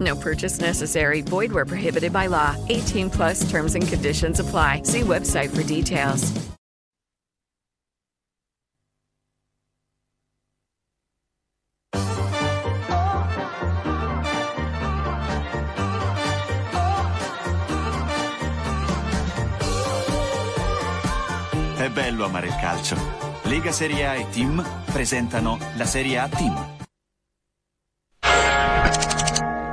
No purchase necessary. Void where prohibited by law. 18 plus terms and conditions apply. See website for details. È bello amare il calcio. Lega Serie A e Team presentano la Serie A Team.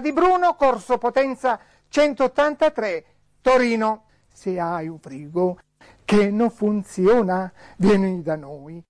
di Bruno, Corso Potenza 183, Torino. Se hai un frigo che non funziona, vieni da noi.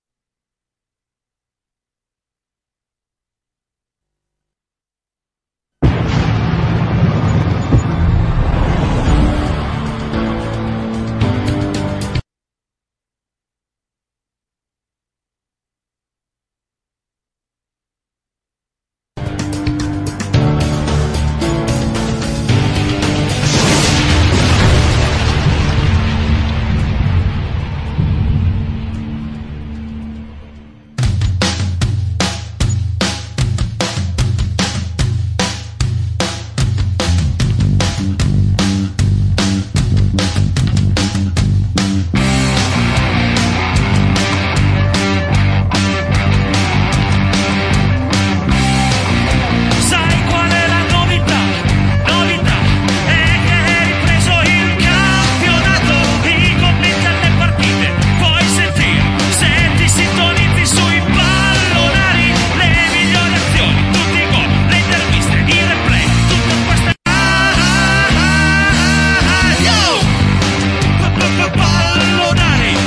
Sai qual è la novità? Novità è che hai ripreso il campionato, i commenti alle partite, puoi sentire, se ti sintonizzi sui pallonari, le migliori azioni, tutti i gol, le interviste, i replay, tutto questo è... Yo! Pallonari!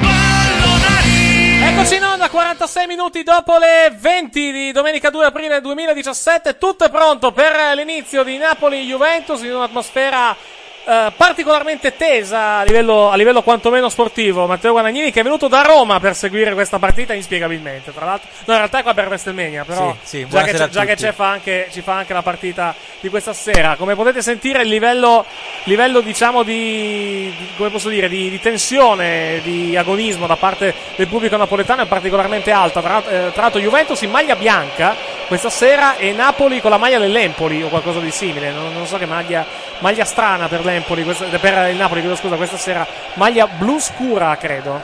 Pallonari! Eccoci in onda 46 minuti dopo le 20 di domenica 2 aprile 2017, tutto è pronto per l'inizio di Napoli-Juventus in un'atmosfera eh, particolarmente tesa a livello, a livello quantomeno sportivo. Matteo Guadagnini che è venuto da Roma per seguire questa partita inspiegabilmente, tra l'altro, no in realtà è qua per WrestleMania, però Sì, sì, già che, buonasera c'è- a già che tutti. c'è Cioè, fa anche, ci fa anche la partita di questa sera. Come potete sentire il livello, livello diciamo di, di- come posso dire, di, di tensione, di agonismo da parte del pubblico napoletano è particolarmente alto. Tra, eh, tra l'altro Juventus in maglia bianca questa sera e Napoli con la maglia dell'Empoli o qualcosa di simile. Non, non so che maglia, maglia strana per l'Empoli, questa- per il Napoli, chiedo scusa, questa sera maglia blu scura credo.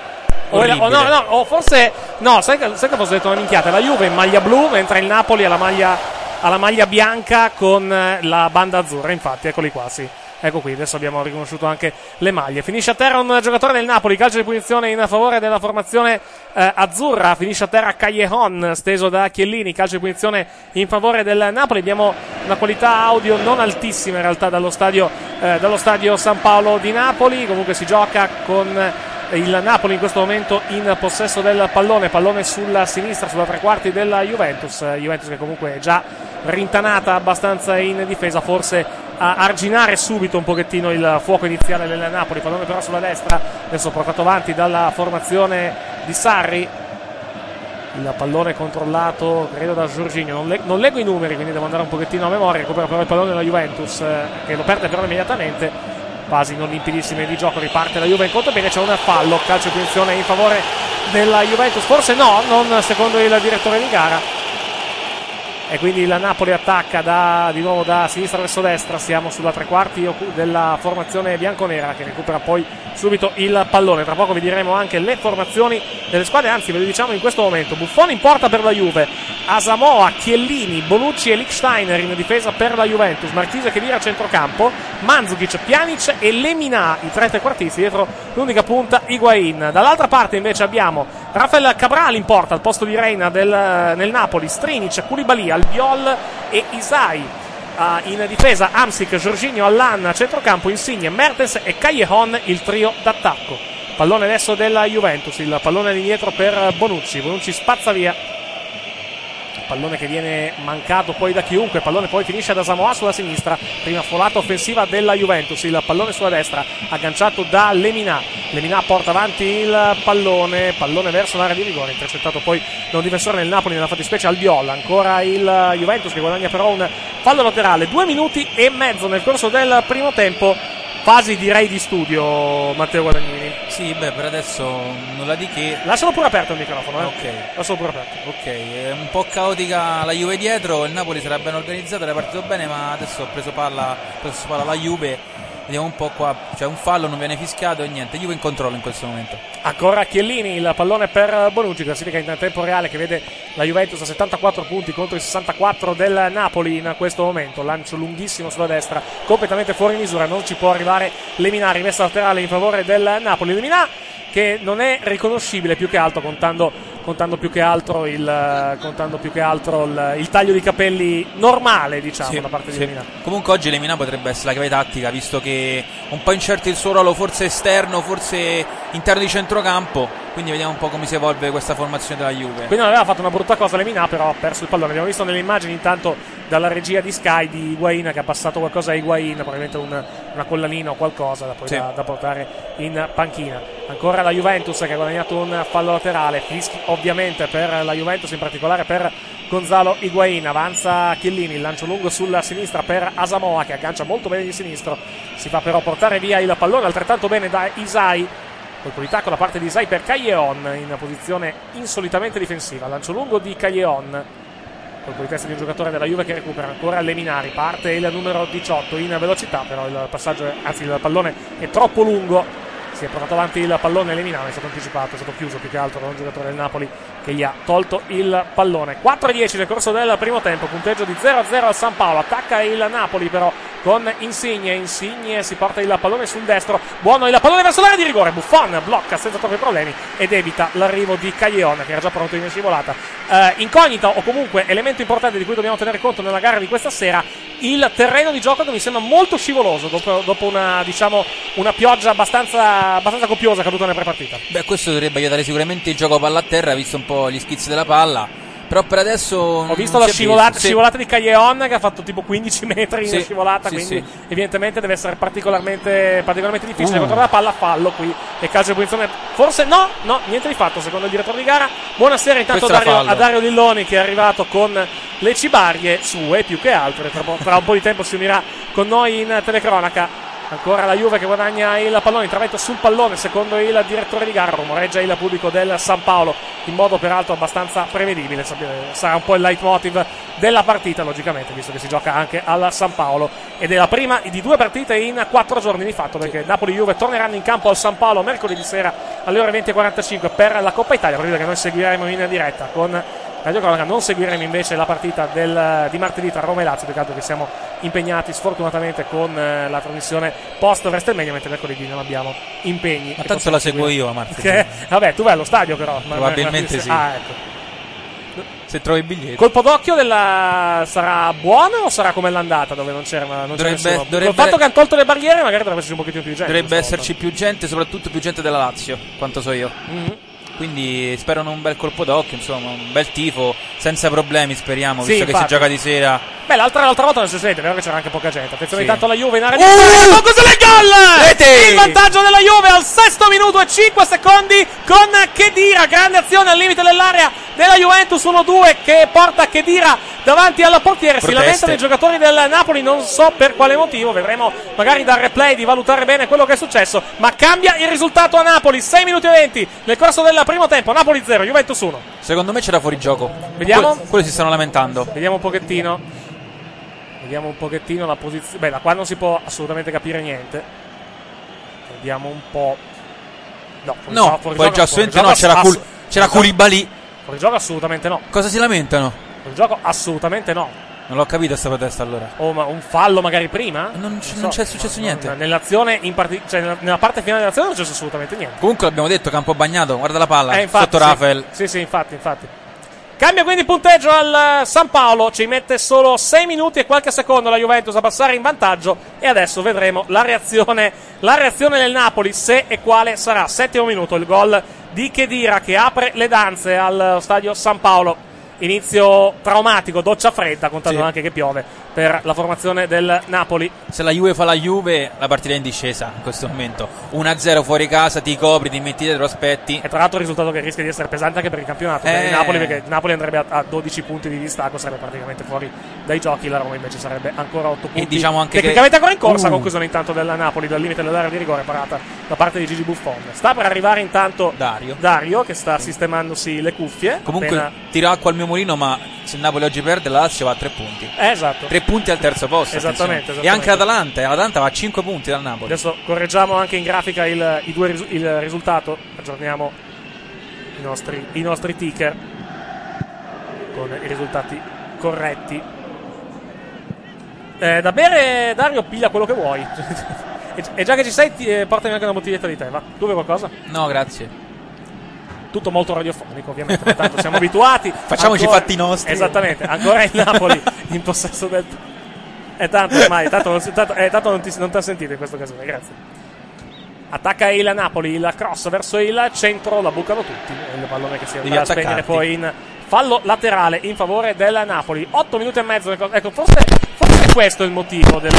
O, era- o Oh, no, Orribile. no, o forse. No, sai che, sai che posso detto una minchiata? La Juve in maglia blu, mentre il Napoli ha la maglia, ha la maglia bianca con eh, la banda azzurra. Infatti, eccoli qua, sì. Ecco qui, adesso abbiamo riconosciuto anche le maglie. Finisce a terra un giocatore del Napoli, calcio di punizione in favore della formazione eh, azzurra. Finisce a terra Callejon, steso da Chiellini, calcio di punizione in favore del Napoli. Abbiamo una qualità audio non altissima in realtà dallo stadio, eh, dallo stadio San Paolo di Napoli. Comunque si gioca con eh, il Napoli in questo momento in possesso del pallone, pallone sulla sinistra, sulla tre quarti della Juventus, Juventus che comunque è già rintanata abbastanza in difesa, forse a arginare subito un pochettino il fuoco iniziale del Napoli, pallone però sulla destra, adesso portato avanti dalla formazione di Sarri, il pallone controllato credo da Giorginio non, le- non leggo i numeri quindi devo andare un pochettino a memoria recupera però il pallone della Juventus eh, che lo perde però immediatamente quasi non limpidissime di gioco riparte la Juve in conto bene c'è un fallo calcio di punizione in favore della Juventus forse no non secondo il direttore di gara e quindi la Napoli attacca da- di nuovo da sinistra verso destra siamo sulla tre quarti ocu- della formazione bianconera che recupera poi subito il pallone tra poco vi diremo anche le formazioni delle squadre anzi ve lo diciamo in questo momento Buffon in porta per la Juve Asamoa, Chiellini, Bonucci e Lichsteiner in difesa per la Juventus Marchese che vira a centrocampo Mandzukic, Pjanic e Lemina i tre trequartisti dietro l'unica punta Higuain dall'altra parte invece abbiamo Rafael Cabral in porta al posto di Reina del- eh, nel Napoli Strinic, Koulibaly, Albiol e Isai Ah, in difesa Amsic, Jorginho, Allan, a centrocampo Insigne, Mertens e Callejon il trio d'attacco. Pallone adesso della Juventus, il pallone all'indietro per Bonucci, Bonucci spazza via. Pallone che viene mancato poi da chiunque, pallone poi finisce da Samoa sulla sinistra, prima folata offensiva della Juventus, il pallone sulla destra, agganciato da Lemina. Lemina porta avanti il pallone, pallone verso l'area di rigore, intercettato poi da un difensore del Napoli nella fattispecie Albiola, ancora il Juventus che guadagna però un fallo laterale, due minuti e mezzo nel corso del primo tempo, fasi direi di studio Matteo Guadagnini. Sì, beh, per adesso nulla di che. Lascialo pure aperto il microfono, eh. Ok. Lascialo pure aperto. Ok, è un po' caotica la Juve dietro, il Napoli sarà ben organizzato, era partito bene, ma adesso ha preso palla, ha preso palla la Juve. Vediamo un po' qua, c'è un fallo, non viene fischiato e niente, Juve in controllo in questo momento. Ancora Chiellini, il pallone per Bonucci, classifica in tempo reale che vede la Juventus a 74 punti contro i 64 del Napoli in questo momento. Lancio lunghissimo sulla destra, completamente fuori misura, non ci può arrivare Lemina, rimessa laterale in favore del Napoli. Lemina che non è riconoscibile più che altro contando, contando più che altro, il, contando più che altro il, il taglio di capelli normale, diciamo, Sì, da parte sì. di Lemina. Comunque oggi Lemina potrebbe essere la chiave tattica, visto che un po' incerto il suo ruolo, forse esterno, forse interno di centrocampo. Quindi vediamo un po' come si evolve questa formazione della Juve. Quindi non aveva fatto una brutta cosa Lemina, però ha perso il pallone. Abbiamo visto nelle immagini intanto dalla regia di Sky di Higuain che ha passato qualcosa a Higuain, probabilmente un- una collanina o qualcosa da, poi Sì. da- da portare in panchina. Ancora la Juventus che ha guadagnato un fallo laterale, fischi ovviamente per la Juventus, in particolare per Gonzalo Higuain. Avanza Chiellini, il lancio lungo sulla sinistra per Asamoa che aggancia molto bene di sinistro, si fa però portare via il pallone altrettanto bene da Isai. Colpo di tacco da parte di Isai per Caglion in posizione insolitamente difensiva. Lancio lungo di Caglion. Colpo di testa di un giocatore della Juve che recupera ancora Leminari. Parte il numero 18 in velocità, però il passaggio, è- anzi il pallone è troppo lungo. Si è portato avanti il pallone Leminari, è stato anticipato, è stato chiuso più che altro da un giocatore del Napoli che gli ha tolto il pallone. 4-10 nel corso del primo tempo, punteggio di 0-0 al San Paolo. Attacca il Napoli però con Insigne. Insigne si porta il pallone sul destro. Buono il pallone verso l'area di rigore. Buffon blocca senza troppi problemi ed evita l'arrivo di Caglione che era già pronto in scivolata. Eh, incognita o comunque elemento importante di cui dobbiamo tenere conto nella gara di questa sera, il terreno di gioco che mi sembra molto scivoloso dopo, dopo una, diciamo, una pioggia abbastanza, abbastanza copiosa caduta nella prepartita. Beh, questo dovrebbe aiutare sicuramente il gioco palla a terra, visto un po' gli schizzi della palla. Però per adesso. Ho visto la scivolata, scivolata di Caglion che ha fatto tipo 15 metri Sì, in scivolata, sì, quindi sì. evidentemente deve essere particolarmente, particolarmente difficile Uh. controllare la palla, fallo qui e calcio di punizione. Forse no, no, niente di fatto secondo il direttore di gara. Buonasera intanto Questo era Dario- a fallo. Dario Lilloni che è arrivato con le cibarie sue più che altre, tra, po- tra un po' di tempo si unirà con noi in telecronaca. Ancora la Juve che guadagna il pallone, intervento sul pallone secondo il direttore di gara, rumoreggia il pubblico del San Paolo in modo peraltro abbastanza prevedibile, sapete, sarà un po' il leitmotiv della partita logicamente visto che si gioca anche al San Paolo ed è la prima di due partite in quattro giorni di fatto perché Napoli-Juve torneranno in campo al San Paolo mercoledì sera alle ore 20.45 per la Coppa Italia, partita che noi seguiremo in diretta con Radio Cronaca non seguiremo invece la partita del- di martedì tra Roma e Lazio, peccato che siamo impegnati sfortunatamente con eh, la trasmissione post WrestleMania, mentre mercoledì non abbiamo impegni. Ma e tanto la conseguenze. seguo io a martedì. Che- vabbè, tu vai allo stadio però. ma- Probabilmente ma- sì. Ah, ecco. Se trovi i biglietti. Colpo d'occhio della... sarà buona o sarà come l'andata dove non c'era, non c'era Dovrebbe- nessuno? dovrebbe- Col fatto che hanno tolto le barriere magari dovrebbe esserci un pochettino più di gente. Dovrebbe questa volta. esserci più gente, soprattutto più gente della Lazio, quanto so io. Mhm. Quindi sperano un bel colpo d'occhio, insomma, un bel tifo, senza problemi, speriamo, Sì, visto che si infatti. gioca di sera. Beh, l'altra, l'altra volta non si sente, è vero che c'era anche poca gente. Attenzione, Sì. intanto la Juve in area di Uh! rigore, Focus del gol! Rete! Eh, Il vantaggio della Juve al sesto minuto e 5 secondi con Chedira. Grande azione al limite dell'area della Juventus 1-2 che porta Chedira davanti al portiere. Si Proteste. lamentano i giocatori del Napoli, non so per quale motivo. Vedremo magari dal replay di valutare bene quello che è successo. Ma cambia il risultato a Napoli, 6 minuti e 20 nel corso del primo tempo. Napoli 0, Juventus 1. Secondo me c'era fuori gioco. Vediamo. Quello, quello si stanno lamentando. Vediamo un pochettino. Vediamo un pochettino la posizione. Beh, da qua non si può assolutamente capire niente. Vediamo un po'. No, fuori No, gioco- fuori poi gioco- già assolutamente fuori no, gioco c'era, ass- Kul- c'era fuori gioco- Koulibaly. Fuori gioco assolutamente no. Cosa si lamentano? Fuori gioco assolutamente no. Non l'ho capito sta protesta allora. O ma- un fallo magari prima? Non c- non c'è successo niente. nell'azione, in parti- cioè, nella- nella parte finale dell'azione non c'è successo assolutamente niente. Comunque l'abbiamo detto, campo bagnato, guarda la palla, Eh, infatti, sotto sì. Rafael. Sì, sì, infatti, infatti. Cambia quindi il punteggio al eh, San Paolo, ci mette solo 6 minuti e qualche secondo la Juventus a passare in vantaggio e adesso vedremo la reazione, la reazione del Napoli, se e quale sarà. Settimo minuto, il gol di Chedira che apre le danze al eh, stadio San Paolo. Inizio traumatico, doccia fredda, contando Sì. anche che piove per la formazione del Napoli. Se la Juve fa la Juve, la partita è in discesa in questo momento. 1-0 fuori casa, ti copri, ti metti dietro, aspetti. E tra l'altro il risultato che rischia di essere pesante anche per il campionato Eh. per il Napoli, perché il Napoli andrebbe a, a 12 punti di distacco, sarebbe praticamente fuori dai giochi, la Roma invece sarebbe ancora 8 punti. diciamo anche che- Tecnicamente ancora in corsa, Uh. conclusione intanto della Napoli dal limite dell'area di rigore parata da parte di Gigi Buffon. Sta per arrivare intanto Dario. che sta sistemandosi le cuffie. Comunque appena- tira acqua al mio mulino, ma se il Napoli oggi perde, la Lazio va a tre punti. Eh, esatto. Tre punti al terzo posto. Esattamente, attenzione. esattamente. E anche l'Atalanta. eh, L'Atalanta va a 5 punti dal Napoli. Adesso correggiamo anche in grafica il, i due risu- il risultato, aggiorniamo i nostri, i nostri ticker con i risultati corretti. Eh, da bere, Dario, piglia quello che vuoi. e, e già che ci sei, ti- eh, portami anche una bottiglietta di te, va. Tu vuoi qualcosa? No, grazie. Tutto molto radiofonico, ovviamente, ma tanto siamo abituati. Facciamoci i fatti nostri. Esattamente, ancora il Napoli in possesso del... E tanto ormai, tanto, non, si- tanto- eh, tanto non ti, non ti ha sentito in questa occasione, grazie. Attacca il Napoli, il cross verso il centro, la bucano tutti. e Il pallone che si Devi andrà a spegnere attaccarti. poi in fallo laterale in favore del Napoli. 8 minuti e mezzo. nel cor- Ecco, forse, forse è questo il motivo del...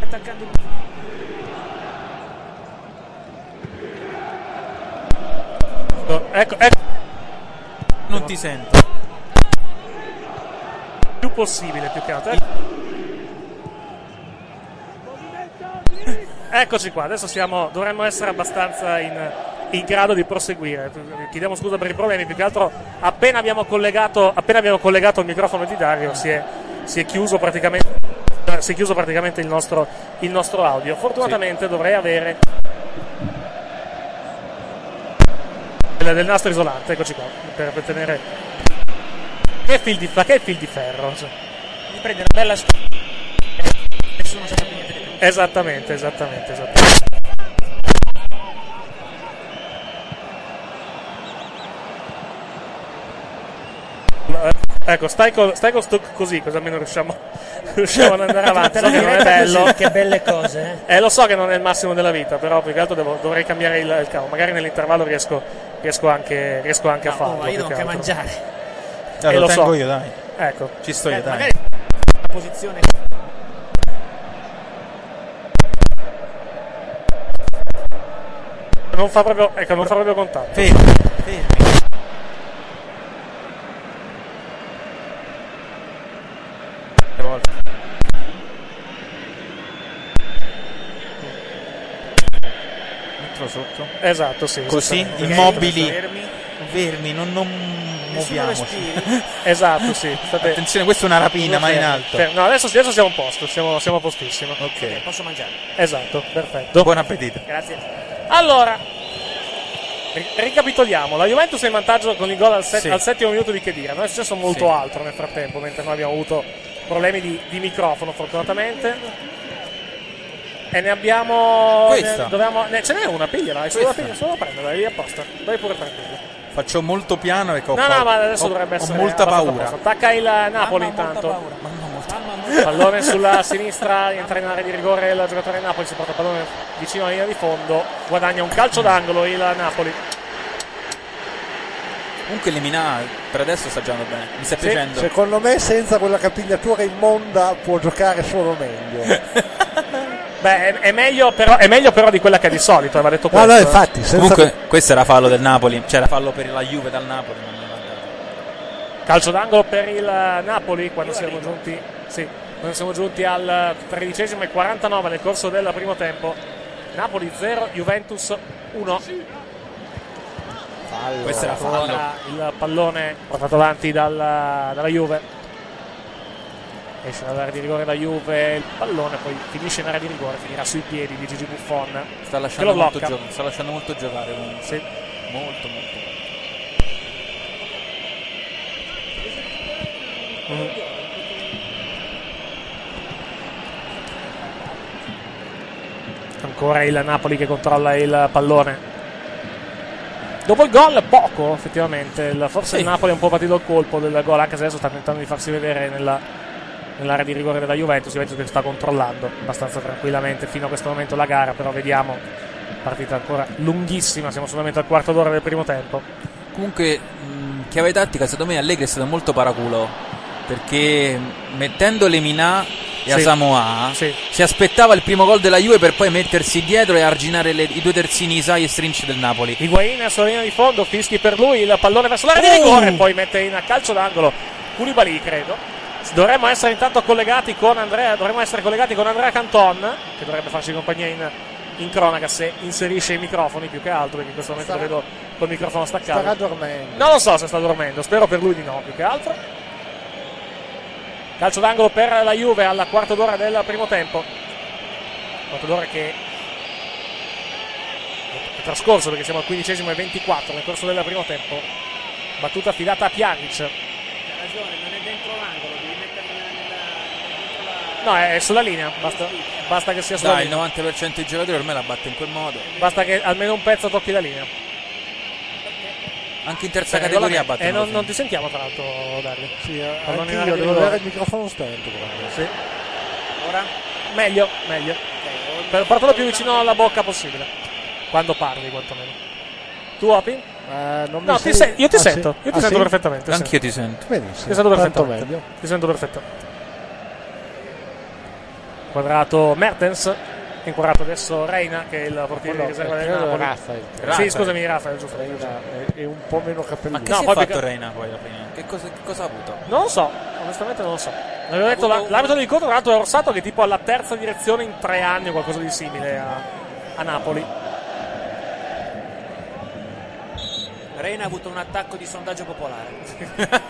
attaccando il Ecco, ecco Non ti sento. più possibile più che altro. Eh. Eh, Eccoci qua, adesso siamo, dovremmo essere abbastanza in, in grado di proseguire. Chiediamo scusa per i problemi, più che altro appena abbiamo collegato, appena abbiamo collegato il microfono di Dario si è, si è chiuso praticamente. eh, Si è chiuso praticamente il nostro, il nostro audio. Fortunatamente dovrei avere del, del nastro isolante, eccoci qua, per, per tenere. Che fil di, ma che fil di ferro? cioè. Mi prende una bella scuola. Nessuno sa più niente di più. Esattamente, esattamente, esattamente. Ma, eh, Ecco, stai con, stai con sto così, così almeno riusciamo, riusciamo ad Cioè, andare avanti. So che non è bello. Che belle cose, eh. Eh, lo so che non è il massimo della vita, però più che altro devo- dovrei cambiare il, il cavo. Magari nell'intervallo riesco, riesco anche, riesco anche a farlo. Oh, ma io devo più che anche altro. mangiare. Dai, Eh, lo lo tengo so. io, dai. Ecco, Ci sto Eh, io, dai. magari la posizione. non fa proprio, ecco, non fa proprio contatto. Fermi, fermi. Tre volte. Metterlo sotto. Esatto, sì. Così, esattamente. immobili. Fermi. Fermi, non, non Nessuno muoviamoci. respiri. Esatto, sì. State, Attenzione, questa è una rapina, ma in alto. Fer- No, adesso, adesso siamo a posto, siamo, siamo a postissimo. Ok. Posso mangiare. Esatto, perfetto. Buon appetito. Grazie. Allora, ri- ricapitoliamo. La Juventus è in vantaggio con il gol al, set- Sì. al settimo minuto di Chedira. Non è successo molto Sì. altro nel frattempo, mentre noi abbiamo avuto problemi di, di microfono, fortunatamente. E ne abbiamo. Questa. Ne, dovevamo- ne- ce n'è una, pigliala. È solo da Questa. pigli- solo da prendere, lì apposta. Vai pure tranquillo. Faccio molto piano e ho No, paura. no, ma adesso Ho- dovrebbe essere. Ho molta abbastanza a paura. posto. Attacca il Napoli, Mamma, Ah, molta intanto. paura. Mamma mia. Mamma, molta- Pallone sulla sinistra, entra in area di rigore il giocatore del Napoli, si porta il pallone vicino alla linea di fondo, guadagna un calcio d'angolo il Napoli. Comunque Lemina per adesso sta giocando bene. Mi sta Sì, piacendo. Secondo me senza quella capigliatura immonda può giocare solo meglio. Beh, è, è meglio però, è meglio però di quella che è di solito, aveva Ah, detto No, questo. no, infatti, senza Comunque questo era fallo del Napoli. Cioè era fallo per la Juve dal Napoli. ma non è andato. Calcio d'angolo per il eh, Napoli quando siamo giunti, sì, quando siamo giunti al tredicesimo e 49 nel corso del primo tempo. Napoli 0, Juventus 1. Questo era fallo. Ora il pallone portato avanti dal- dalla Juve. Esce dall'area di rigore la Juve, il pallone poi finisce in area di rigore, finirà sui piedi di Gigi Buffon. Sta Che lasciando, lo molto blocca. gio- sta lasciando molto giocare. comunque. Sì. Molto, molto. Ancora il Napoli che controlla il pallone. Dopo il gol, poco effettivamente. Il- forse Sì. il Napoli è un po' partito il colpo del gol, anche se adesso sta tentando di farsi vedere nella- nell'area di rigore della Juventus. Juventus che sta controllando abbastanza tranquillamente fino a questo momento la gara, però vediamo. Partita ancora lunghissima, siamo solamente al quarto d'ora del primo tempo. Comunque, mh, chiave tattica, secondo me Allegri è stato molto paraculo. Perché mh, mettendo Lemina e Sì. Asamoah Sì. si aspettava il primo gol della Juve per poi mettersi dietro e arginare le- i due terzini Isai e Strinci del Napoli. Higuain sulla linea di fondo, fischi per lui, il pallone verso l'area di Uh! rigore, poi mette in calcio d'angolo Koulibaly, credo. Dovremmo essere intanto collegati con Andrea, dovremmo essere collegati con Andrea Canton, che dovrebbe farci compagnia in, in cronaca se inserisce i microfoni più che altro, perché in questo momento Starà- vedo col microfono starà staccato. dormendo. Non lo so se sta dormendo, spero per lui di no, più che altro. Calcio d'angolo per la Juve alla quarta d'ora del primo tempo. Quarto d'ora che è trascorso perché siamo al quindicesimo e 24 nel corso del primo tempo. Battuta affidata a Pjanic. Ha ragione, non è dentro l'angolo, devi metterla nella. dentro la- No, è sulla linea, basta, basta che sia sulla Dai, il linea. 90% dei giocatori ormai la batte in quel modo. Basta che almeno un pezzo tocchi la linea. Anche in terza Cioè, categoria regolamento- batte. E non, non ti sentiamo tra l'altro, Dario. Sì, non anche in io area di devo rigore. avere il microfono spento. guarda. Sì. Ora? Meglio, meglio. Ok, Per portarlo più vicino alla bocca possibile. Quando parli, quantomeno. Tu, Opi? Eh, non mi No, ti sen- io ti Ah, sì? sento. Io ti Ah, sento sì? perfettamente. sì. Anch'io ti sento. Benissimo. Ti sento tanto perfetto. meglio. Ti sento perfetto. Quadrato Mertens. Inquadrato adesso Reina, che è il portiere di No, riserva del credo Napoli. Raphael. Sì, Raphael. scusami, Rafael, giusto. È, è un po' meno Ma capelluto. che No, si è poi fatto perché- Reina poi alla fine? Che cosa, che cosa ha avuto? Non lo so, onestamente non lo so. L'avevo detto, la- avuto un- l'arbitro di incontro, tra l'altro, è Orsato, che è tipo alla terza direzione in tre anni o qualcosa di simile a, a Napoli. Reina ha avuto un attacco di sondaggio popolare.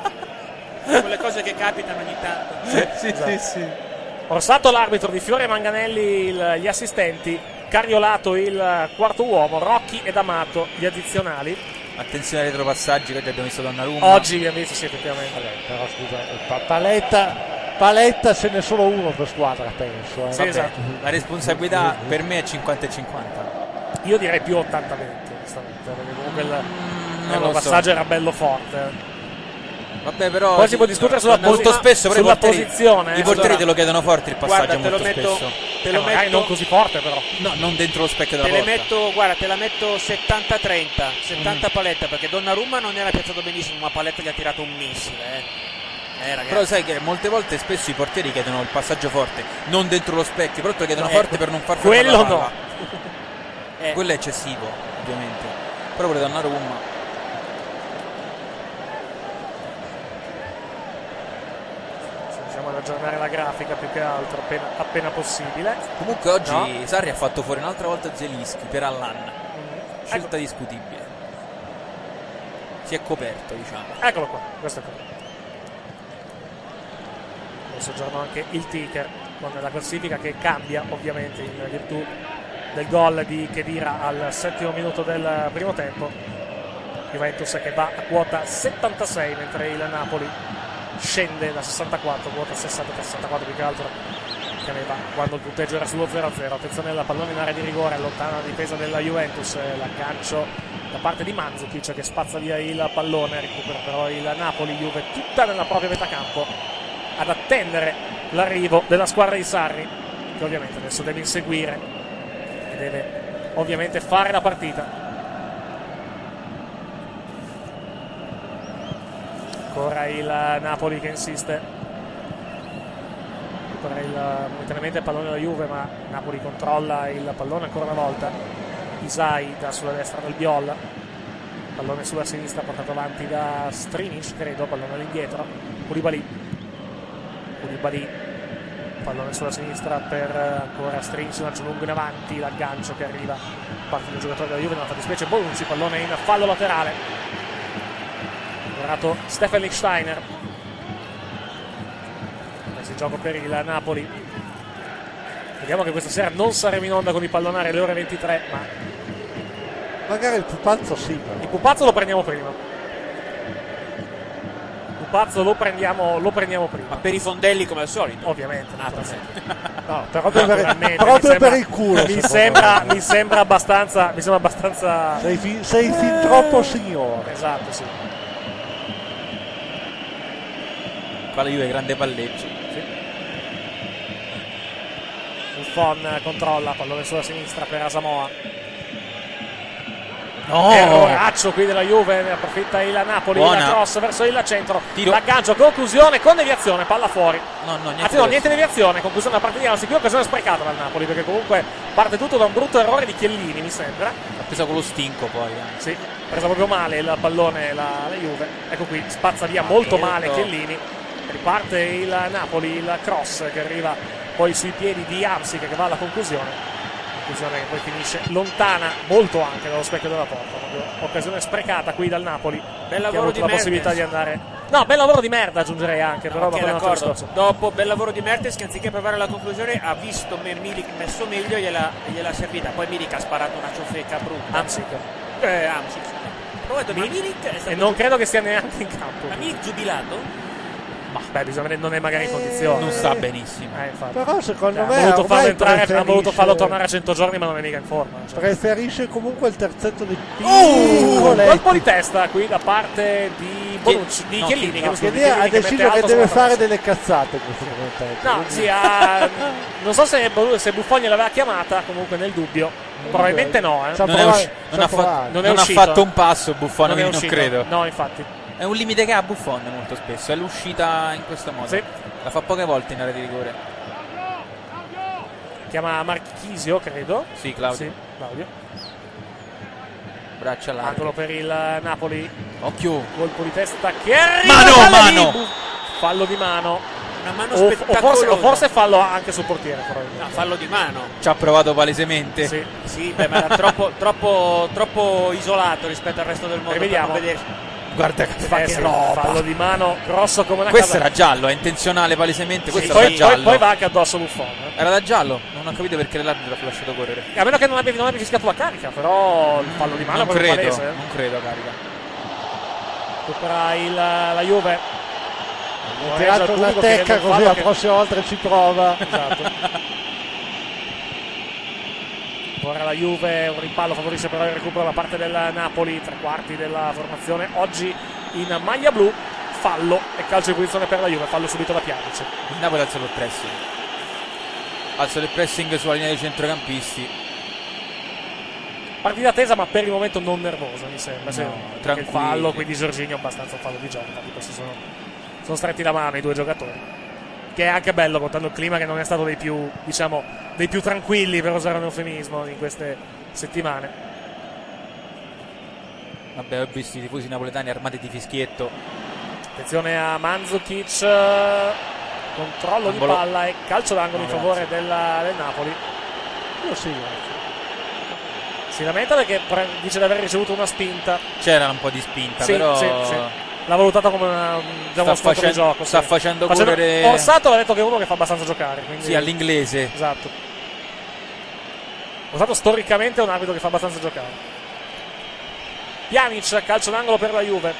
Quelle cose che capitano ogni tanto. sì, sì, sì. esatto. Orsato l'arbitro di Fiore Manganelli il- gli assistenti, Cariolato il quarto uomo, Rocchi ed Amato gli addizionali. Attenzione ai retropassaggio che già abbiamo visto Donnarumma. Oggi vi visto sì effettivamente. Vabbè, però scusa, pa- paletta, paletta ce n'è solo uno per squadra, penso. eh. Sì, Vabbè, esatto. La responsabilità per me è 50 e 50. Io direi più 80-20, onestamente, perché comunque il Mm, il non lo so. passaggio era bello forte. Vabbè, però. Poi si può discutere sulla molto posi- spesso, però sulla i portieri, posizione, eh. I portieri Allora- te lo chiedono forte il passaggio Guarda, te lo molto metto, spesso. te Eh, lo magari metto, non così forte, però. No, non dentro lo specchio della te le porta. metto, guarda, te la metto 70-30, 70 Mm. paletta, perché Donnarumma non era piazzato benissimo, ma paletta gli ha tirato un missile, eh. Eh, ragazzi. Però sai che molte volte spesso i portieri chiedono il passaggio forte, non dentro lo specchio, però te lo chiedono Eh, forte per non far fuori Quello la palla. no. Eh, Quello è eccessivo, ovviamente. Però pure Donnarumma. Se Riusciamo ad aggiornare la grafica più che altro appena, appena possibile. Comunque oggi No. Sarri ha fatto fuori un'altra volta Zelischi per Allan. Scelta Ecco, discutibile. Si è coperto, diciamo. eccolo qua, questo è qua. Adesso aggiorno anche il ticker con la classifica che cambia ovviamente in virtù del gol di Kedira al settimo minuto del primo tempo. Juventus che va a quota 76 mentre il Napoli scende da 64, quota 60 per 64 più che altro che aveva quando il punteggio era sullo 0-0. Attenzione alla pallone in area di rigore, lontana la difesa della Juventus, eh, l'acgancio da parte di Mandzukic che spazza via il pallone, recupera però il Napoli, Juve tutta nella propria metà campo ad attendere l'arrivo della squadra di Sarri che ovviamente adesso deve inseguire e deve ovviamente fare la partita. Ancora il Napoli che insiste recupera il, momentaneamente il pallone della Juve ma Napoli controlla il pallone ancora una volta Isai da sulla destra del Biol pallone sulla sinistra portato avanti da Strinic credo pallone all'indietro Koulibaly Koulibaly pallone sulla sinistra per eh, ancora Strinic lancio lungo in avanti l'aggancio che arriva da parte del giocatore della Juve nella fattispecie Bonucci pallone in fallo laterale Guardato Stefan Lichtsteiner Messo in gioco per il Napoli. Vediamo che questa sera non saremo in onda con i pallonari alle ore 23, ma Magari il pupazzo sì, però. il pupazzo lo prendiamo prima. Il pupazzo lo prendiamo, lo prendiamo ma prima. per i fondelli come al solito. Ovviamente, Ah, naturalmente. No, proprio per, Naturalmente, mi proprio sembra- per il culo. Mi secondo sembra, me. mi sembra abbastanza. Mi sembra abbastanza. Sei, fin, sei fin troppo signore. Esatto, sì. Qua la Juve è grande palleggio. Buffon controlla, pallone sulla sinistra per Asamoa. Eh, No! Erroraccio qui della Juve, ne approfitta il Napoli, Oh! Buona. la cross verso il centro, Tiro. l'aggancio, conclusione con deviazione, palla fuori. No, no, niente. Anzi no, questo. ah, niente deviazione, conclusione da parte di Anzi, qui occasione sprecata dal Napoli perché comunque parte tutto da un brutto errore di Chiellini, mi sembra. Ha preso con lo stinco poi. eh. Sì, presa proprio male il pallone la, la Juve. Ecco qui, spazza via molto certo. male Chiellini. Riparte il Napoli, il cross che arriva poi sui piedi di Amsic che va alla conclusione. Conclusione che poi finisce lontana molto anche dallo specchio della porta. Proprio occasione sprecata qui dal Napoli. Bel che ha lavoro avuto di la possibilità Mertens. di andare. No, bel lavoro di merda aggiungerei anche, però Ok, va bene un altro d'accordo. discorso. Dopo bel lavoro di Mertens che anziché provare la conclusione ha visto Milik messo meglio e gliela, gliela servita. Poi Milik ha sparato una ciofeca brutta. Amsic. Eh, Amsi, scusa. Ho detto, ma Mi- Milik è stato E non credo che sia neanche in campo. ma Milik giubilato? Ma beh, bisogna vedere, non è magari in condizione. Eh, Non sta benissimo. Eh, infatti. Però secondo Cioè, me ha voluto ormai farlo entrare, ha voluto farlo preferisce- tornare a 100 giorni, ma non è mica in forma. Uh, Cioè. Preferisce comunque il terzetto di Uh! Un Piccole. colpo di testa qui da parte di Bonucci, di no, Chiellini. che no, lo scusi, Chiedere ha Chiellini mette deciso che alto deve sulla fare croce. delle cazzate in questo momento. No, sì, ha- non so se, Bo- se Buffon gliel'aveva chiamata, comunque nel dubbio. Probabilmente no, eh. Ciao, Non, è provare- usci- non ciao, ha, fa- provare. Non è non ha uscito. fatto un passo Buffon, è quindi non uscito. credo. No, infatti. È un limite che ha Buffon molto spesso, è l'uscita in questo modo. Sì. La fa poche volte in area di rigore. chiama Marchisio, credo. Sì, Claudio. Sì, Claudio. Braccia larga. Angolo per il Napoli. Occhio. Colpo di testa che arriva. Mano, dalla mano. Libu. Fallo di mano. Una mano O, o forse, spettacolosa. o forse fallo anche sul portiere. probabilmente. No, fallo di mano. Ci ha provato palesemente. Sì. Sì, beh, ma era troppo, troppo, troppo isolato rispetto al resto del mondo. Ecco, per Rivediamo. non vedersi. Guarda che fa Eh, che sì, roba. fallo di mano grosso come una Questo casa. era giallo, è intenzionale palesemente. Questo era poi, giallo. poi, poi va anche addosso Buffon. eh. Era da giallo, non ho capito perché l'arbitro ha lasciato correre. A meno che non abbia, non abbia fischiato la carica, però il fallo di mano è non proprio credo, palese. eh. non credo, carica. Recupera il, la Juve. Ha tirato una tecca così la prossima volta ci prova. Esatto. Ora la Juve, un rimpallo favorisce però il recupero da parte del Napoli, tre quarti della formazione oggi in maglia blu, fallo e calcio di punizione per la Juve, fallo subito da Pjanic. Il Napoli alza il pressing. Alza il pressing sulla linea dei centrocampisti. Partita tesa ma per il momento non nervosa mi sembra, sì, No, perché il tranquilli. fallo, quindi Giorginio è abbastanza un fallo di gioco, infatti questi sono, sono stretti la mano i due giocatori. Che è anche bello contando il clima che non è stato dei più, diciamo, dei più tranquilli per usare un eufemismo in queste settimane. Vabbè, ho visto i tifosi napoletani armati di fischietto. Attenzione a Manzukic, eh, controllo Angolo. di palla e calcio d'angolo No, in favore della- del Napoli. Si lamenta perché pre- dice di aver ricevuto una spinta, C'era un po' di spinta, Sì, però sì, sì. l'ha valutata come una, diciamo, uno sta, scontro di facendo, gioco. sta sì. facendo Facendo- correre Orsato l'ha detto che è uno che fa abbastanza giocare. Quindi, sì, all'inglese. Esatto. Orsato storicamente è un arbitro che fa abbastanza giocare. Pjanic, calcio d'angolo per la Juve,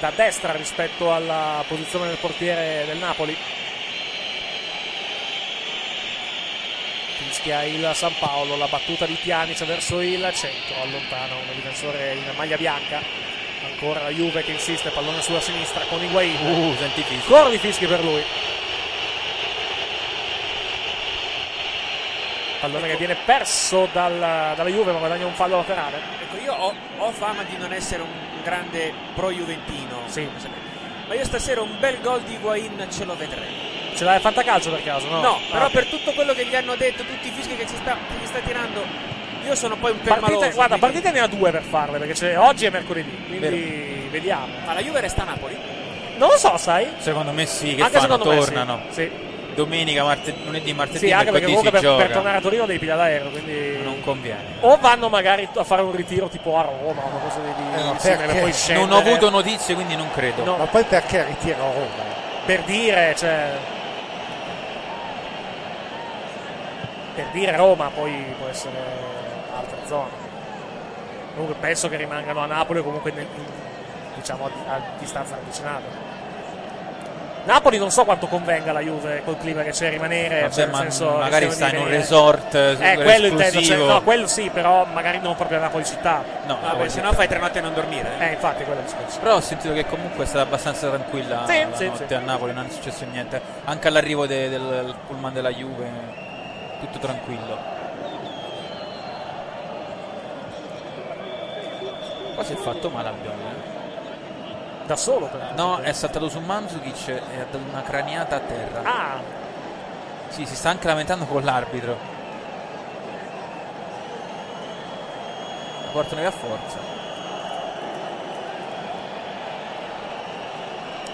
da destra rispetto alla posizione del portiere del Napoli. Fischia il San Paolo, la battuta di Pjanic verso il centro, allontana un difensore in maglia bianca. Ancora la Juve che insiste, pallone sulla sinistra con Higuain. Uh, senti fischio. Ancora di fischi per lui. Pallone che viene perso dal- dalla Juve, ma guadagna un fallo laterale. Ecco, io ho, ho fama di non essere un grande pro-juventino. Sì. Ma io stasera un bel gol di Higuain ce lo vedrei. Ce l'hai fatta calcio per caso? No, No, Ah, però ok. per tutto quello che gli hanno detto, tutti i fischi che si sta, che gli sta tirando, io sono poi un partite, permaloso. guarda, quindi- partite ne ha due per farle, perché c'è oggi e mercoledì. Quindi vediamo. Ma la Juve resta a Napoli? Non lo so, sai? Secondo me sì, che anche fanno? secondo me Tornano. sì. Sì, Domenica, marte- lunedì, martedì, Sì, anche perché mercoledì comunque per, si gioca. per tornare a Torino devi pigliare l'aereo, quindi... Non conviene. O vanno magari a fare un ritiro tipo a Roma o una cosa di, di Eh, ma simile, perché? poi Non scendere. Non ho avuto notizie, quindi non credo. No. Ma poi perché ritira a Roma? per dire, cioè. Per dire Roma, poi può essere altra zona. Comunque penso che rimangano a Napoli o comunque nel- diciamo a, a distanza ravvicinata. Napoli non so quanto convenga la Juve col clima che c'è rimanere, Vabbè, cioè, nel ma senso che magari siano sta in un rimanere- resort eh, Eh, quello intendo, cioè, esclusivo. no, quello sì, però magari non proprio a Napoli città. No, Vabbè, se no fai tre notti a non dormire. Eh, infatti quello è il discorso. Però ho sentito che comunque è stata abbastanza tranquilla Sì, la sì, notte sì. a Napoli, non è successo niente. Anche all'arrivo de- del pullman della Juve, tutto tranquillo. Qua si è fatto male al Bione. Da solo però. No, è saltato su Manzukic e ha dato una craniata a terra. Ah, Sì, si sta anche lamentando con l'arbitro. La Portano via a forza.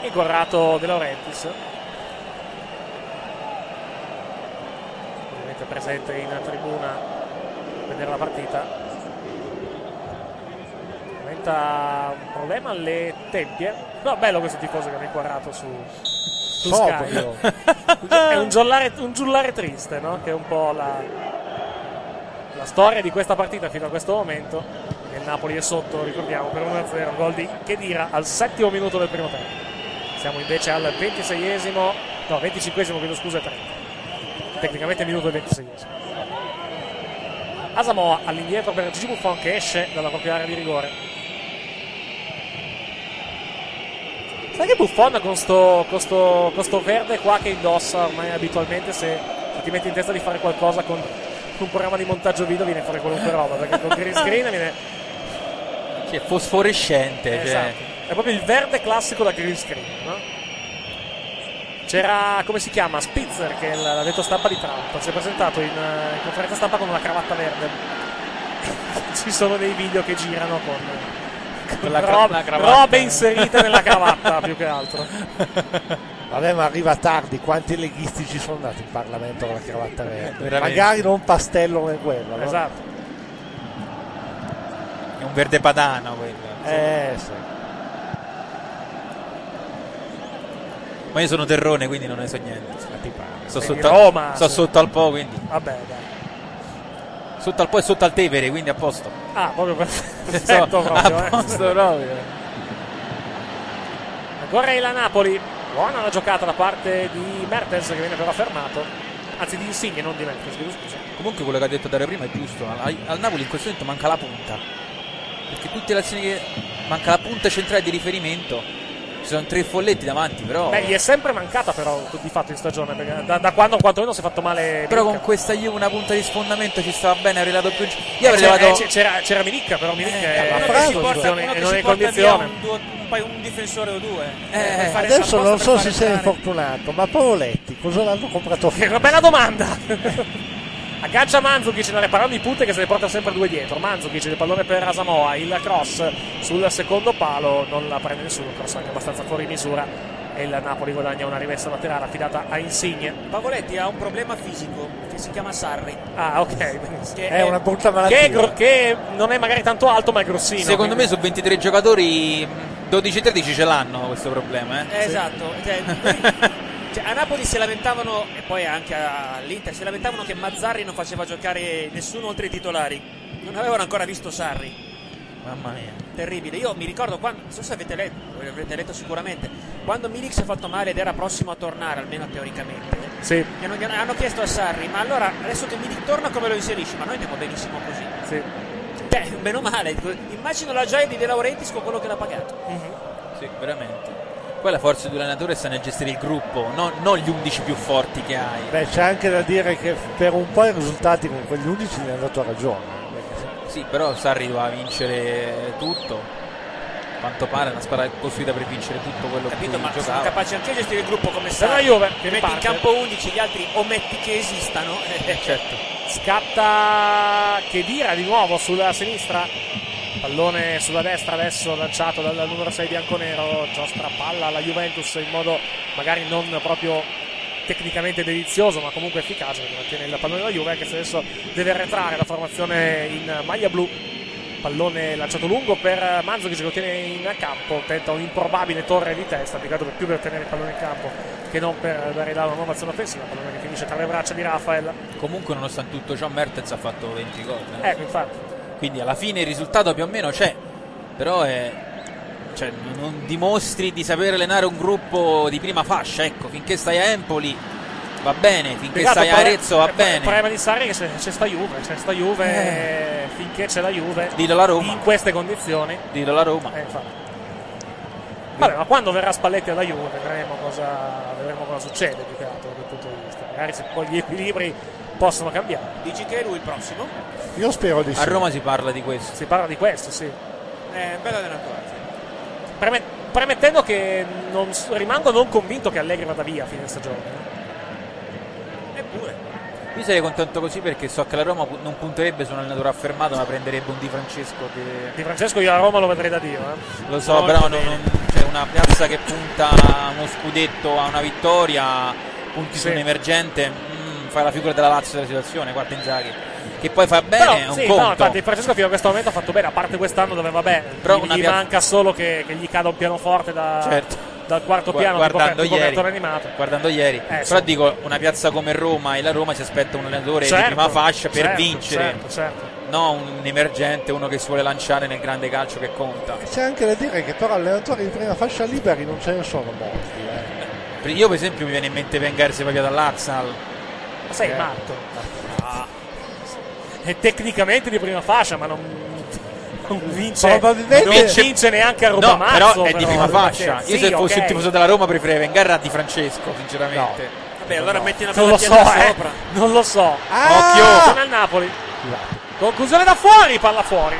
e Corrato De Laurentiis ovviamente presente in tribuna a vedere la partita diventa un problema alle tempie no bello questo tifoso che ha inquadrato su, su Sky Sobrio. è un, giullare, un giullare triste no? che è un po' la, la storia di questa partita fino a questo momento il Napoli è sotto ricordiamo per 1-0 gol di Chedira al settimo minuto del primo tempo siamo invece al 26esimo, no, 25esimo, chiedo scusa, e 30. Tecnicamente è minuto e 26esimo. Asamoa all'indietro per Gigi Buffon che esce dalla propria area di rigore. Sai che Buffon con sto, con sto- con sto verde qua che indossa ormai abitualmente se, se ti metti in testa di fare qualcosa con un programma di montaggio video viene fuori qualunque roba, perché con green screen viene... Sì, è fosforescente. cioè. Esatto. È proprio il verde classico da green screen, no? C'era, come si chiama, Spitzer, che è il- l'avvento stampa di Trump. Si è presentato in, eh, in conferenza stampa con una cravatta verde. Ci sono dei video che girano con, con la cra- rob- la cravatta. robe inserite nella cravatta, più che altro. Vabbè, ma arriva tardi. Quanti leghisti ci sono andati in Parlamento con la cravatta verde? Eh, Veramente. Magari non pastello come quello. no? Esatto. È un verde padano quello. Eh, sì. Ma io sono terrone, quindi non ne so niente. Sto Sei di sotto, Roma, sto eh, sì. sotto al Po, quindi. Vabbè, dai. Sotto al Po e sotto al Tevere, quindi a posto. Ah, proprio per- Sto- perfetto a proprio, eh. posto proprio. Ancora il Napoli. Buona la giocata da parte di Mertens che viene però fermato. Anzi di Insigne, non di Mertens, chiedo scusa. Comunque quello che ha detto Dario prima è giusto. Al, al Napoli in questo momento manca la punta. Perché tutte le azioni che. Manca la punta centrale di riferimento. Ci sono tre folletti davanti, però. Beh, gli è sempre mancata però di fatto in stagione, perché da, da quando quantomeno si è fatto male. Però con Milik. questa Juve una punta di sfondamento ci stava bene, ha rilevato più. in gi- Io Eh, avrei c'era, levato. eh, c'era, c'era Milicca, però Milicca Eh, è uno che è in si porta- condizione- uno che e non è si in porta via condizione. un, duo- un paio- un difensore o due. Eh, per fare Adesso apposta non per so se fare sei entrare. fortunato, ma Pavoletti cosa l'hanno comprato? Che una bella domanda! Aggancia Manzukic nella parando di punte che se ne porta sempre due dietro. Manzukic il pallone per Asamoa, il cross sul secondo palo, non la prende nessuno, cross anche abbastanza fuori misura. E il Napoli guadagna una rimessa laterale affidata a Insigne. Pavoletti ha un problema fisico che si chiama Sarri. Ah, ok, benissimo. Che È una brutta malattia. Che, è gro- che non è magari tanto alto, ma è grossino. Secondo me quindi- su 23 giocatori 12-13 ce l'hanno questo problema, eh. Eh, Esatto, cioè, lui- cioè, a Napoli si lamentavano, e poi anche a- all'Inter, si lamentavano che Mazzarri non faceva giocare nessuno oltre i titolari. Non avevano ancora visto Sarri. Mamma mia. Terribile. Io mi ricordo quando, non so se avete letto, voi avrete letto sicuramente, quando Milik si è fatto male ed era prossimo a tornare, almeno teoricamente. Sì, gli hanno- gli hanno hanno chiesto a Sarri, ma allora adesso che Milik torna come lo inserisci? Ma noi andiamo benissimo così. sì. Beh, meno male. Immagino la gioia di De Laurentiis con quello che l'ha pagato. Sì, veramente. Poi la forza dell'allenatore sta nel gestire il gruppo, no- non gli 11 più forti che hai. Beh, c'è anche da dire che per un po' i risultati con quegli 11 gli hanno dato ragione. perché Sì, però Sarri va a vincere tutto. A Quanto pare è una squadra costruita per vincere tutto quello Capito? che Ma sono giocava. capaci anche di gestire il gruppo come Se no Sarri. Juve, Che che metti in riparte. campo 11, gli altri ometti che esistano. Eh, certo. Scatta Chedira di nuovo sulla sinistra. Pallone sulla destra adesso lanciato dal numero 6 bianconero. Giostra palla alla Juventus in modo magari non proprio tecnicamente delizioso ma comunque efficace perché mantiene il pallone della Juve anche se adesso deve arretrare la formazione in maglia blu. Pallone lanciato lungo per Manzukic che lo tiene in campo, tenta un improbabile torre di testa, piegato per più per tenere il pallone in campo che non per dare là una nuova azione offensiva, pallone che finisce tra le braccia di Rafael. Comunque, nonostante tutto ciò, Mertens ha fatto 20 gol. eh. Ecco, infatti. Quindi alla fine il risultato più o meno c'è. Però è. Cioè, non dimostri di saper allenare un gruppo di prima fascia, ecco, finché stai a Empoli va bene, finché Peccato, stai a però- Arezzo va eh, Il bene. problema di Sarri è che c'è, c'è sta Juve, c'è sta Juve, eh, finché c'è la Juve, Dillo alla Roma. in queste condizioni. Dillo la Roma. eh, infatti. Vabbè, ma quando verrà Spalletti alla Juve vedremo cosa, vedremo cosa succede più che altro da quel punto di vista. Magari se poi gli equilibri possono cambiare. Dici che è lui il prossimo? se- Io spero di sì. A Roma si parla di questo. Si parla di questo, sì. È bello Eh, allenatore. Preme- premettendo che non s- rimango non convinto che Allegri vada via a fine stagione. Eppure. Io sarei contento così perché so che la Roma pu- non punterebbe su un allenatore affermato, ma prenderebbe un Di Francesco che Di Francesco io a Roma lo vedrei da Dio. eh. lo so, però non, non- c'è una piazza che punta a uno scudetto, a una vittoria, punti su Sì. un emergente, mm, fai la figura della Lazio della situazione, guarda Inzaghi. Che poi fa bene, è Però, un sì, conto. no, infatti Francesco fino a questo momento ha fatto bene, a parte quest'anno dove va bene. Però gli, una gli pia- manca solo che, che gli cada un pianoforte da- Certo. dal quarto Gua- piano guardando tipo, ieri. tipo cartone animato. Eh, Guardando ieri, però sì. dico una piazza come Roma e la Roma si aspetta un allenatore Certo, di prima fascia per certo, vincere, Certo, certo. no un emergente, uno che si vuole lanciare nel grande calcio che conta. Eh, C'è anche da dire che però allenatori di prima fascia liberi non ce ne sono molti. eh. Io, per esempio, mi viene in mente Wenger se va via dall'Arsal. Ma sei Eh. matto. Ah. È tecnicamente di prima fascia, ma non, non vince, Probabilmente- non vince neanche a Roma No, però è di prima fascia. Io, se fossi il un tifoso della Roma, preferirei Wenger a Di Francesco, sinceramente. Eh, Vabbè, allora metti una Non lo so, malattia da eh. sopra. Non lo so. Ah! Conclusione al Napoli. Conclusione da fuori, palla fuori.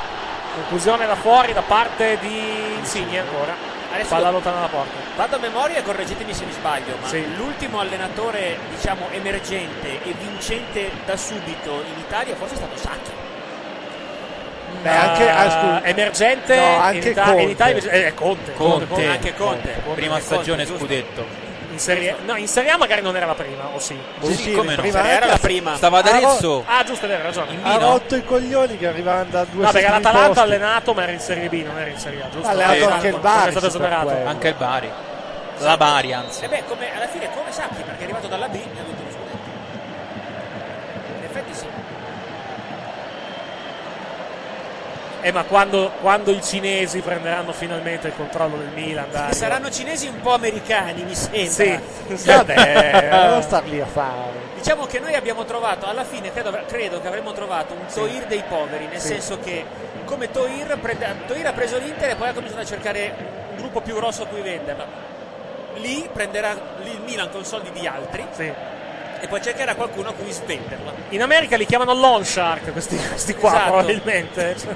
Conclusione da fuori da parte di Insigne ancora. Ha adesso Palla io- lontana dalla porta. Vado a memoria e correggetemi se mi sbaglio, ma Sì. l'ultimo allenatore, diciamo, emergente e vincente da subito in Italia forse è stato Sacchi. Beh, anche, ah, scusa, emergente No, anche in, Ita- Conte. in Italia invece- eh, Conte. Conte. anche Conte. Prima Conte, stagione giusto. scudetto. In serie, no, in Serie A magari non era la prima, o sì? Sì, sì, come no? prima Serie A era la anche- prima. Stava ad Arezzo. Ah, giusto, è vero, hai ragione. In- ha no? rotto i coglioni che arrivavano da due No, perché settimi l'Atalanta ha posti. allenato, ma era in Serie B, non era in Serie A, giusto? Ha allenato Eh, anche il non Bari, È stato se per esonerato. quello. Anche il Bari. La Bari, E anzi. Eh beh, come, alla fine come Sacchi, perché è arrivato dalla B e ha vinto lo scudetto. In effetti sì. Eh, ma quando, quando i cinesi prenderanno finalmente il controllo del Milan, dai. Saranno cinesi un po' americani, mi sembra. Sì. eh, Vabbè, non star lì a fare. Diciamo che noi abbiamo trovato, alla fine credo, credo che avremmo trovato un Toir dei poveri, nel senso che come Toir, prende- Toir ha preso l'Inter e poi ha cominciato a cercare un gruppo più grosso a cui venderla. Lì prenderà lì il Milan con soldi di altri Sì. e poi cercherà qualcuno a cui svenderla. In America li chiamano lawn shark questi, questi qua, Esatto. probabilmente. Cioè,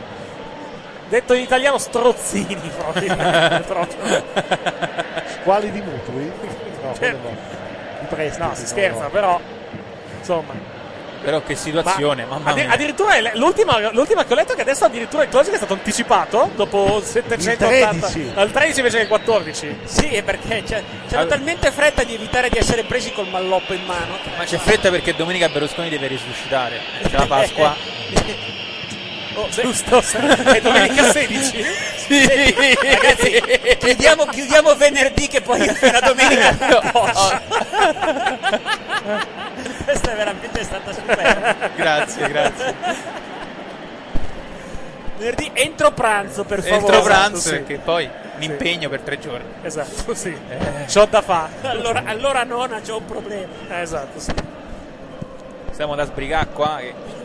detto in italiano, strozzini, probabilmente. proprio. Quali di mutui? No, quello no. Di prestiti. No, si scherza, però. Insomma, Però che situazione, mamma Addi- mia. addirittura è l- l'ultima, l'ultima che ho letto è che adesso addirittura il closing è stato anticipato dopo 780 Il 13. al 13 invece che il 14. Sì, è perché c'è- c'era Allora- talmente fretta di evitare di essere presi col malloppo in mano. che- Ma c'è fretta perché domenica Berlusconi deve risuscitare. C'è la Pasqua. Oh, giusto, è domenica 16. Ragazzi, chiudiamo, chiudiamo venerdì che poi la domenica Questa è veramente stata superba. grazie, grazie. Venerdì entro pranzo, per favore. Entro pranzo sì. perché Esatto, poi mi impegno per tre giorni. Eh. Esatto, sì. C'ho da fare. Allora, allora nona c'ho un problema. Eh, esatto, sì. Stiamo da sbrigare qua. Che...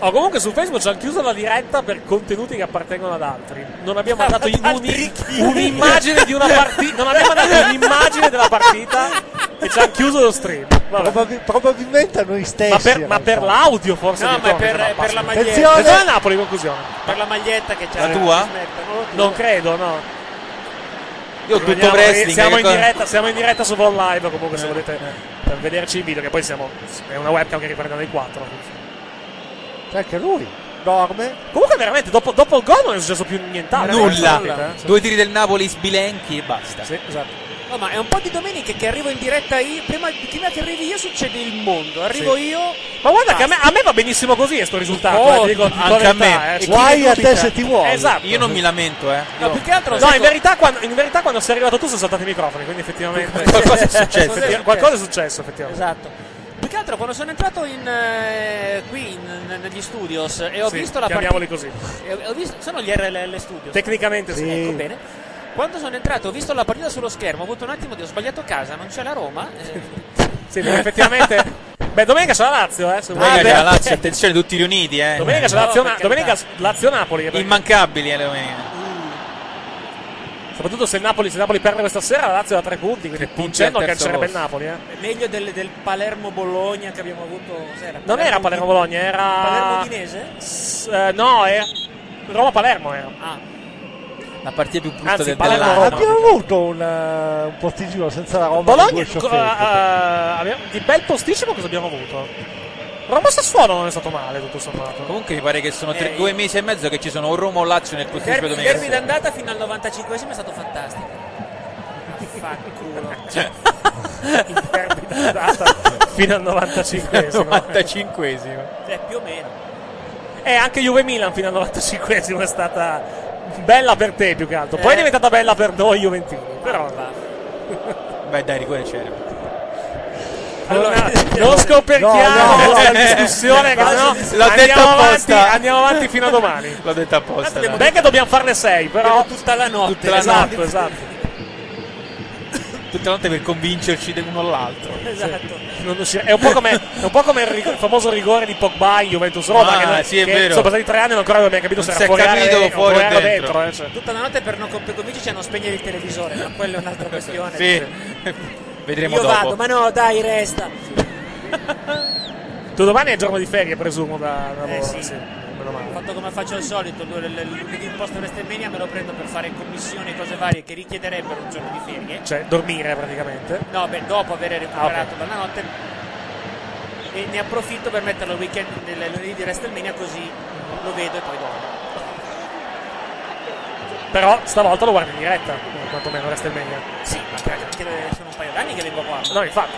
Oh, comunque su Facebook ci hanno chiuso la diretta per contenuti che appartengono ad altri. Non abbiamo dato in- Ad un- altri chi? un'immagine di una partita. Non abbiamo dato un'immagine della partita e ci hanno chiuso lo stream. Vabbè. Probabil- probabilmente a noi stessi. Ma per, in ma per realtà. l'audio forse No, mi ma è ricordo, per, se no, è per la basta. maglietta. Attenzione! Attenzione a Napoli, conclusione. Per la maglietta che c'è. La tua? Non credo, no. Io ho tutto Vediamo, wrestling. siamo, che in cosa- diretta, siamo in diretta su Von Live comunque se volete eh, vederci in video, che poi siamo. È una webcam che riprendiamo noi quattro. C'è anche lui. Dorme. Comunque veramente dopo, dopo il gol non è successo più nient'altro. Nulla. Veramente, eh. Due tiri del Napoli sbilenchi e basta. Sì, esatto. No, ma è un po' di domeniche che arrivo in diretta io. Prima di- prima che arrivi io succede il mondo. Arrivo io. Ma guarda che a me, a me va benissimo così questo risultato. Oh, eh, ti dico la anche a verità, me. eh. Guai a te se ti vuoi. Esatto. Io non mi lamento, eh. No, più che altro. No, sai in co- verità, quando, in verità quando sei arrivato tu sono saltati i microfoni, quindi effettivamente. Qualcosa è successo. effettivamente- Qualcosa è successo, effettivamente. Esatto. Più che altro quando sono entrato in, eh, qui in- negli studios e ho Sì, visto la chiamiamoli partita. così. e ho- ho visto- sono gli RLL Studios. Tecnicamente sì. Ecco bene. Quando sono entrato, ho visto la partita sullo schermo, ho avuto un attimo di ho sbagliato casa, non c'è la Roma. eh. Sì, perché effettivamente. Beh, domenica c'è la Lazio, eh. se vuoi. Domenica Ah, c'è beh, la Lazio, attenzione, tutti riuniti, eh. Domenica c'è No, Lazio, per carità. domenica Lazio Napoli. Immancabili, eh, domenica. Soprattutto se il Napoli, se il Napoli perde questa sera, la Lazio ha tre punti. Quindi Tre punti vincendo al terzo cancerebbe il posto. Napoli, eh. Meglio del, del Palermo-Bologna che abbiamo avuto. Cos'era? Non era Palermo-Bologna, era. Palermo-Udinese? S- eh, no, era. Roma-Palermo era. Ah, La partita più brutta Anzi, del Palermo- dell'anno. Abbiamo avuto un, eh, un posticino senza la Roma. con Bologna, due co- sciocchezze. eh, abbiamo- di bel posticipo cosa abbiamo avuto? Roma Sassuolo non è stato male, tutto sommato. Comunque mi pare che sono tre- Eh, due mesi e mezzo che ci sono o Roma o Lazio nel il posticipo derby, domenica. derby d'andata fino al 95esimo è stato fantastico. Cioè, Vaffanculo. fino al 95esimo. 95esimo. Cioè, più o meno. e anche Juve Milan fino al 95esimo è stata bella per te più che altro. Poi Eh. è diventata bella per noi Juventini. Però va. Beh, dai, rigore c'era. allora, Allora- non scoperchiamo No, no, no. la discussione, che Eh, sennò l'ho detto andiamo avanti, apposta. andiamo avanti fino a domani. L'ho detto apposta. dai. Beh che dobbiamo farne 6, però Però tutta la notte. Tutta la esatto, esatto. Tutte le notte per convincerci dell'uno all'altro. eh, Esatto. Non riuscire- è un po' come, è un po' come il, rig- il famoso rigore di Pogba in Juventus Roma. Ah, che non- sì, è che vero. Sono passati tre anni e non ancora non abbiamo capito Non se si era è fuori capito area fuori o area dentro. eh, cioè. Tutta la notte per non comp- convincerci a non spegnere il televisore, ma quello è un'altra cioè, questione. eh, Sì. Vedremo Io dopo. vado, ma no, dai, resta. Tu domani è giorno di ferie, presumo, da, da Eh lavoro, sì. sì, meno male. Ho fatto come faccio al solito, l- l- l- lunedì in post WrestleMania me lo prendo per fare commissioni e cose varie che richiederebbero un giorno di ferie. Cioè, dormire praticamente. No, beh, dopo aver Ah, recuperato ok. dalla notte e ne approfitto per metterlo il weekend del lunedì di WrestleMania così lo vedo e poi dormo. Però stavolta lo guardi in diretta, eh, quantomeno WrestleMania. Sì, ma perché sono un paio d'anni che vengo qua. No, infatti.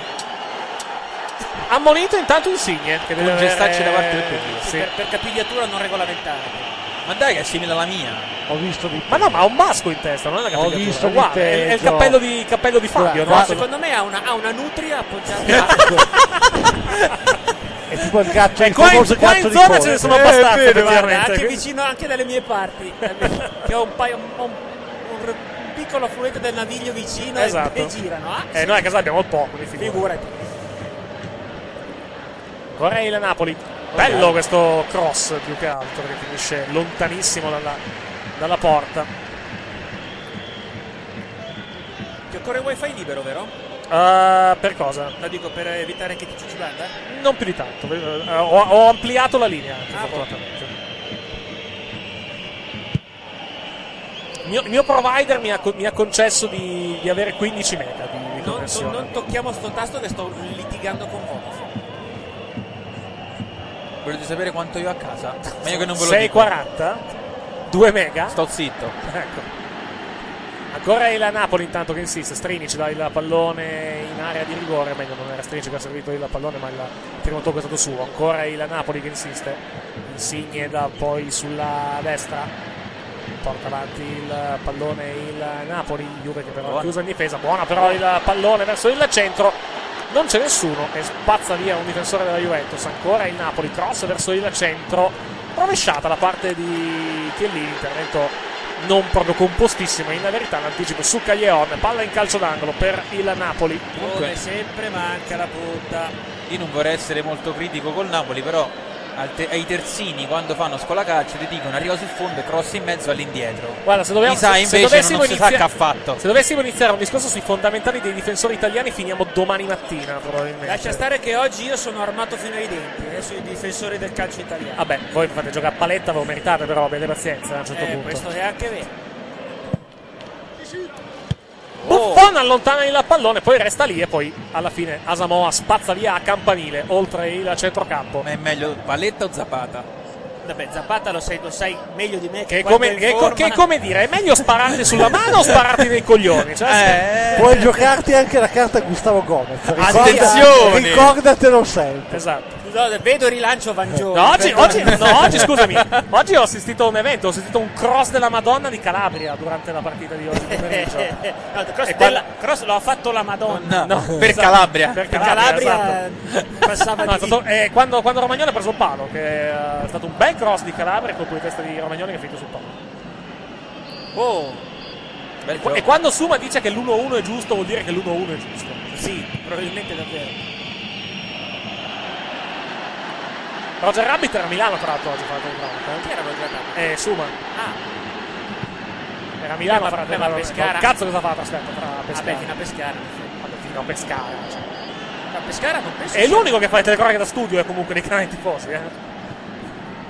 Ammonito intanto Insigne. Che deve Un avere- gestaccio da parte del pubblico. Sì. Eh, Per, per capigliatura non regolamentare. Ma dai, che è simile alla mia. Ho visto di Ma no, ma ha un basco in testa, non è una Ho capigliatura. visto di Guarda, è, è il peggio. cappello di, cappello di Fabio, Guarda, no? Secondo me ha una, ha una nutria appoggiata. è tipo il gatto, il qua in- famoso qua gatto in di zona Conte. ce ne Eh, sono abbastanza, vedi, guarda, effettivamente. anche vicino anche dalle mie parti. che ho un paio un, un- un r- un piccolo affluente del naviglio vicino e- Esatto. e, girano. Ah, Eh, noi a casa abbiamo poco, quindi figurati. figurati. Correa e la Napoli. Bello questo cross più che altro che finisce lontanissimo dalla, dalla porta. Ti occorre wifi libero, vero? Eh, per cosa? Lo dico per evitare che ti Ah, ci banda. Non più di tanto. Eh, ho, ho ampliato la linea. anche, Ah, fortunatamente. Il mio, il mio provider mi ha, co- mi ha concesso di, di avere 15 mega di, di Non, to- connessione. non tocchiamo sto tasto che sto litigando con voi. Volete sapere quanto io a casa? Meglio che non ve lo dico. 6,40 2 mega Sto zitto. Ecco. Ancora il Napoli intanto che insiste, Strinic dà il pallone in area di rigore, meglio non era Strinic che ha servito il pallone ma il primo tocco è stato suo. Ancora il Napoli che insiste, Insigne da poi sulla destra, porta avanti il pallone il Napoli, Juve che però Buona. è chiusa in difesa, buona Ah, però il pallone verso il centro, non c'è nessuno e spazza via un difensore della Juventus, ancora il Napoli, cross verso il centro, rovesciata la parte di Chiellini, intervento non proprio compostissimo in verità l'anticipo su Caglione palla in calcio d'angolo per il Napoli Come sempre manca la punta. Io non vorrei essere molto critico col Napoli, però al te- ai terzini quando fanno scolacaccio ti dicono arriva sul fondo e cross in mezzo all'indietro. guarda se, dobbiamo, Mi sa se- se invece dovessimo non si sa inizia- che ha fatto. se dovessimo iniziare un discorso sui fondamentali dei difensori italiani finiamo domani mattina probabilmente Lascia stare che oggi io sono armato fino ai denti, eh, sui difensori del calcio italiano. vabbè voi mi fate giocare a paletta ve lo meritate però abbiate pazienza a un certo Eh, punto questo è anche vero. Oh, Buffon allontana il pallone poi resta lì e poi alla fine Asamoa spazza via a campanile oltre il centrocampo Ma è meglio Valletta o Zapata? Vabbè, Zapata lo sai, lo sai meglio di me. che è quando come, in che è co- forma- che è come Ah, dire è meglio spararti sulla mano o spararti nei coglioni cioè, Certo. Puoi giocarti anche la carta Gustavo Gomez. Ricorda- Attenzione! Ricordatelo sempre. esatto Scusate, vedo rilancio Vangioni. No, oggi, oggi- no, oggi, scusami, oggi ho assistito a un evento, ho sentito un cross della Madonna di Calabria durante la partita di oggi pomeriggio. No, cross, E della- quando- cross lo ha fatto la Madonna. No, No, per esatto, Calabria. per La Calabria, Calabria esatto. passava No, è di stato- eh, quando, quando Romagnoli ha preso il palo, che eh, è stato un bel cross di Calabria colpo di testa di Romagnoli che è finito sul palo. Oh, Bel Qu- gioco. E quando Suma dice che l'1-1 è giusto, vuol dire che l'1-1 è giusto. sì, probabilmente davvero. Roger Rabbit era a Milano, tra l'altro, oggi fa la cronaca, Chi era Roger Rabbit? eh. Eh, Suma Ah, era a Milano, Eh, ma- fra eh, ma Pescara. Cazzo, cosa ha fatto? Aspetta, tra vabbè, Pescara. fino a Pescara. Vabbè, fino a Pescara. cioè. Ma Pescara non penso. È sia- l'unico che fa le telecronache da studio, eh, comunque, dei canali tifosi, eh.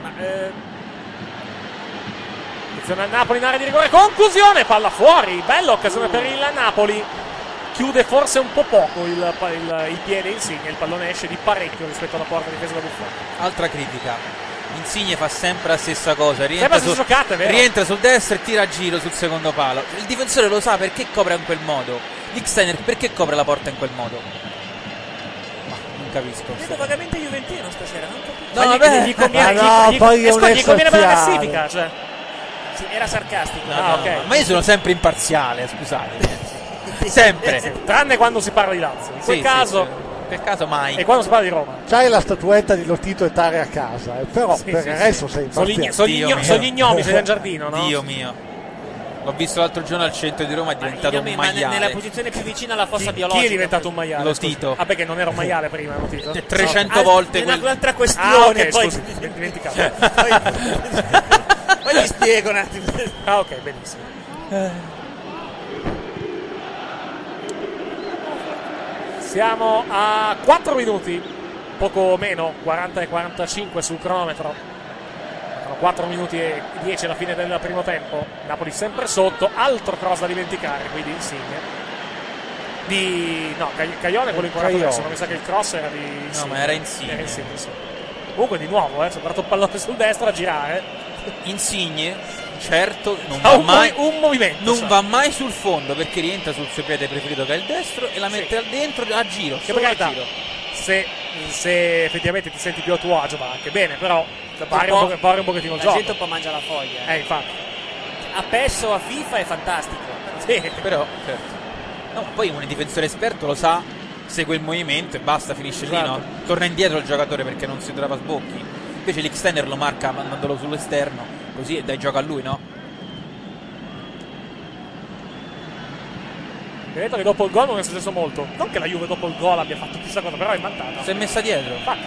Ma, eh, Attenzione al Napoli in area di rigore, conclusione, palla fuori, bella occasione per il Napoli. Chiude forse un po' poco il, pa- il- il piede Insigne, il pallone esce di parecchio rispetto alla porta difesa da Buffon. Altra critica. Insigne fa sempre la stessa cosa, rientra, Sempre sul- se giocate, vero? rientra sul destro e tira a giro sul secondo palo. Il difensore lo sa perché copre in quel modo. Nick Steiner perché copre la porta in quel modo? Ma non capisco. vedo vagamente Juventino stasera, non capisco. No, Ma gli- vabbè. gli conviene, Ma no, gli, gli, poi è eh, scusa, un gli conviene per la essenziale. classifica, cioè. Sì, era sarcastico. No, Ah, no, ok. Ma io sono sempre imparziale, scusate. sempre. Tranne quando si parla di Lazio. In quel Sì, caso, sì, sì. per caso mai. e quando si parla di Roma. C'hai la statuetta di Lotito e Tare a casa, eh, però Sì, per sì, il sì. resto sei Sono gli, impaziente. sono gli Dio igno- mio. sono gli gnomi, c'è il giardino, no? Dio mio. L'ho visto l'altro giorno al centro di Roma, è diventato Ma un ne- maiale. nella posizione più vicina alla Chi, fossa chi biologica. è diventato un maiale? Lo scusa? Tito. Ah, perché non era un maiale prima, lo Tito. 300 Ah, volte è quel- un'altra Ah, questione. ok, poi, scusi, mi- dimenticavo. poi, poi gli spiego un attimo. Ah, ok, benissimo. Siamo a 4 minuti poco meno, 40 e 45 sul cronometro. Mancano 4 minuti e 10 alla fine del primo tempo. Napoli sempre sotto, altro cross da dimenticare, quindi Insigne. Di no, Cai- Caione è quello inquadrato Caione. adesso, non mi sa che il cross era di Insigne. ma era Insigne. Era Insigne, sì. Comunque di nuovo, eh, si è dato il pallone sul destro a girare. Insigne, certo, non Ha va Ah, un, mo- mai... un movimento. non sa. va mai sul fondo perché rientra sul suo piede preferito che è il destro e la Sì. mette al dentro a giro. Che solo per a carità, giro. se, se effettivamente ti senti più a tuo agio va anche bene, però varia un, po'- po- varia un pochettino il La gioco. gente un po' mangia la foglia. eh. Eh, infatti. A PES o a FIFA è fantastico. Sì. Però certo. No, poi un difensore esperto lo sa, segue il movimento e basta, finisce lì. No? Esatto. Torna indietro il giocatore perché non si trova sbocchi. Invece l'extender lo marca mandandolo sull'esterno, così e dai gioco a lui, no? Vedete che dopo il gol non è successo molto. Non che la Juve dopo il gol abbia fatto chissà cosa, però è in vantaggio. Si è messa dietro. Infatti.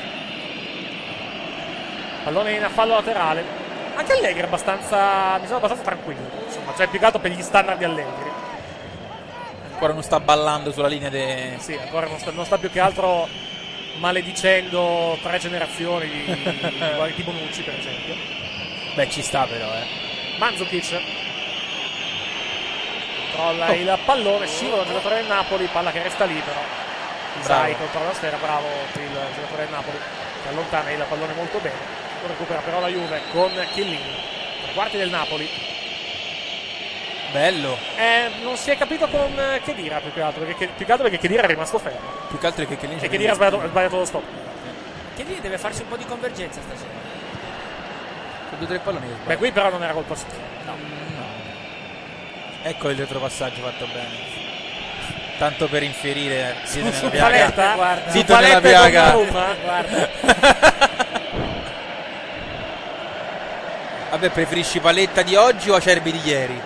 Pallone in affallo laterale. Anche Allegri è abbastanza. mi sembra abbastanza tranquillo. Insomma, cioè piegato per gli standard di Allegri. Ancora non sta ballando sulla linea de... Sì, ancora non sta, non sta più che altro maledicendo tre generazioni di, di, di Bonucci, per esempio. Beh, ci sta però, eh. Manzukic controlla Oh. il pallone, scivola il giocatore del Napoli, palla che resta lì però Isai Bravo. controlla la sfera, bravo il giocatore del Napoli che allontana il pallone molto bene lo recupera però la Juve con Chiellini tre quarti del Napoli Bello. Eh, non si è capito con eh, Chedira più che altro perché, più che altro perché Chedira è rimasto fermo Più che altro è che Chiellini e c'è Chedira ha prima. sbagliato, ha sbagliato lo stop Che lì deve farsi un po' di convergenza stasera. Sono Due o tre palloni che beh sbagliano. qui però non era colpa sua Ecco il retropassaggio fatto bene. Tanto per inferire siete nella su piaga. paletta Guarda. su Zitto nella paletta eh, e piaga. con Donnarumma. Guarda, Vabbè, preferisci paletta di oggi o acerbi di ieri?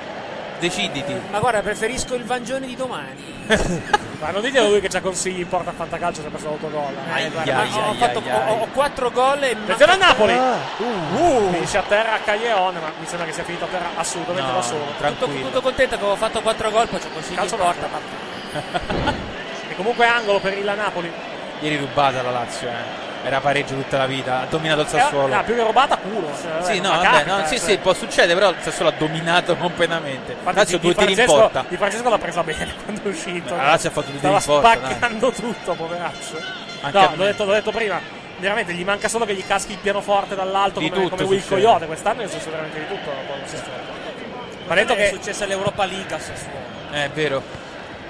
Deciditi. ma guarda, preferisco il Vangione di domani. ma non dite lui che ci ha consigli in porta a fantacalcio se ha preso l'autogol eh. Eh, guarda, Ai, ma ho, ai, fatto, ai, Ah. ho- ai. ho quattro gol e mi Attenzione a manca- Napoli! Uh. Finisce a terra a Caglione, ma mi sembra che sia finito a terra assolutamente No, da solo. tutto, tranquillo. tutto contento che avevo fatto quattro gol, poi ci ho consigliato Calcio in porta. d'angolo. ma- E comunque angolo per il Napoli. Ieri rubata la Lazio, eh. Era pareggio tutta la vita. Ha dominato il Eh, Sassuolo. no, più che robata, culo. Cioè, Sì, vabbè, no, ma vabbè, capita, no, sì, cioè. sì, può succedere, però il Sassuolo ha dominato completamente. La Infatti, Lazio di- di due tiri in Francesco- porta. Di Francesco l'ha presa bene quando è uscito. La Lazio ha fatto due tiri Stava in porta. dai. spaccando tutto, poveraccio. Anche a no, me. l'ho detto, l'ho detto prima. Veramente, gli manca solo che gli caschi il pianoforte dall'alto Di come, tutto come Will succede. Coyote. Quest'anno è successo veramente di tutto. con la Sassuolo. Ma ha detto è che successa l'Europa League a Sassuolo. Eh, È vero.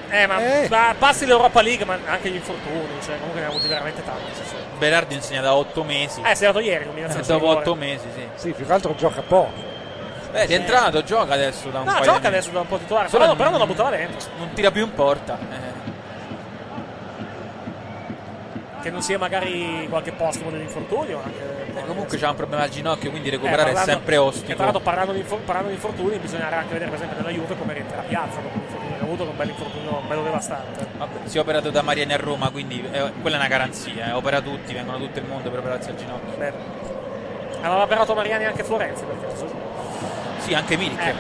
eh, ma, Eh. ma passi l'Europa League, ma anche gli infortuni. Cioè, comunque ne ha avuti veramente tanti. Sassuolo. Berardi insegna da otto mesi. Eh, sei andato ieri, combinazione. dopo sul otto rigore. mesi, sì. Sì, più che altro gioca poco. Beh, è rientrato, gioca adesso da un No, paio gioca di mesi. adesso da un po' titolare, Solo però, però non- non la buttava dentro. Non tira più in porta. eh. Che non sia magari qualche postumo dell'infortunio. Anche Eh, comunque c'ha un problema al ginocchio, quindi recuperare Eh, è parlando- sempre e Tra l'altro, ostico. parlando di, infor- parlando di infortuni, bisognerà anche vedere, per esempio, nella Juve come rientra Piazza dopo l'infortunio. Ha avuto un bel infortunio bello devastante. Vabbè, si è operato da Mariani a Roma, quindi eh, quella è una garanzia. eh. Opera tutti, vengono tutto il mondo per operarsi al ginocchio. Beh, aveva operato Mariani anche Florenzi, per caso. Sì, anche Milik. Eh.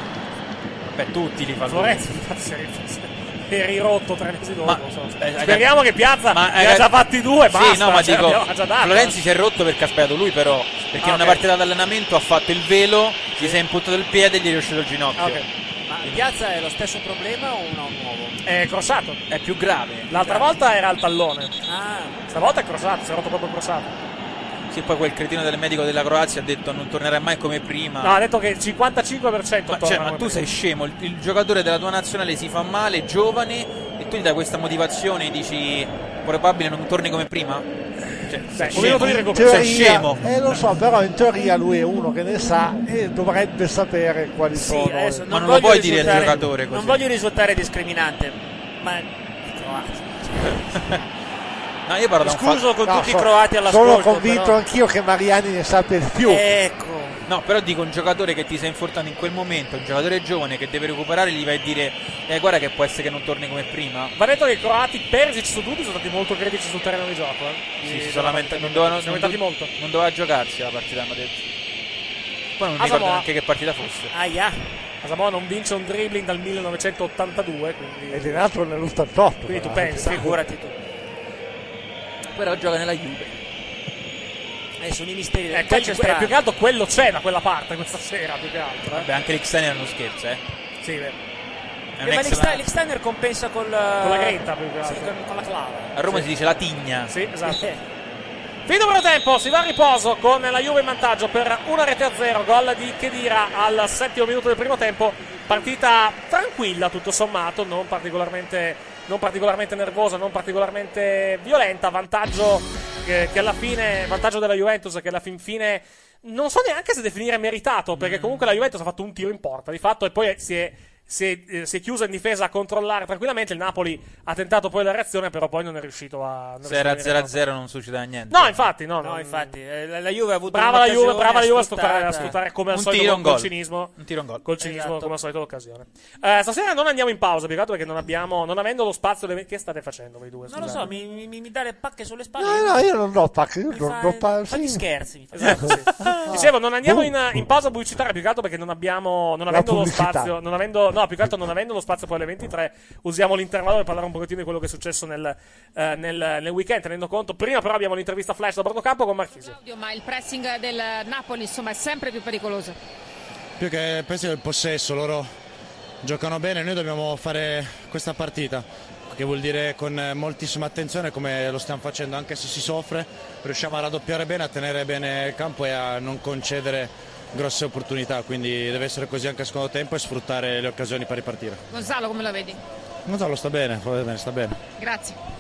Beh, tutti li fa Florenzi, infatti, si è ri- si è rirotto tre mesi dopo. Ma- insomma. eh, ragazzi- Speriamo che Piazza Ma, ne ha ragazzi- già fatti due, sì, basta. no, ma cioè, dico, l'abbiamo già data. Florenzi si è rotto perché ha sbagliato lui però, perché in Ah, una ok. partita d'allenamento ha fatto il velo, gli si è impuntato il piede e gli è riuscito il ginocchio. Ah, ok. Ma Piazza è lo stesso problema o no nuovo? È crossato. È più grave. Eh, L'altra volta era al tallone. Ah, Stavolta è crossato, si è rotto proprio crossato. Sì, poi quel cretino del medico della Croazia ha detto non tornerai mai come prima. No, ha detto che il 55% Ma, torna cioè, ma come tu prima. sei scemo, il, il giocatore della tua nazionale si fa male, giovane, e tu gli dai questa motivazione e dici probabile non torni come prima? Cioè, sei Beh, un scemo. minuto di recupero. Sei scemo. Eh, lo so, però in teoria lui è uno che ne sa e dovrebbe sapere quali sì, eh, sono. adesso Ma non lo voglio puoi dire al risultare- giocatore così. Non voglio risultare discriminante, ma No, io Cioè, parlo da un fatto. scuso con No, tutti so- i croati all'ascolto. Sono convinto però- anch'io che Mariani ne sappia di più. Eh, Ecco. No, però dico un giocatore che ti sei infortunato in quel momento, un giocatore giovane che deve recuperare, gli vai a dire "Eh, guarda che può essere che non torni come prima". Va detto che i croati persici su tutti sono stati molto critici sul terreno di gioco. Eh. Sì, Di- si della sono lamentati, partita. non dovevano Si sono lamentati molto. Non doveva giocarsi la partita, hanno detto. Poi non Ah, ricordo Samoa. neanche che partita fosse. Ah, Aia. Asamoah non vince un dribbling dal 1982, quindi, Ed è nato nell'88. quindi tu tra l'altro. pensi. Figurati tu. Però gioca nella Juve. Ecco. adesso i misteri del Eh, calcio quel- que- strano. più che altro quello c'è da quella parte questa sera, più che altro. eh. Vabbè, anche l'Xen era uno scherzo, eh. Sì, beh, È un Eh, ma ex- l'Ex- l'Extiner compensa col, eh, Con la grinta, più che sì, altro. con, con la clava. A Roma si dice la tigna. sì, esatto. Eh, Fino primo tempo, si va a riposo con la Juve in vantaggio per una rete a zero, gol di Chedira al settimo minuto del primo tempo, partita tranquilla tutto sommato, non particolarmente, non particolarmente nervosa, non particolarmente violenta, vantaggio eh, che alla fine, vantaggio della Juventus che alla fin fine non so neanche se definire meritato, Mm. perché comunque la Juventus ha fatto un tiro in porta di fatto e poi si è... Si è, eh, si è chiusa in difesa a controllare tranquillamente. Il Napoli ha tentato poi la reazione, però poi non è riuscito a. non è Se era riuscito a venire 0-0 non succedeva niente. No, infatti, no, No, no, infatti, eh, la, la Juve ha avuto Brava la Juve, un'occasione brava la Juve a sfruttare, sfruttata. a sfruttare come al Un solito tiro, con un col gol. cinismo. Un tiro, un gol. Col cinismo, eh. Esatto. come al solito, l'occasione. Eh, stasera non andiamo in pausa, più che altro perché non abbiamo, non avendo lo spazio, delle- che state facendo voi due? Non lo Scusate. so, mi, mi, mi- mi dà le pacche sulle spalle. Eh, No, no, io non ho pacche, io Mi non fa- ho eh, pacche. fatti scherzi. mi fa- Esatto, sì. Dicevo, non andiamo in, in pausa pubblicitaria più che altro perché non abbiamo, non avendo lo pubblicità. spazio, non avendo, no, più che altro non avendo lo spazio poi alle 23, usiamo l'intervallo per parlare un pochettino di quello che è successo nel, eh, nel, nel weekend, tenendo conto, prima però abbiamo l'intervista flash da bordo campo con Marchesi. Ma il pressing del Napoli insomma è sempre più pericoloso. Più che pensi del possesso, loro giocano bene, noi dobbiamo fare questa partita, che vuol dire con eh, moltissima attenzione come lo stiamo facendo, anche se si soffre, riusciamo a raddoppiare bene, a tenere bene il campo e a non concedere grosse opportunità, quindi deve essere così anche a secondo tempo e sfruttare le occasioni per ripartire. Gonzalo, come lo vedi? Gonzalo sta bene, va bene, sta bene. Grazie.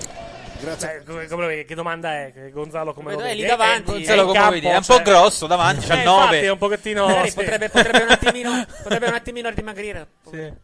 Cioè, come- come lo vedi? che domanda è che Gonzalo come lo Vedo, è vedi? lì davanti. Eh, eh, Gonzalo, in come campo, vedi, è un cioè- po' grosso davanti, c'ha Eh, infatti, è 9. un pochettino Magari sì. potrebbe, potrebbe un attimino, potrebbe un attimino dimagrire.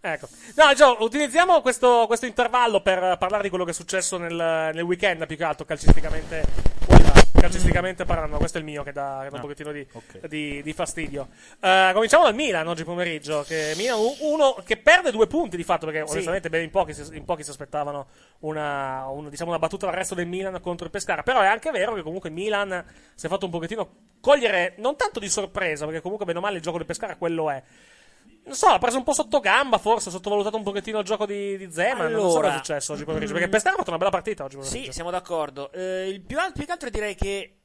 Ecco. No, Gio, utilizziamo questo, questo intervallo per eh, parlare di quello che è successo nel, nel weekend, più che altro calcisticamente, Guarda, calcisticamente parlando. Questo è il mio che dà, Ah, che dà un pochettino di, di- di fastidio. Eh, cominciamo dal Milan oggi pomeriggio, che Milan u- uno che perde due punti di fatto, perché onestamente beh, in, pochi, si- in pochi si aspettavano una, un- diciamo una battuta al resto del Milan contro il Pescara. Però è anche vero che comunque il Milan si è fatto un pochettino cogliere, non tanto di sorpresa, perché comunque bene o male il gioco del Pescara quello è. Non so, ha preso un po' sotto gamba, forse, ha sottovalutato un pochettino il gioco di, di Zeman. non so Allora. mm-hmm. cosa è successo oggi pomeriggio. Perché Pescara ha fatto una bella partita oggi pomeriggio. Sì, siamo d'accordo. Eh, il più, al- più che altro direi che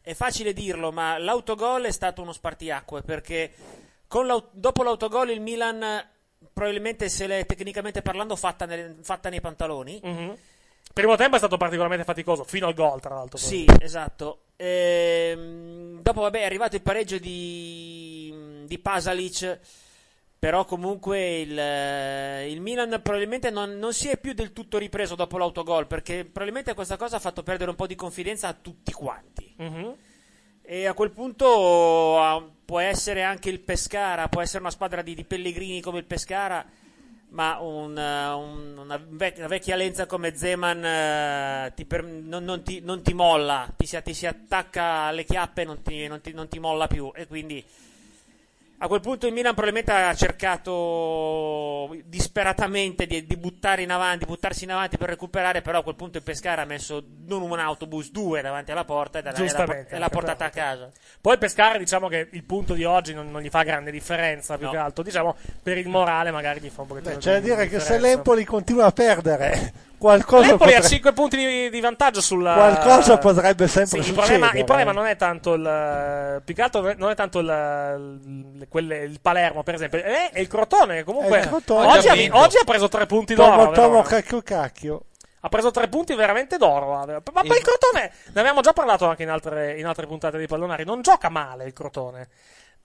è facile dirlo, ma l'autogol è stato uno spartiacque perché con l'au- dopo l'autogol il Milan eh, probabilmente se l'è tecnicamente parlando fatta, nel- fatta nei pantaloni. Mhm. Primo tempo è stato particolarmente faticoso, fino al gol, tra l'altro. Sì, esatto. Ehm, dopo, vabbè, è arrivato il pareggio di, di Pasalic. Però comunque il, eh, il Milan probabilmente non, non si è più del tutto ripreso dopo l'autogol perché probabilmente questa cosa ha fatto perdere un po' di confidenza a tutti quanti. Mhm. E a quel punto ah, può essere anche il Pescara, può essere una squadra di, di pellegrini come il Pescara, ma un, eh, un- una, vec- una vecchia lenza come Zeman eh, ti per- non, non ti, non ti molla, ti si, ti si attacca alle chiappe e non ti, non ti- non ti molla più. E quindi a quel punto il Milan probabilmente ha cercato disperatamente di, di buttare in avanti, buttarsi in avanti per recuperare, però a quel punto il Pescara ha messo non un autobus, due davanti alla porta e, da- e l'ha- Giustamente, e l'ha anche portata a perché- casa. Poi Pescara, diciamo che il punto di oggi non, non gli fa grande differenza, più No. che altro. Diciamo, per il morale magari gli fa un pochettino Beh, di c'è da Cioè, dire che se differenza. l'Empoli continua a perdere, qualcosa, L'Empoli ha potre- 5 punti di, di vantaggio sulla... qualcosa potrebbe sempre Sì, il succedere. eh. problema, il problema non è tanto il eh, più che altro non è tanto il, il- quelle- il Palermo, per esempio, è, è il Crotone. che Comunque, È Eh, il Crotone. Oggi, Ha ha, vinto. oggi ha preso tre punti d'oro. Tomo, però, tomo eh. cacchio cacchio. Ha preso tre punti veramente d'oro. eh. Ma poi il Crotone, ne abbiamo già parlato anche in altre, in altre puntate di Pallonari. Non gioca male il Crotone.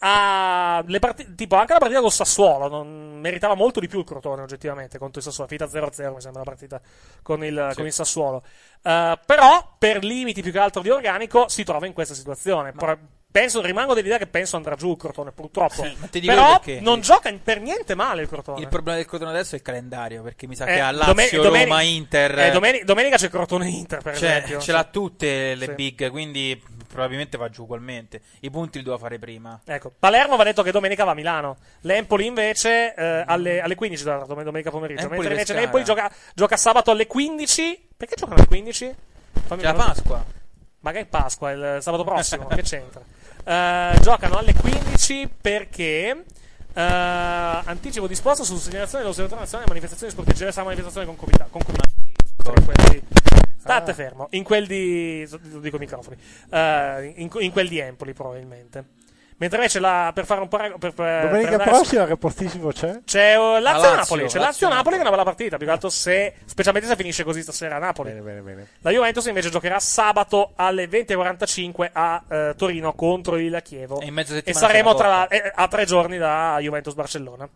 Ha le parti- tipo, anche la partita con Sassuolo non meritava molto di più il Crotone, oggettivamente. Contro il Sassuolo, finita 0-0, mi sembra la partita con il, con il Sassuolo. Eh, però, per limiti più che altro di organico, si trova in questa situazione. Pro- penso- rimango dell'idea che penso andrà giù il Crotone, purtroppo. Sì, ma ti dico però, perché. non gioca per niente male il Crotone. Il problema del Crotone adesso è il calendario, perché mi sa Eh, che ha Lazio, domen- domeni- Roma, Inter. eh, domeni- domenica c'è Crotone-Inter, per cioè, esempio. ce l'ha tutte le Sì. big, quindi probabilmente va giù ugualmente. I punti li doveva fare prima. Ecco, Palermo va detto che domenica va a Milano. L'Empoli invece eh, alle, alle 15 della dom- domenica pomeriggio. Mm. Empoli mentre invece Pescara. l'Empoli gioca, gioca sabato alle 15. Perché giocano alle 15? Fammi C'è la una- Pasqua. Magari Pasqua, il sabato prossimo, che c'entra? Eh, giocano alle 15 perché. eh, anticipo disposto su segnalazione dell'osservatorio nazionale manifestazioni sportive sarà manifestazione concomitanti dentro in quel di- Ah. State fermo, in quel di. lo dico ai microfoni. Eh, in, in quel di Empoli, probabilmente. Mentre invece la, per fare un parago- per, per- Domenica Eh, per andare su- prossima, che posticipo c'è? c'è eh, Lazio, Lazio-Napoli. C'è Lazio-Napoli. Lazio-Napoli che è una bella partita. Più che altro se, specialmente se finisce così stasera a Napoli. La Juventus invece giocherà sabato alle 20.45 a eh, Torino contro il Chievo. in mezzo E settimana saremo c'è la tra- eh, a tre giorni da Juventus Barcellona.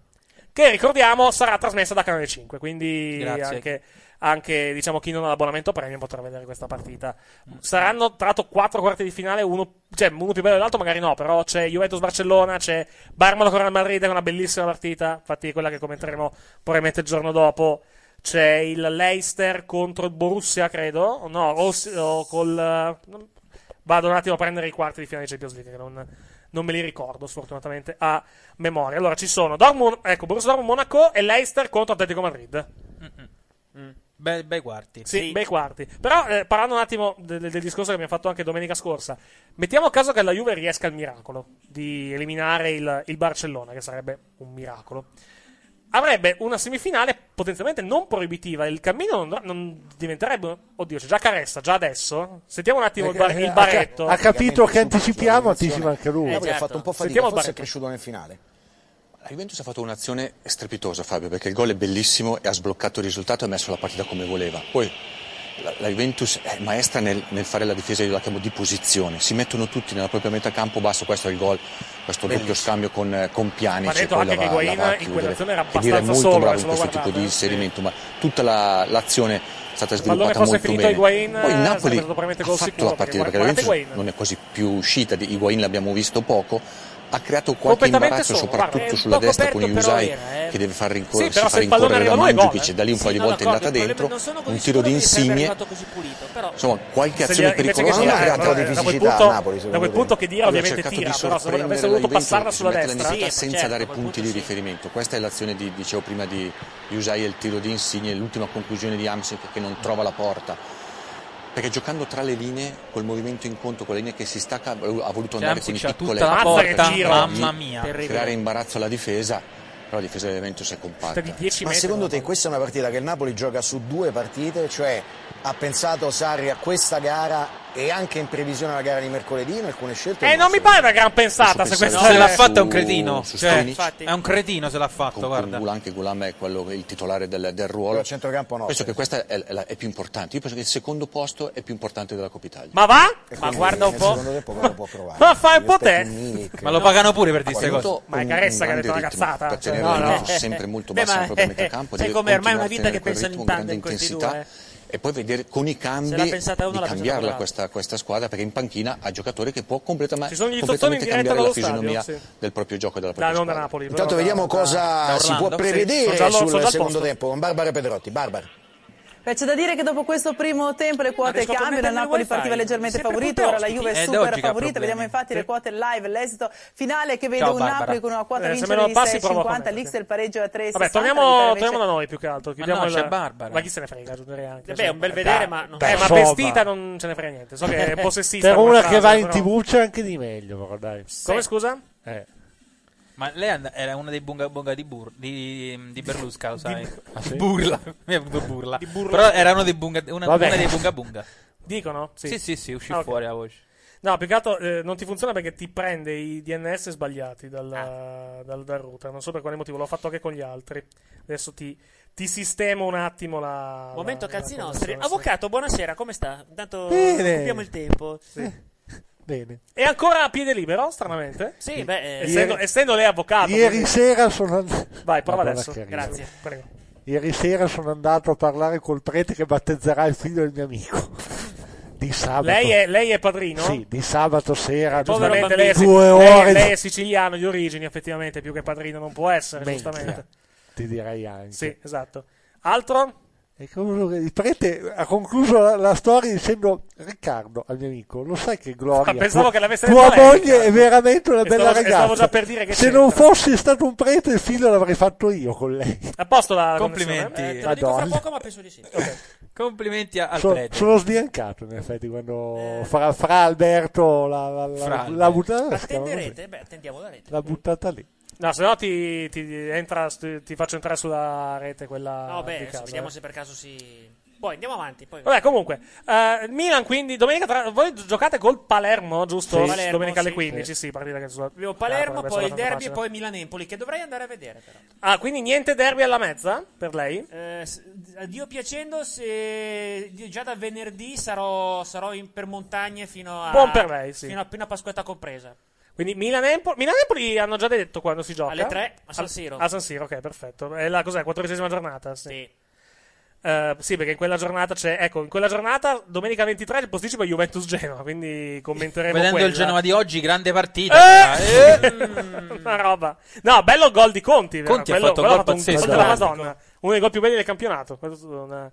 Che ricordiamo sarà trasmessa da Canale 5. Quindi Grazie. anche, anche, diciamo, chi non ha l'abbonamento premium potrà vedere questa partita. Saranno tra l'altro quattro quarti di finale, uno, cioè, uno più bello dell'altro, magari no. Però c'è Juventus Barcellona, c'è Barmolo con Real Madrid, che è una bellissima partita. Infatti, quella che commenteremo probabilmente il giorno dopo. C'è il Leicester contro il Borussia, credo. O No, o, s- o col. eh, non- Vado un attimo a prendere i quarti di finale di Champions League, che non, non me li ricordo, sfortunatamente, Ah, a memoria. Allora, ci sono Dortmund, ecco, Borussia Dortmund Monaco e Leicester contro Atletico Madrid. Bei, bei quarti. Mm. Sì, bei quarti. Però, eh, parlando un attimo del, del discorso che abbiamo fatto anche domenica scorsa, mettiamo a caso che la Juve riesca al miracolo di eliminare il, il Barcellona, che sarebbe un miracolo. Avrebbe una semifinale potenzialmente non proibitiva. Il cammino non, non diventerebbe. Oddio, c'è già Caressa, già adesso. Sentiamo un attimo il, bar- il Ha- baretto. Eh, Ha, capito che anticipiamo, anticipa anche lui. Eh, Napoli certo. ha fatto un po' fatica, Sentiamo il forse Baretti. è cresciuto nel finale. La Juventus ha fatto un'azione strepitosa, Fabio, perché il gol è bellissimo e ha sbloccato il risultato e ha messo la partita come voleva. Poi la, la Juventus è maestra nel, nel fare la difesa, io la chiamo di posizione. Si mettono tutti nella propria metà campo basso, questo è il gol, questo doppio scambio con, eh, con Pjanic. Ma detto poi anche la che va- la Higuain va a in chiudere. quell'azione era Che dire, è abbastanza molto solo, bravo in adesso questo lo tipo di guardate, sì. inserimento, ma tutta la- l'azione è stata sviluppata fosse molto finito bene. Higuain, Poi il eh, Napoli sarebbe stato probabilmente ha gol fatto sicuro, la partita, perché perché la guardate Juventus Higuain. non è quasi più uscita di Higuain, l'abbiamo visto poco. Ha creato qualche Completamente imbarazzo, solo, guarda, soprattutto è sulla poco destra con aperto, però Iusai, era, eh. che deve far Sì, rincorrere, però se far il pallone rincorrere da arriva lui, gol, Mandzukic, eh. e da lì un Sì, paio di no, volte è d'accordo, andata il problema- dentro, non sono così un tiro di sicuro che sarebbe Cioè, insigne. arrivato così pulito, però- Insomma, qualche Se azione gli- invece che pericolosa. tirare, ha creato da quel fisicità punto- a Napoli, da secondo quel me. punto che dire, Lui ha ovviamente cercato tira, di però se avesse sorprendere voluto la passarla Juventus, sulla metterla in destra. difficoltà Sì, ma senza certo, dare quel punti punto di sì. riferimento. Questa è l'azione di, dicevo prima, di Usai e il tiro di Insigne, l'ultima conclusione di Amsic che non trova la porta. Perché giocando tra le linee, col movimento in conto, con la linea che si stacca, ha voluto andare Amsic con i c'ha piccole tutta la per porta, cercare di mamma mia. Creare imbarazzo alla difesa, però la difesa dell'Eventus è compatta. Ma secondo te questa è una partita che il Napoli gioca su due partite? Cioè ha pensato Sarri a questa gara e anche in previsione alla gara di mercoledì in alcune scelte? Eh, non mi pare una gran pensata. Se Posso questa pensare Se l'ha su- fatta è un cretino. su Cioè, Stanic. infatti. è un cretino se l'ha fatto, con guarda. Kungula, anche Gulam è quello, il titolare del, del ruolo. a centrocampo no. Penso che questa è, la- è più importante. Io penso che il secondo posto è più importante della Coppa Italia. Ma va? E Ma quindi guarda un nel po'. secondo tempo Ma, cosa può provare? ma fai un po' te. Ma lo pagano pure per dire queste Quanto cose. Ma è un- Caressa un che ha detto grande una ritmo cazzata, Per cioè, tenere no, la no. Juventus sempre molto bassa Beh, ma- nella propria metà campo. sai deve com'è? Ormai è una continuare a vita che tenere quel pensano in ritmo, con tandem grande questi intensità due, eh. E poi vedere con i cambi Se l'ha pensata uno, di l'ha pensata cambiarla l'altro. questa, questa squadra, perché in panchina ha giocatori che può completama- Ci sono gli zozzoni in completamente diretta cambiare dallo la stadio, fisionomia sì. del proprio gioco e della Da propria non da squadra. Napoli. però Intanto da- vediamo cosa da si può Orlando, sì. prevedere Sono già allo- sono sul già al secondo posto. tempo con Barbara Pedrotti. Barbara. Beh, c'è da dire che dopo questo primo tempo le Ma quote riesco a cambiano, il connettermi Napoli al wifi. partiva leggermente Sempre favorito, tutti ora la ospiti. Juve Eh, è È super Dogica favorita, ha problemi. vediamo infatti le quote live, l'esito finale che vede Ciao, un Barbara. Napoli con una quota Eh, se me vincere lo di passi, provo a 6,50, l'X del pareggio a 3,60. Vabbè, la vittoria torniamo, invece- torniamo da noi più che altro. Chiudiamo no, il- c'è Barbara. eh. Ma chi se ne frega, aggiungerei anche. Vabbè, è un bel Eh, vedere, da- ma non- Eh, da ma sova. vestita non ce ne frega niente. So che è possessista. per come una frase, che va in però- tv c'è anche di meglio, però dai. Come scusa? Eh. Ma lei and- era una dei bunga bunga di, Bur- di, di Berlusca, lo sai? Ah, sì? Burla. Mi è venuto burla. burla. Però era uno dei bunga, una, Vabbè. una dei bunga bunga. Dicono? Sì, sì, sì, uscì Ah, ok. fuori la voce. No, più che altro eh, non ti funziona perché ti prende i DNS sbagliati dal, Ah. dal, dal router. Non so per quale motivo, l'ho fatto anche con gli altri. Adesso ti, ti sistemo un attimo la. Momento la- la calzi nostri. connessione, sì. Avvocato, buonasera, come sta? Intanto Bene. occupiamo il tempo. Sì, Bene. E ancora a piede libero, stranamente? beh, eh, Essendo, essendo lei avvocato. Ieri quindi- sera sono andato. Vai, prova Madonna, adesso. che riso. Grazie. Prego. Ieri sera sono andato a parlare col prete che battezzerà il figlio del mio amico. Di sabato. Lei è, lei è padrino? Sì, di sabato sera. Ovviamente giustamente, lei, è, si- due lei- ore. lei è siciliano di origini, effettivamente, più che padrino non può essere, Minchia. giustamente. Ti direi anche. Sì, esatto. Altro? E comunque il prete ha concluso la, la storia dicendo: Riccardo, al mio amico, lo sai che Gloria. Ah, pensavo tua- che l'avesse Tua detto lei, moglie Riccardo. è veramente una E bella stavo- e ragazza. stavo già per dire che Se c'entra. non fossi stato un prete, il figlio l'avrei fatto io con lei. A posto la Complimenti. connessione? eh? te lo dico fra Madonna. poco, ma penso di sì. Complimenti a- al So- prete. Eh. sono sbiancato, in effetti, quando fra, fra Alberto la, la, la, Fra la butta- si chiama così? Attenderete? Beh, attendiamo la rete. L'ha buttata lì. No, se no ti, ti entra- ti faccio entrare sulla rete quella No, beh, di adesso casa. vediamo eh. se per caso si... Ah, Poi andiamo avanti. Poi... Vabbè, comunque, eh, Milan quindi domenica tra- voi giocate col Palermo, giusto? Sì. Palermo, domenica alle sì. 15, sì, partita che sulla- Abbiamo Palermo, Ah, vabbè, poi il sulla derby facile. e poi Milan-Empoli, che dovrei andare a vedere però. Ah, quindi niente derby alla mezza per lei? Eh, s- a Dio piacendo, se di- già da venerdì sarò, sarò in- per montagne fino a. Buon per lei, sì. Fino a, fino a Pasquetta compresa. Quindi Milan-Empoli, Milan-Empoli hanno già detto quando si gioca? Alle tre, a San Siro. A San Siro, ok, perfetto. È la cos'è? Quattordicesima giornata? Sì. Sì. sì, perché in quella giornata c'è. Ecco, in quella giornata, domenica 23, il posticipo è Juventus Genova. Quindi commenteremo Vedendo quella. il Genova di oggi, grande partita. Eh! Una roba. No, bello gol di Conti. vero? Conti ha Quello- fatto un quello gol pazzesco. della Madonna. Madonna. Uno dei gol più belli del campionato. Questo eh, è una-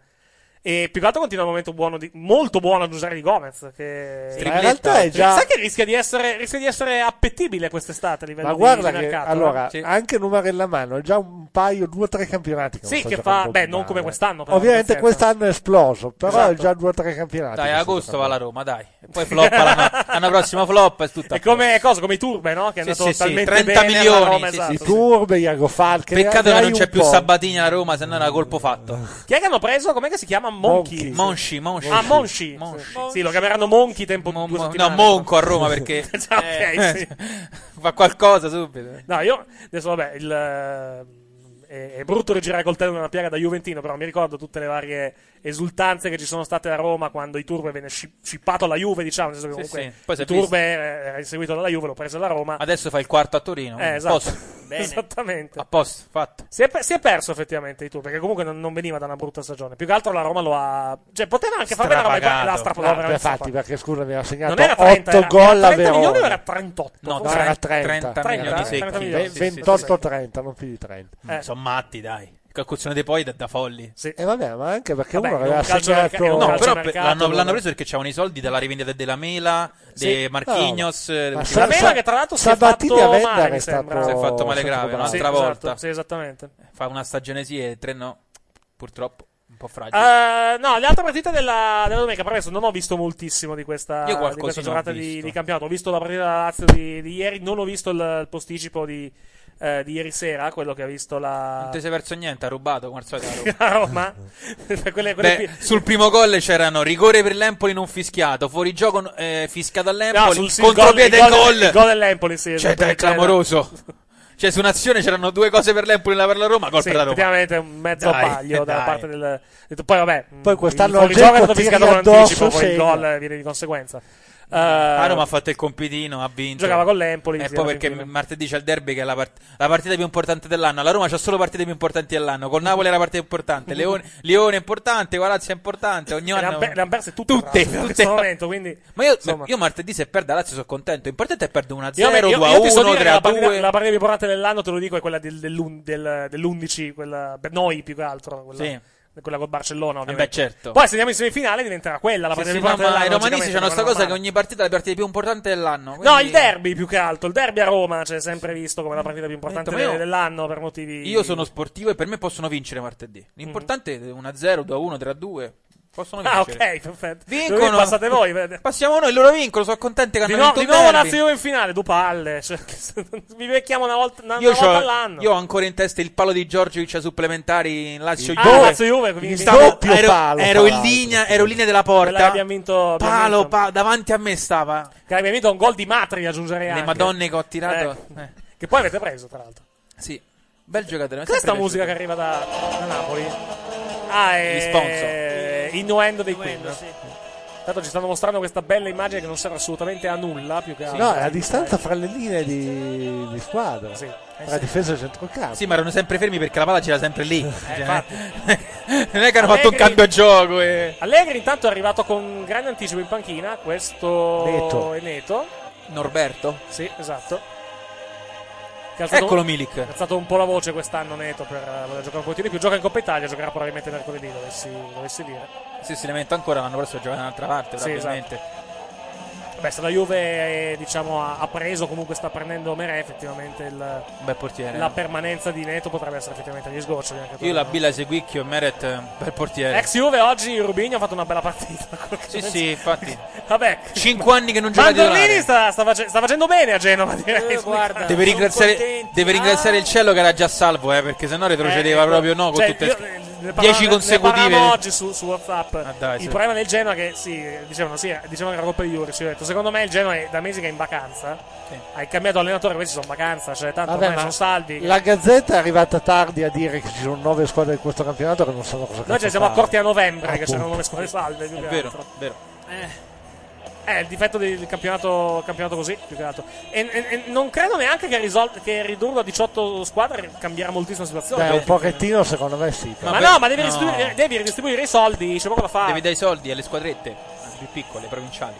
E più che altro continua un momento buono di- molto buono ad usare di Gomez. Che Sì, ma in realtà è già- Sai che rischia di essere, rischia di essere appetibile quest'estate a livello Ma di, guarda di che mercato. allora, eh? Sì. anche Numarella Mano, è già un paio, due o tre campionati. Che non Sì, sta che giocando fa- beh, non male. come quest'anno, però, Ovviamente scherzo. quest'anno è esploso, però è Esatto. già due o tre campionati. Dai, che sta agosto va giocando. la Roma, dai. E poi floppa l'anno, l'anno prossima flop è tutta. È come, cosa, come i Turbe, no? Che è Sì, andato sì, sì, talmente 30 bene alla milioni, Roma, sì, esatto. I Turbe, Iago Falche. ne Peccato che hai non c'è un più po'. Sabatini alla Roma, se no era colpo fatto. Chi è che hanno preso? Com'è che si chiama? Monchi. Monchi, Monchi. Ah, Monchi. Sì. Sì, lo chiameranno Monchi tempo due No, settimane. Monco a Roma perché Eh. Già, ok, sì. fa qualcosa subito. No, io adesso vabbè, il, eh, è, è brutto rigirare col coltello in una piaga da Juventino, però mi ricordo tutte le varie esultanze che ci sono state a Roma quando i Turbe venne sci- scippato alla Juve, diciamo, nel senso che Sì, comunque sì. Poi si i è visto. Turbe eh, era inseguito dalla Juve, l'ho preso alla Roma. Adesso fa il quarto a Torino. Ah. Eh, a esatto. posto. Esattamente. A posto, fatto. Si è, per- si è perso effettivamente i Turbe, perché comunque non, non veniva da una brutta stagione. Più che altro la Roma lo ha... Cioè, poteva anche far bene la Roma e poi l'ha Strapagato. strapagato. No, infatti, perché scusa, mi ha segnato Non era 8 30, era- gol a 30 milioni o Verona. era 38? No, Forse era 30, 30. 30 milioni secchi. 30 Sì, sì, sì, 28-30, non più di 30. Eh. Mm, Sono matti, dai. Calcolazione dei poi da, da folli. E Eh, vabbè, ma certo, anche perché Vabbè, uno è un aveva calcio merca- segnato... No, però per- l'hanno, l'hanno preso perché c'avevano i soldi dalla rivendita della Mela, Sì. dei Marchignos. No, eh, ma tutti Sa- questi. Sa- che tra l'altro si è Sabatini fatto a Vendere male, mi è sembra. stato- Si è fatto male è stato grave bravo. un'altra Sì, esatto, volta. sì, esattamente. Fa una stagione sì e tre no. Purtroppo, un po' fragile. Eh, no, le altre partite della, della domenica, però adesso non ho visto moltissimo di questa, Io qualcosina di questa ho giornata di, visto. di campionato. Ho visto la partita della Lazio di, di ieri, non ho visto il, il posticipo di, eh, di ieri sera, quello che ha visto la, non ti sei perso niente, ha rubato come al solito. la Roma. la Roma. Cioè, quelle, Beh, quelle pi- sul primo gol c'erano rigore per l'Empoli non fischiato, fuorigioco eh, fischiato No, all'Empoli, sul- sì, il contropiede gol- e il gol- gol. il gol dell'Empoli, sì, Cioè, esatto, è quella- clamoroso. cioè, su un'azione c'erano due cose per l'Empoli e una per la Roma, gol sì, per la Roma. effettivamente è un mezzo Dai, appaglio da dai. parte del. detto, Poi, vabbè, mm, Poi quest'anno il gioco è Dzeko stato tira fischiato con addosso, anticipo, poi il segna. gol eh, viene di conseguenza. Eh, La Roma ha fatto il compitino, ha vinto. Giocava con l'Empoli, E sì, poi alla perché fine. martedì c'è il derby che è la, part- la partita più importante dell'anno. La Roma c'ha solo partite più importanti dell'anno. Con Napoli è la partita importante. Leone, Lione è importante, Guarazzi è importante. Ogni le anno... han pe- le han perse tutte, tutte, tra l'altro, in tutte. questo momento, quindi, Ma io, insomma. io martedì se perde la Lazio sono contento. L'importante è perdere 1-0, Io, io- io 2-1, ti so dire che la, partita, 3-2. la partita più importante dell'anno, te lo dico, è quella del- dell'un- del- dell'11, quella per noi più che altro, quella, quella col Barcellona. Ovviamente. beh, certo. Poi se andiamo in semifinale diventerà quella la Sì, partita sì, più no, importante ma i dell'anno. romanisti hanno questa logicamente, cosa che con ogni partita è la partita più importante dell'anno. la Roma. No, quindi- il derby più che altro, il derby a Roma cioè, è sempre visto come la partita più importante ma io- dell'anno per motivi... Io sono sportivo e per me possono vincere martedì. L'importante è 1-0, 2-1, 3-2. Possono Ah, vincere. ok, perfetto. Vincono. Dove passate voi. vede. Passiamo noi, loro vincono. Sono contenti che Di, hanno no- vinto di il nuovo derby. Lazio Juve in finale, due palle. Cioè, vi becchiamo una volta, una, Io, una volta c'ho- all'anno. io ho ancora in testa il palo di Giorgiovic a supplementari in Lazio Ah, Juve. Lazio Juve, quindi- Stavo- doppio ero, palo, ero tra in l'altro. linea, ero in linea della Quella che porta. abbiamo vinto, abbiamo Palo, vinto. pa- davanti a me stava. Che abbiamo vinto un gol di Matri aggiungerei Le anche. madonne che ho tirato. Eh, Eh, Che poi avete preso, tra l'altro. sì, bel giocatore. mi è Cos'è sta sempre musica che arriva da, da Napoli? Ah, Gli è sponsor. Innuendo dei Queen. Tanto ci stanno mostrando questa bella immagine che non serve assolutamente a nulla, più che altro. No, è la distanza fra le linee di, di squadra. Tra sì. difesa e piaciuta. centrocampo. Sì, ma erano sempre fermi perché la palla c'era sempre lì. Cioè, Eh, infatti. non è che hanno fatto un Allegri- cambio gioco. eh. E... Allegri intanto è arrivato con grande anticipo in panchina, questo Neto. è Neto. Norberto? Sì, esatto. Che ha alzato- Eccolo Milik. Ha alzato un po' la voce quest'anno Neto per eh, voler giocare un po' di più. Gioca in Coppa Italia, giocherà probabilmente mercoledì, dovessi, dovessi dire. Sì, si lamenta ancora, l'anno prossimo gioca da un'altra parte, Sì, esatto. probabilmente. Beh, se la Juve eh, diciamo, ha, ha preso, comunque sta prendendo Merè, effettivamente il- Un bel portiere. eh. la permanenza di Neto potrebbe essere effettivamente agli sgoccioli. anche Io per- la Billa Seguicchio e Meret, un bel portiere. Ex Juve oggi Rubini ha fatto una bella partita. Eh. Sì, sì, infatti. Vabbè. Cinque anni che non gioca Mandolini titolare. sta, sta face- sta facendo bene a Genova, Eh, direi. guarda, eh. Deve Ah. ringraziare, deve ringraziare il cielo che era già salvo, eh, perché sennò retrocedeva proprio no con tutte Eh, ecco. io, le eh, ne parlavamo- 10 ne consecutive. Ah, parlavamo oggi su, su WhatsApp. dai, il sì. problema del Genoa è che, sì, dicevano, sì, eh, dicevano che era colpa di Juric. Io ho detto, secondo me il Genoa è da mesi che è in vacanza. Hai cambiato allenatore, questi sono in vacanza, cioè tanto Vabbè, ormai ma sono saldi. La Gazzetta è arrivata tardi a dire che ci sono nove squadre di questo campionato che non sanno cosa Noi cazzo ci siamo fare. Ah, accorti a novembre che Appunto. c'erano le squadre salve. Più È che vero, altro. vero. Eh, eh, il difetto del campionato, campionato così, più che altro. E, e- e non credo neanche che, risol- che ridurlo a 18 squadre cambierà moltissimo la situazione. Beh, un pochettino secondo me sì. Ma, no, ma devi, ridistribuire, devi ridistribuire i soldi, c'è poco da fare. Devi dare i soldi alle squadrette più piccole, provinciali.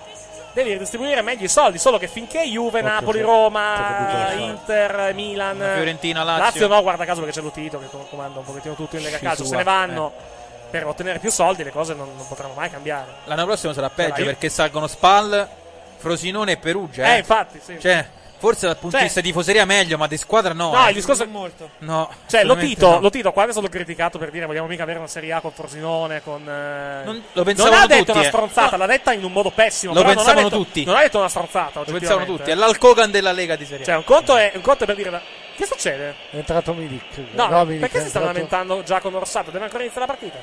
Devi ridistribuire meglio i soldi, solo che finché Juve, Occhio, Napoli, sì. Roma, Ah, Sì, sì. Inter, Milan, La Fiorentina, Lazio. no, guarda caso perché c'è Lutito che com- comanda un pochettino tutto in Lega Sci Calcio, sua, se ne vanno. Per ottenere più soldi le cose non, non potranno mai cambiare. L'anno prossimo sarà peggio Dai. perché salgono Spal, Frosinone e Perugia. Eh, Eh, infatti, sì. Cioè, forse dal punto di Cioè- vista di tifoseria meglio, ma di squadra no. No, eh. il discorso è molto. No, Cioè, lo veramente Tito, no. lo Tito, quando è stato criticato per dire vogliamo mica avere una Serie A con Frosinone, con... eh, Non- lo pensavano non ha detto tutti, una eh. stronzata, l'ha detta in un modo pessimo. Lo però non ha pensavano detto- tutti. Non ha detto una stronzata, Lo pensavano oggettivamente. tutti, è l'Alcogan della Lega di Serie A. Cioè, un conto è, un conto è per dire... ma Che succede? È entrato Milik. No, Milik perché Eh, è si stanno entrato- lamentando già con Rossato? Deve ancora iniziare la partita.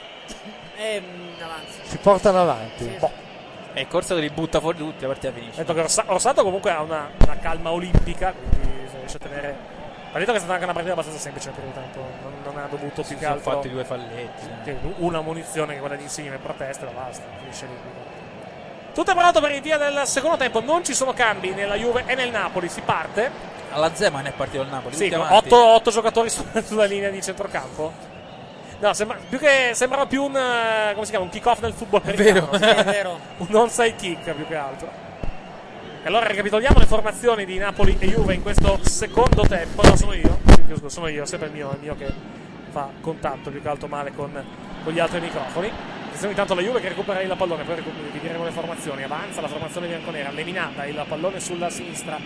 Ehm, avanza. Si portano avanti. Boh. È il corso che li butta fuori tutti, la partita finisce. Ho detto che Orsa- Orsato comunque ha una, una calma olimpica, quindi se riesce a tenere... Ha detto che è stata anche una partita abbastanza semplice nel primo tempo, non, non ha dovuto più Si che sono altro... fatti due falletti. Sì, Una munizione che è quella di Insigne in protesta e basta, finisce lì. Tutto è pronto per il via del secondo tempo, non ci sono cambi nella Juve e nel Napoli, si parte. Alla Zeman è partito il Napoli. Sì, tutti con avanti. otto, otto giocatori su- sulla linea di centrocampo. No, sembra più, che, sembrava più un, eh, come si chiama, un kick-off nel football americano. vero. Sì, è vero. un onside kick più che altro. E allora ricapitoliamo le formazioni di Napoli e Juve in questo secondo tempo. No, sono io, Sì, chiedo scusa, sono io, sempre il mio, il mio che fa contatto più che altro male con, con gli altri microfoni. Attenzione intanto la Juve che recupera il pallone, poi recu- vi diremo le formazioni. Avanza la formazione bianconera, Leminata, il pallone sulla sinistra,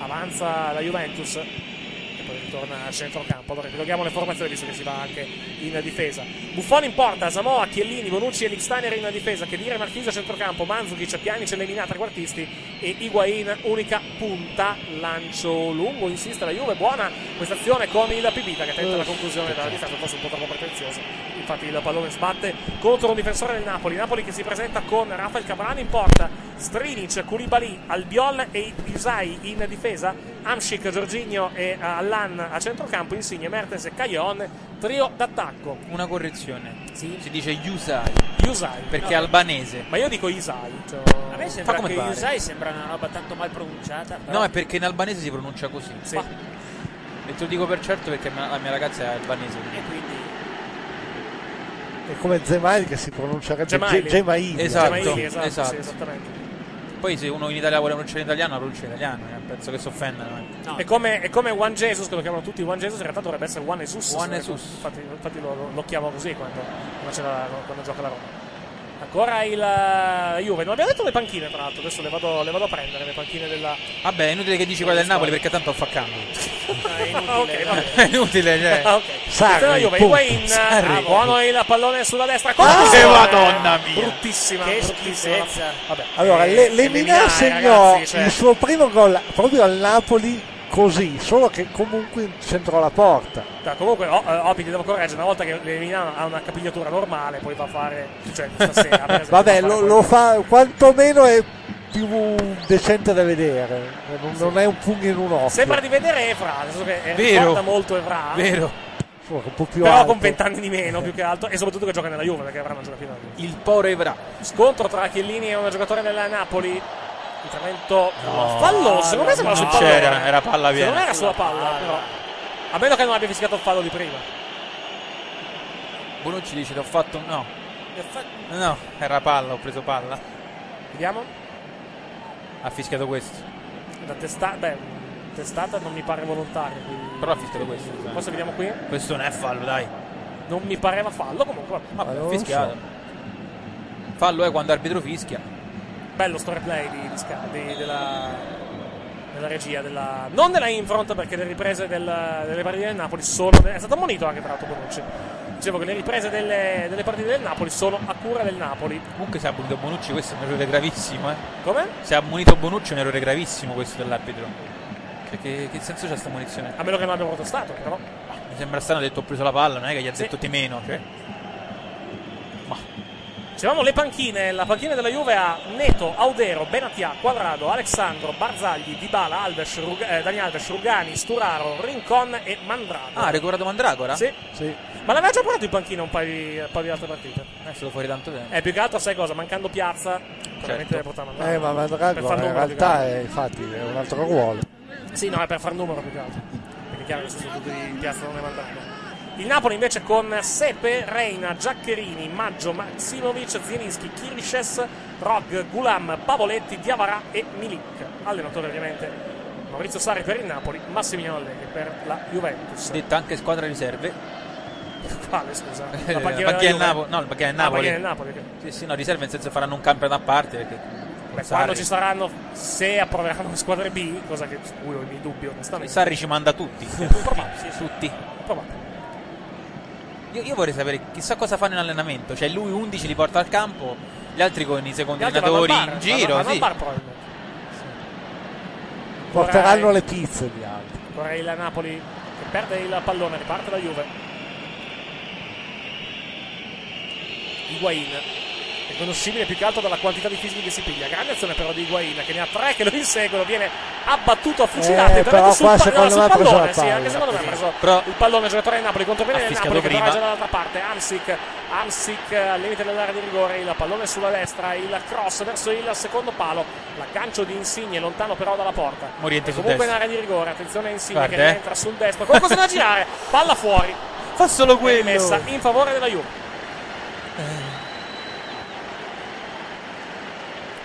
avanza la Juventus e poi ritorna a centrocampo. Allora ripiloghiamo le formazioni visto che si va anche in difesa. Buffoni in porta, Samoa, Chiellini, Bonucci e Licksteiner in difesa, Chedira e Marchese a centrocampo, Manzukic, Pjanic e Leminata trequartisti e Higuain unica punta, lancio lungo, insiste la Juve, buona questa azione con il Pipita che tenta la conclusione dalla distanza, forse un po' troppo pretenzioso, infatti il pallone sbatte contro un difensore del Napoli, Napoli che si presenta con Rafael Cabrani in porta, Strinic, Koulibaly, Albiol e Isai in difesa, Amshik, Giorginio e eh, Allan a centrocampo, Insigne, Mertens e Caglion, trio d'attacco. Una correzione. Si dice Yusai. Yusai. Perché No. è albanese. Ma io dico Isai. Cioè... A me Fa sembra come che pare. Yusai sembra una roba tanto mal pronunciata. però- No, è perché in albanese si pronuncia così. Ma- E te lo dico per certo perché ma- la mia ragazza è albanese. E quindi. È come Zemail che si pronuncierebbe Ge- Gemaili. Esatto, Gemaili, esatto, sì, esatto. esattamente. Poi se uno in Italia vuole pronunciare in italiano, la pronuncia in italiano. eh, Penso che si offendano. eh. È, come, è come One Jesus, che lo chiamano tutti One Jesus, in realtà dovrebbe essere One Jesus. Juan se- Jesus. Infatti, infatti lo, lo- lo chiamo così quando, quando c'è la- quando gioca la Roma. Ancora il eh, Juve, non abbiamo detto le panchine tra l'altro, adesso le vado, le vado a prendere, le panchine della... Vabbè, è inutile che dici quella del Napoli perché tanto fa cambio. ok, va bene. è inutile, cioè. ok. Sarri, Attenzione, Juve, punto. Higuain, Sarri. ah, buono il pallone sulla destra. Eh, Conclusione. Madonna mia. Bruttissima, Che bruttissima. schifezza. Vabbè. Allora, eh, Le- Lemina Lemina, segnò ragazzi, cioè- il suo primo gol proprio al Napoli così, solo che comunque centrò la porta. Da- comunque oh, eh, Opi ti devo correggere una volta che Lemina ha una capigliatura normale poi va a fare cioè stasera per esempio, Vabbè, va a lo, fare lo fa quantomeno è più decente da vedere, Eh, non, non è un pugno in un occhio. Sembra di vedere Evra, nel senso che eh, Vero. ricorda molto Evra. Solo che un po' più Però alto. con vent'anni di meno, più che altro, e soprattutto che gioca nella Juve, perché Evra non gioca più nella Juve. Il Poro Evra. Scontro tra Chiellini e un giocatore della Napoli. Intervento No. falloso, secondo me sembrava sul No, pallone. c'era, era palla piena. Secondo me era sulla palla, Ah, però. A meno che non abbia fischiato il fallo di prima. Bonucci dice: L'ho fatto. No, Gli ha fatto- no, era palla, ho preso palla. Vediamo. Ha fischiato questo. Da testa- beh, testata non mi pare volontaria. Quindi... Però ha fischiato questo. eh. Forse vediamo qui. Questo non è fallo, dai. Non mi pareva fallo, comunque. Vabbè, ha fischiato. Fallo è quando arbitro fischia. Bello sto replay di, di Sky- di- della, della regia, della, non della Infront perché le riprese del- delle partite del Napoli sono. È stato ammonito anche tra l'altro Bonucci. Dicevo che le riprese delle, delle partite del Napoli sono a cura del Napoli. Comunque, se ha ammonito Bonucci, questo è un errore gravissimo. Eh. Come? Se ha ammonito Bonucci, è un errore gravissimo questo dell'arbitro. Cioè, che, che senso c'ha sta munizione? A meno che non abbia protestato, però. Mi sembra strano, ha detto ho preso la palla, non è che gli ha detto ti meno. Cioè. Dicevamo le panchine, la panchina della Juve ha Neto, Audero, Benatia, Quadrado, Alexandro, Barzagli, Dybala, Alves, Rug- eh, Dani Alves, Rugani, Sturaro, Rincon e Mandrago. Ah, ha recuperato Mandragora? Sì. Ma l'aveva già portato in panchina un paio di, un paio di altre partite. Eh, sono fuori tanto tempo. Eh, più che altro sai cosa? Mancando piazza, veramente deve portare Mandrago. Eh, ma Per eh. Mandragora far in numero, più che realtà è, infatti, è un altro ruolo. altro. Sì, no, è per far numero più che altro. Perché è chiaro che sono tutti di piazza non è Mandrago. Il Napoli invece con Sepe, Reina, Giaccherini, Maggio, Maximovic, Zielinski, Kirisces, Rog, Gulam, Pavoletti, Diavara e Milik. Allenatore ovviamente Maurizio Sari per il Napoli, Massimiliano Allegri per la Juventus. Detta anche squadra riserve. Quale scusa? La Eh, panchina perché è il della Juve? Napoli. No, perché è il Ah, Napoli. perché è il Napoli, ok. Sì, sì, no, riserve nel senso faranno un campionato a parte. Perché Beh, Sarri- quando ci saranno, se approveranno le squadre B, cosa che su cui ho i miei dubbi, onestamente. Sarri ci manda tutti. Probabile, sì. tutti. Probabile. Io, io vorrei sapere chissà cosa fanno in allenamento. Cioè, lui 11 li porta al campo, gli altri con i secondi Gli altri allenatori vanno al in bar, giro. vanno- vanno sì. al bar probabilmente. Porteranno Vorrei- le pizze gli altri. Vorrei la Napoli che perde il pallone, riparte la Juve. Higuain riconoscibile più che altro dalla quantità di fischi che si piglia. Grande azione però di Higuain che ne ha tre che lo inseguono, viene abbattuto a fucilate, Eh, però veramente sul, qua pa- secondo no, sul me ha preso pallone, la sì, palla. anche secondo me ha Sì. preso Però- il pallone giocatore del Napoli contro bene Ha del fischiato Napoli che prima. già dall'altra parte. Amsic, Amsic al limite dell'area di rigore, il pallone sulla destra, il cross verso il secondo palo, l'aggancio di Insigne lontano però dalla porta. Moriente E su comunque in destra. area di rigore, attenzione a Insigne Guarda, che eh. entra sul destro, qualcosa da girare, palla fuori. Fa solo quello. Eh. Messa in favore della Juve.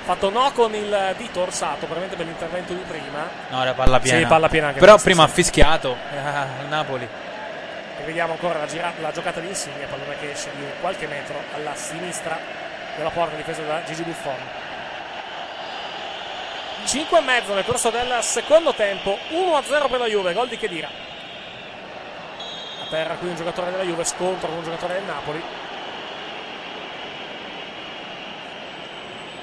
Fatto no con il dito orsato, veramente per l'intervento di prima. No, era palla Sì, piena. palla piena anche Però questa, prima sì. ha fischiato. Ah, il Napoli. E vediamo ancora la, gira- la giocata di Insigne, pallone che esce di qualche metro alla sinistra della porta difesa da Gigi Buffon. 5 e mezzo nel corso del secondo tempo, 1-0 per la Juve, gol di Chedira. A terra qui un giocatore della Juve, scontro con un giocatore del Napoli.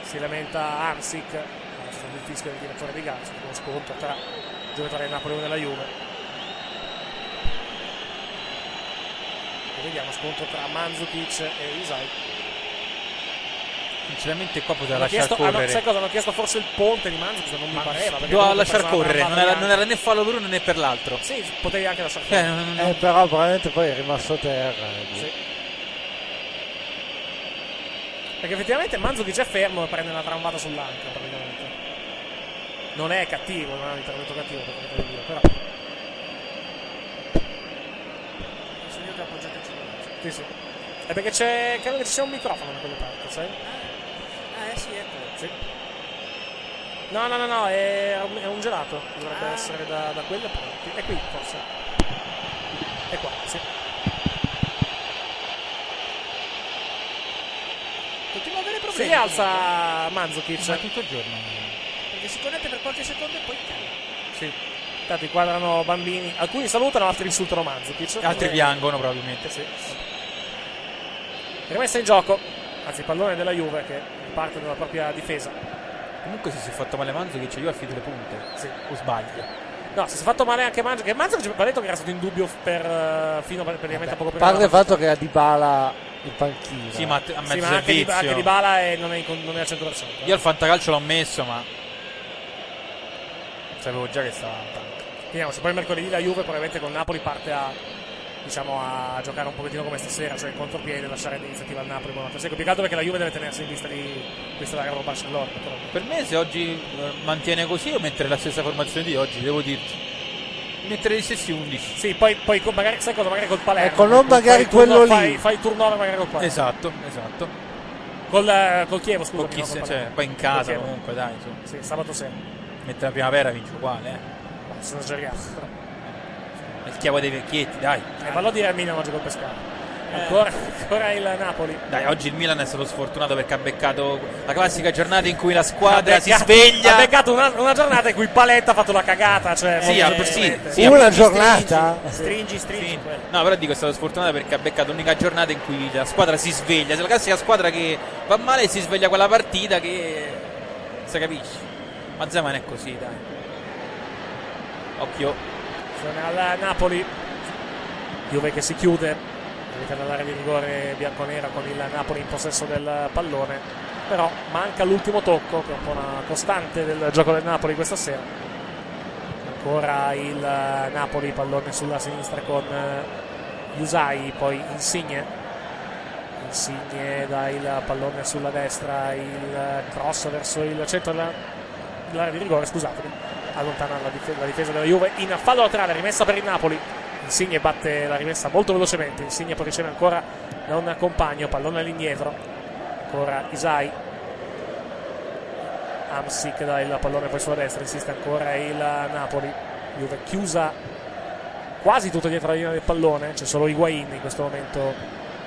Si lamenta Ansic, c'è stato il fischio del direttore di Gans, uno scontro tra il giocatore del Napoli e uno della Juve. E vediamo scontro tra Manzukic e Isai. Sinceramente, qua poteva Hanno lasciar chiesto, hanno, sai correre. cosa? Hanno chiesto forse il ponte di Manzukic, non mi pareva. perché Doveva comunque lasciar pensavo correre. una Non palla era, di non era né fallo per uno né per l'altro. Anzi. Sì, potevi anche lasciar Eh, correre. non- non- Eh, però probabilmente poi è rimasto a terra. eh. Perché effettivamente Manzukic è fermo e prende una trambata sull'anca, praticamente. Non è cattivo, non è un intervento cattivo, per carità di Dio, però... Sì, sì. È perché c'è, credo che ci sia un microfono da quelle parti, sai? Ah, eh sì, ecco. Sì. No, no, no, no, è un, è un gelato. Dovrebbe essere da, da quelle parti. È qui, forse. È qua, sì. Continua a avere Si problemi. rialza Manzukic. Ma tutto il giorno. Perché si connette per qualche secondo e poi cade. Sì. Tanti quadrano bambini. Alcuni salutano, altri insultano Manzukic. Altri piangono probabilmente. Sì. Rimessa in gioco. Anzi, il pallone della Juve che parte dalla propria difesa. Comunque, se si è fatto male Manzo, che c'è io affido le punte. Sì. O sbaglio. No, se si è fatto male anche Manzo, che Manzo ha detto che era stato in dubbio per, eh, fino a praticamente a poco A prima. parte il della fatto che ha Dybala in panchina. Sì, ma a- a mezzo Sì, ma anche di, servizio. anche di Bala è- non, è, in con- non è al 100%. eh. Io al fantacalcio l'ho messo, ma. Sapevo già che stava in tanto. Vediamo se poi mercoledì la Juve probabilmente con Napoli parte a, diciamo, a giocare un pochettino come stasera, cioè il contropiede, lasciare l'iniziativa al Napoli. Buono, secco, più che altro perché la Juve deve tenersi in vista di questa gara con Barcellona. però. Per me, se oggi eh, mantiene così, io metterei la stessa formazione di oggi, devo dirti. Metterei gli stessi 11. Sì, poi, poi con- magari, sai cosa? Magari col Palermo. Ecco, non Fai il magari turno- quello lì. Fai, fai il turnover magari col Palermo. Esatto, esatto. Col, eh, col Chievo, scusa. Chi se- cioè, poi in casa comunque, dai, insomma. Sì, sabato sera. Mette la primavera vince uguale, eh. Ma Sono esagerato. È il chiavo dei vecchietti, dai. E vallo a Eh, dire al Milan oggi col Pescara. Eh. Ancora, ancora il Napoli. Dai, oggi il Milan è stato sfortunato perché ha beccato la classica giornata in cui la squadra Ha si beccato- Ha sveglia. beccato una, una giornata in cui Paletta ha fatto la cagata. Cioè, Sì, molto ha- Eh, sì, semplicemente. sì, ha- Una giornata? Stringi, stringi. quello. No, però dico è stato sfortunato perché ha beccato l'unica giornata in cui la squadra si sveglia. Se la classica squadra che va male si sveglia quella partita che. si capisce. Ma Zeman è così, dai. Occhio. Attenzione al Napoli. Juve che si chiude. Entra nell'area di rigore bianconera con il Napoli in possesso del pallone. Però manca l'ultimo tocco, che è un po' una costante del gioco del Napoli questa sera. Ancora il Napoli, pallone sulla sinistra con eh, Usai, poi Insigne. Insigne dà il pallone sulla destra, il cross verso il centro della- dell'area di rigore, scusatemi, allontana la, dif- la difesa della Juve in fallo laterale, rimessa per il Napoli. Insigne batte la rimessa molto velocemente, Insigne poi riceve ancora da un compagno, pallone all'indietro, ancora Isai. Amsic dà il pallone poi sulla destra, insiste ancora il Napoli. Juve chiusa quasi tutto dietro la linea del pallone, c'è solo Higuain in questo momento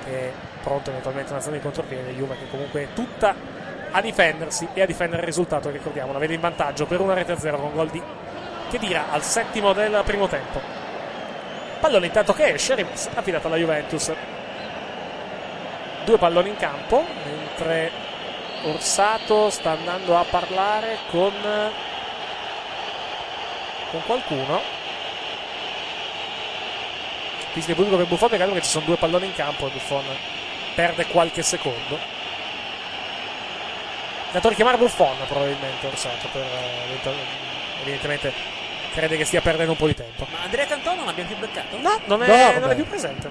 che è pronto eventualmente a un'azione di contropiede, Juve che comunque è tutta a difendersi e a difendere il risultato, ricordiamo, la vede in vantaggio per una rete a zero con gol di Chedira al settimo del primo tempo. Pallone intanto che esce, rimessa affidata alla Juventus. Due palloni in campo, mentre Orsato sta andando a parlare con, con qualcuno. Fischio pubblico per Buffon, peccato che ci sono due palloni in campo e Buffon perde qualche secondo. È andato a richiamare Buffon probabilmente Orsato, per, eh, eventu- evidentemente crede che stia perdendo un po' di tempo. Ma Andrea Cantò non l'abbiamo più beccato? No, non No, è, vabbè. non è più presente.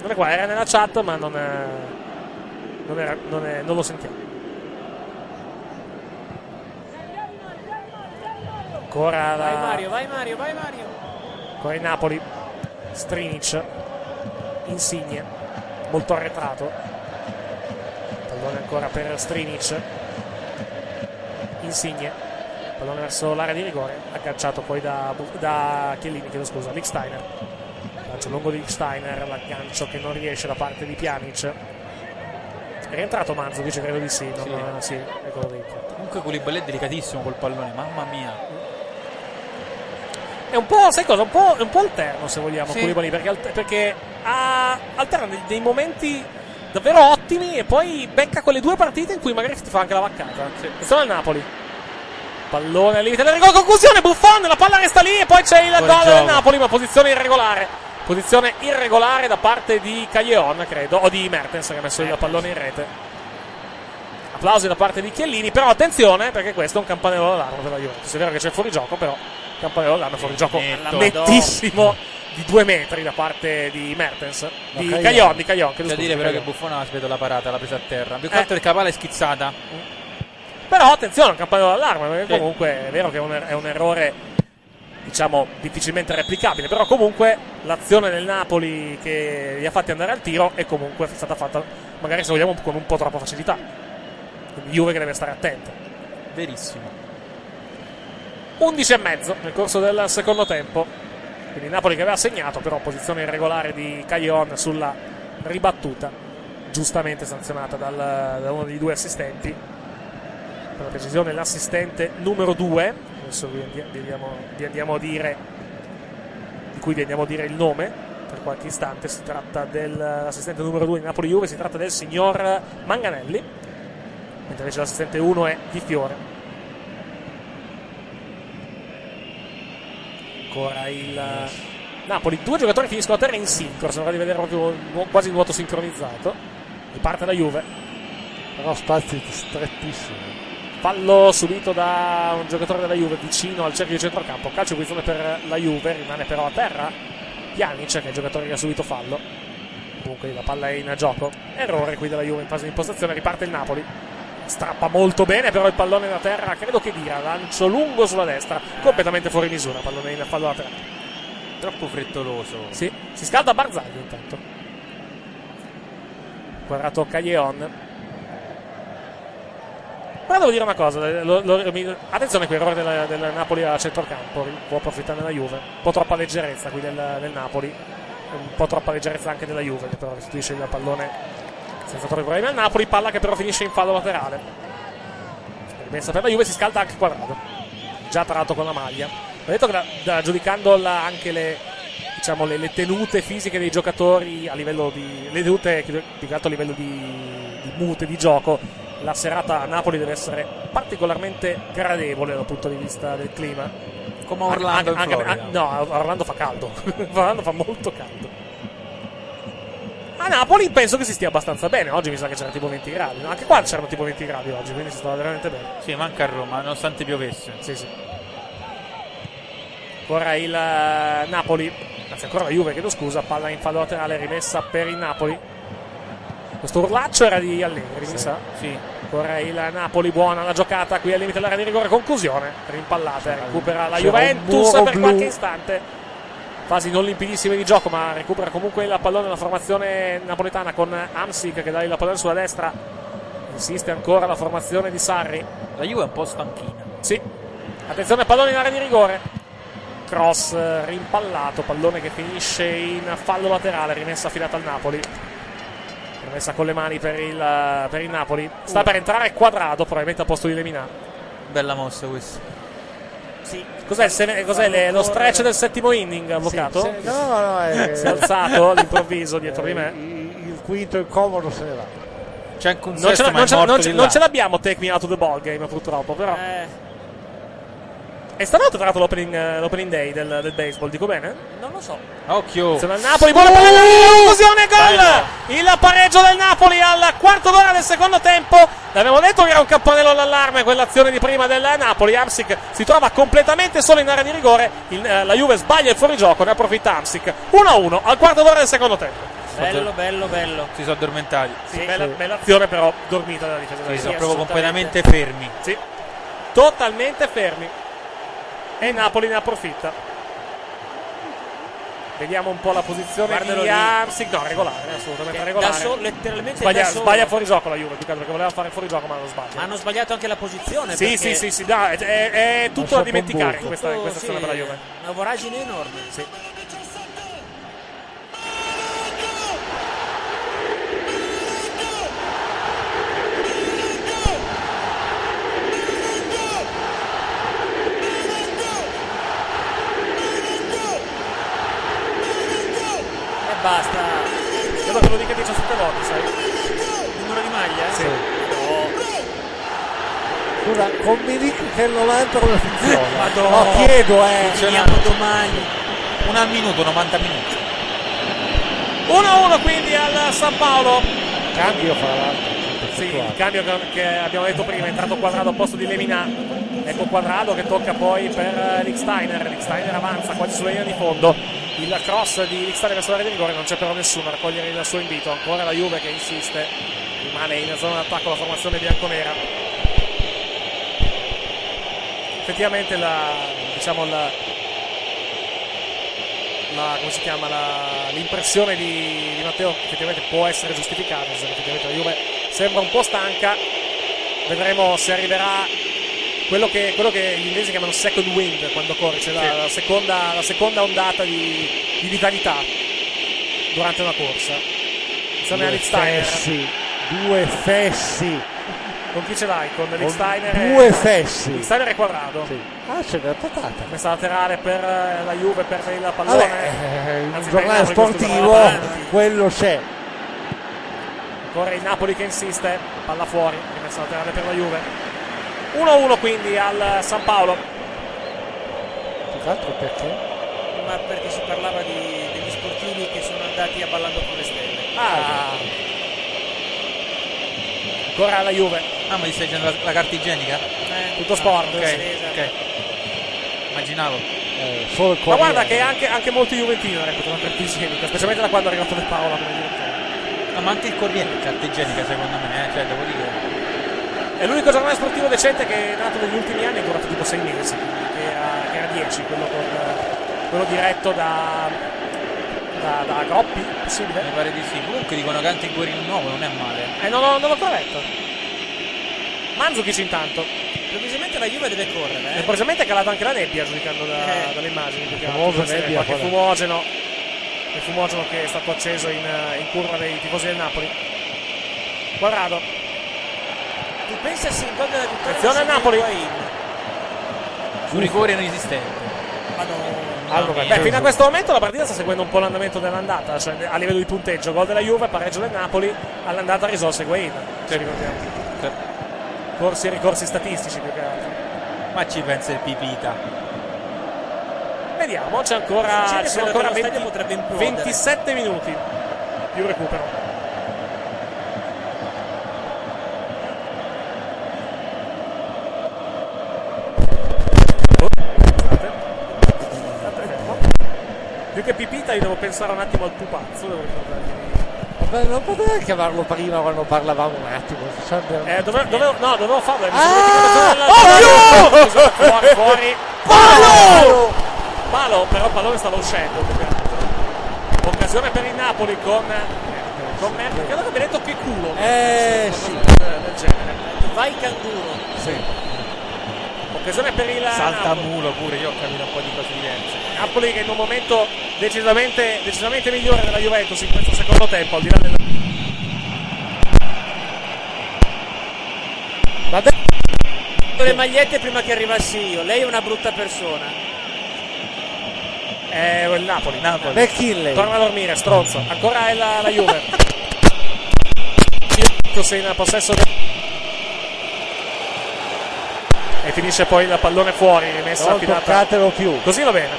Non è qua, era nella chat, ma non, è- non era- non è- non lo sentiamo. Ancora Vai la, Mario, vai Mario, vai Mario. ancora in Napoli. Strinic. Insigne. Molto arretrato. Pallone ancora per Strinic. Insigne. Pallone verso l'area di rigore. Agganciato poi da, Bu- da Chiellini, chiedo scusa. Licksteiner. Lancio lungo di Licksteiner. L'aggancio che non riesce da parte di Pjanic. È rientrato Manzo, dice credo di sì. Non, sì. eccolo dentro. Comunque Koulibaly è delicatissimo col pallone, mamma mia. È un po', sai cosa? Un po', è un po' alterno se vogliamo, Sì. Koulibaly, perché, alt- perché ha alterna dei- dei momenti davvero ottimi e poi becca quelle due partite in cui magari ti fa anche la vaccata. E sono al Napoli. Pallone al limite del rigore, conclusione, Buffon, la palla resta lì e poi c'è il Fuori gol del gioco. Napoli, ma posizione irregolare. Posizione irregolare da parte di Caglion, credo, o di Mertens che ha messo il pallone in rete. Applausi da parte di Chiellini, però attenzione perché questo è un campanello d'allarme per la Juventus. È vero che c'è fuori gioco, però campanello d'allarme fuori gioco Netto. nettissimo di due metri da parte di Mertens, di Caglioni, Caglion, di Caglion. C'è chiedo da scusa, dire di però che Caglion. Buffon ha aspettato la parata, l'ha presa a terra. Più che Eh. altro perché la palla è schizzata. Però attenzione, un campanello d'allarme, perché Sì. comunque è vero che è un, er-, è un errore, diciamo, difficilmente replicabile, però comunque l'azione del Napoli che li ha fatti andare al tiro è comunque stata fatta, magari se vogliamo, con un po' troppa facilità. Quindi Juve che deve stare attento. Verissimo. 11 e mezzo nel corso del secondo tempo. Quindi Napoli che aveva segnato, però posizione irregolare di Caglion sulla ribattuta, giustamente sanzionata dal- da uno dei due assistenti. Per la precisione l'assistente numero 2, adesso vi, andi- vi andiamo, vi andiamo a dire, di cui vi andiamo a dire il nome per qualche istante, si tratta dell'assistente numero 2 di Napoli Juve, si tratta del signor Manganelli, mentre invece l'assistente 1 è Di Fiore. ancora il eh, Napoli. Due giocatori finiscono a terra in sincro. Sembra di vedere proprio un nu- quasi un nuoto sincronizzato. Riparte la Juve. Però spazi strettissimi. Fallo subito da un giocatore della Juve vicino al cerchio di centrocampo. Calcio di punizione per la Juve. Rimane però a terra Pjanic, che è il giocatore che ha subito fallo. Comunque la palla è in gioco. Errore qui della Juve in fase di impostazione. Riparte il Napoli. Strappa molto bene, però il pallone da terra, credo che dia. Lancio lungo sulla destra, completamente fuori misura. Pallone in fallo laterale. Troppo frettoloso. Sì, si scalda Barzagli intanto. Quadrato Caglion. Però devo dire una cosa, eh, lo- lo- mi- attenzione qui, errore della- del, Napoli a centrocampo, può approfittare della Juve. Un po' troppa leggerezza qui del, del Napoli, un po' troppa leggerezza anche della Juve, che però restituisce il pallone senza troppi problemi al Napoli, palla che però finisce in fallo laterale. Rimessa per la Juve, si scalda anche quadrato. Già tarato con la maglia. Ho detto che da, da- giudicando la- anche le, diciamo, le, le tenute fisiche dei giocatori a livello di. le tenute che- più che altro a livello di, di mute, di gioco. La serata a Napoli deve essere particolarmente gradevole dal punto di vista del clima. Come a Orlando in Anche- anche- Florida. no, a Orlando fa caldo. A Orlando fa molto caldo. A Napoli penso che si stia abbastanza bene. Oggi mi sa che c'erano tipo 20 gradi. no? Anche qua c'erano tipo 20 gradi oggi, quindi si stava veramente bene. Sì, manca a Roma, nonostante piovesse. Sì, sì. Ancora il eh, Napoli, anzi ancora la Juve, chiedo scusa, palla in fallo laterale rimessa per il Napoli. Questo urlaccio era di Allegri, mi sa. Sì. Ancora il Napoli, buona la giocata qui al limite dell'area di rigore, conclusione, rimpallata, recupera la c'era un Juventus muro per blu. qualche istante. Fasi non limpidissime di gioco, ma recupera comunque il pallone la formazione napoletana con Amsic che dà il pallone sulla destra. Insiste ancora la formazione di Sarri. La Juve è un po' stanchina. Sì. Attenzione, pallone in area di rigore. Cross eh, rimpallato, pallone che finisce in fallo laterale, rimessa affidata al Napoli. Rimessa con le mani per il, eh, per il Napoli. Sta Uh. per entrare quadrato, probabilmente a posto di Lemina. Bella mossa questa. Sì. Cos'è, il seme- cos'è le- lo stretch del settimo inning, avvocato? se- Eh, no, no, no, è- Si è alzato all'improvviso dietro di me. Eh, Il quinto incomodo se ne va. C'è anche un Non ce, la- non ce la- non ce- non ce l'abbiamo Take Me Out of the Ball Game, purtroppo, però. Eh. È stavolta tra l'altro l'opening, eh, l'opening day del, del baseball, dico bene? Non lo so. Occhio. Attenzione al Napoli, buona palla conclusione, gol! Il pareggio del Napoli al quarto d'ora del secondo tempo. L'abbiamo detto che era un campanello all'allarme quell'azione di prima del Napoli. Amsic si trova completamente solo in area di rigore. Il- eh, la Juve sbaglia il fuorigioco, ne approfitta Amsic. 1-1 al quarto d'ora del secondo tempo. Bello, bello, bello. Si sono addormentati. Sì, bella, bella azione però dormita dalla difesa. della Sì, sono Juve. proprio Assolutamente. completamente fermi. Sì, totalmente fermi. E Napoli ne approfitta. Vediamo un po' la posizione Guardalo di lì. Amsic. No, regolare, assolutamente Da regolare. so- Eh, letteralmente sbaglia, da solo. sbaglia fuori gioco la Juve, più che altro, perché voleva fare fuori gioco ma lo sbaglia. Ma hanno sbagliato anche la posizione. Sì, perché- sì, sì, sì, no, è, è- è tutto Lascia da un dimenticare buco. in questa, in questa Tutto, azione sì, per la Juve. Una voragine enorme. Sì. E basta. Credo che lo dica 17 volte, sai? Numero di maglia? Sì. Oh. Scusa, non mi dica che il 90 come funziona. Madonna. No, chiedo, eh. Finiamo domani. Un al minuto, 90 minuti. 1-1 quindi al San Paolo. Cambio fra l'altro. Sì, il cambio che- che abbiamo detto prima è entrato Quadrado al posto di Lemina. Ecco Quadrado che tocca poi per eh, Nick Steiner. Nick Steiner avanza quasi sulla linea di fondo. Il cross di Nick Steiner verso l'area di rigore non c'è però nessuno a raccogliere il suo invito. Ancora la Juve che insiste. Rimane in zona d'attacco la formazione bianconera. Effettivamente la, diciamo la, la- come si chiama la- l'impressione di, di Matteo effettivamente può essere giustificata se effettivamente la Juve sembra un po' stanca vedremo se arriverà quello che, quello che gli inglesi chiamano second wind quando corri cioè la, la seconda, la seconda ondata di, di vitalità durante una corsa insieme a Due Rick Steiner fessi, due fessi. con chi ce l'hai? con Rick Con Steiner e- due fessi. Rick Steiner e Quadrado Ah, ce l'ha patata. messa laterale per eh, la Juve per il pallone Vabbè, eh, in un Anzi, per il giornale Napoli, questo sportivo pallone avanti. quello c'è. Ancora il Napoli che insiste, palla fuori, rimessa laterale per la Juve. 1-1 quindi al San Paolo. Più che altro perché? Ma perché si parlava di- degli sportivi che sono andati a ballando con le stelle. Ah. Ancora la Juve. Ah, ma gli stai dicendo la, la carta igienica? Tutto sport. Ah, ok, sì, esatto. ok. Immaginavo. Eh, solo il Ma guarda che anche, anche molti Juventini reputano carta igienica, specialmente da quando è arrivato De Paola come direttore. No, ma anche il Corriere è carta igienica secondo me, eh? cioè devo dire. È l'unico giornale sportivo decente che è nato negli ultimi anni, è durato tipo 6 mesi, quindi, che era, che era 10, quello, con- quello diretto da, da, da Groppi, possibile. Mi pare di sì. Comunque dicono che anche il Guerino nuovo Eh, non è male. Eh, non, l'ho- non l'ho ancora letto. Manzukic intanto. Eh. Improvvisamente la Juve deve correre. Eh? Improvvisamente è calata anche la nebbia, giudicando da- Eh. dalle immagini. perché Famosa qualche nebbia, qualche quella. fumogeno. Il fumogeno che è stato acceso in, eh, in curva dei tifosi del Napoli. Quadrado. Tu pensa se in gol della vittoria Attenzione non a Napoli. segna Higuain? Un rigore non esistente. Madonna. Allora, Beh, fino a questo momento la partita sta seguendo un po' l'andamento dell'andata, cioè a livello di punteggio. Gol della Juve, pareggio del Napoli, all'andata risorse Guain. Ci ricordiamo. Sì. Corsi e ricorsi statistici più che altro. Ma ci pensa il Pipita. vediamo, c'è ancora, Succede ci quello sono che ancora lo stadio 20 potrebbe implodere. 27 minuti. Più recupero. State fermo. Più che pipita, io devo pensare un attimo al pupazzo. Devo ricordarmi. Vabbè, non potevi chiamarlo prima quando parlavamo un attimo. Cioè, Eh, dove- dovevo- no, dovevo farlo. eh, mi sono Ah! dimenticato della- Occhio! Mi sono- Fuori, fuori. Palo! Palo, però il pallone stava uscendo. più che altro. Occasione per il Napoli con. eh, Con Merkel. Credo che abbia detto che culo. Eh, sì. Del genere. Vai canguro. Sì. Occasione per il. Napoli. Saltamulo pure, io ho capito un po' di cose diverse. Napoli che in un momento decisamente, decisamente migliore della Juventus in questo secondo tempo, al di là del... Vabbè. le magliette prima che arrivassi io. Lei è una brutta persona. Eh, il Napoli, Napoli. McKinley. Torna a dormire, stronzo. Ancora è la, la Juve. Così in possesso del- E finisce poi il pallone fuori, rimessa Non affidata. toccatelo più. Così va bene.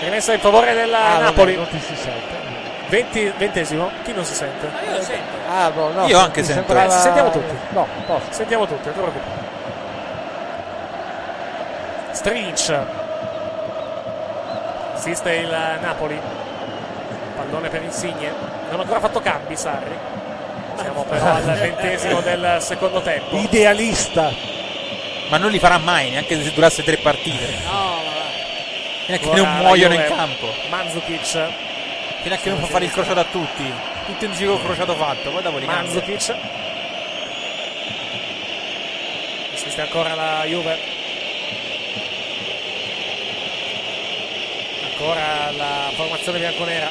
Rimessa in favore della Ah, vabbè, Napoli. non ti si sente. 20 ventesimo. Chi non si sente? Ma io lo sento. Ah, boh, no, Io anche mi sento. sembrava- Eh, sentiamo tutti. No, posso. Sentiamo tutti, non ti preoccupare. Strinch. Assiste il Napoli. Pallone per Insigne. Non ha ancora fatto cambi Sarri. Siamo però al ventesimo del secondo tempo. Idealista. Ma non li farà mai, neanche se durasse tre partite. No, Fino a che Ora non la muoiono in Juve. campo. Mandzukic. Fino a che non fa fare il crociato a tutti. Tutto un giro crociato fatto. Poi dopo li cambia. Mandzukic. Assiste ancora la Juve. Ancora la formazione bianconera.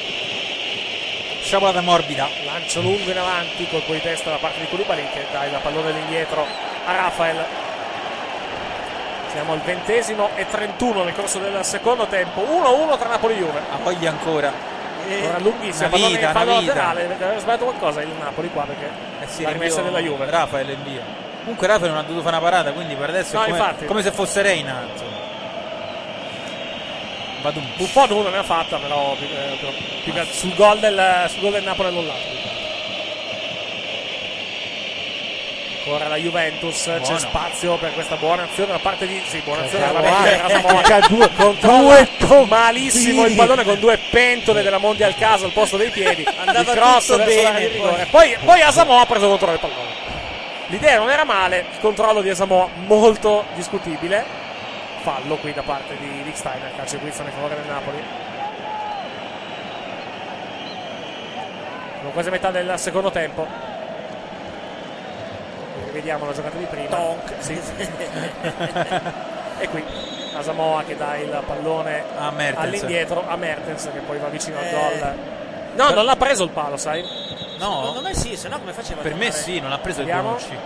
Sciabolata morbida. Lancio lungo in avanti, colpo di testa da parte di Koulibaly che dà il pallone di indietro a Rafael. Siamo al ventesimo e 31 nel corso del secondo tempo. 1-1 tra Napoli e Juve. Ha voglia ancora. Ora lunghissimo, Una pallone vita, in fallo una vita. laterale. Deve aver sbagliato qualcosa il Napoli qua perché Eh sì, la rimessa rinvio- della Juve. Rafael in via. Comunque Rafael non ha dovuto fare una parata, quindi per adesso No, è infatti. come, come se fosse Reina. insomma. Vado un Un po' non ne ha fatta, però, eh, però più che altro sul gol del, sul gol del Napoli all'Olanda. Ancora la Juventus, c'è Buono. spazio per questa buona azione da parte di. Sì, buona azione Siamo da parte a- di Rasamore. a due- con Controlla due tombini. malissimo il pallone con due pentole della Mondial al caso al posto dei piedi. Andava il cross tutto verso bene, l'area di rigore. Poi, poi Asamoah ha preso il controllo del pallone. L'idea non era male, il controllo di Asamoah molto discutibile. Fallo qui da parte di Rick Steiner, calcio di punizione in favore del Napoli. Siamo quasi a metà del secondo tempo. Rivediamo la giocata di prima. Sì. e qui Asamoa che dà il pallone A Mertens. all'indietro a Mertens che poi va vicino al Eh. gol. No, non l'ha preso il palo, sai? No, Secondo me sì, sennò come faceva? a per me tornare? sì, non ha preso il Vediamo. Bonucci.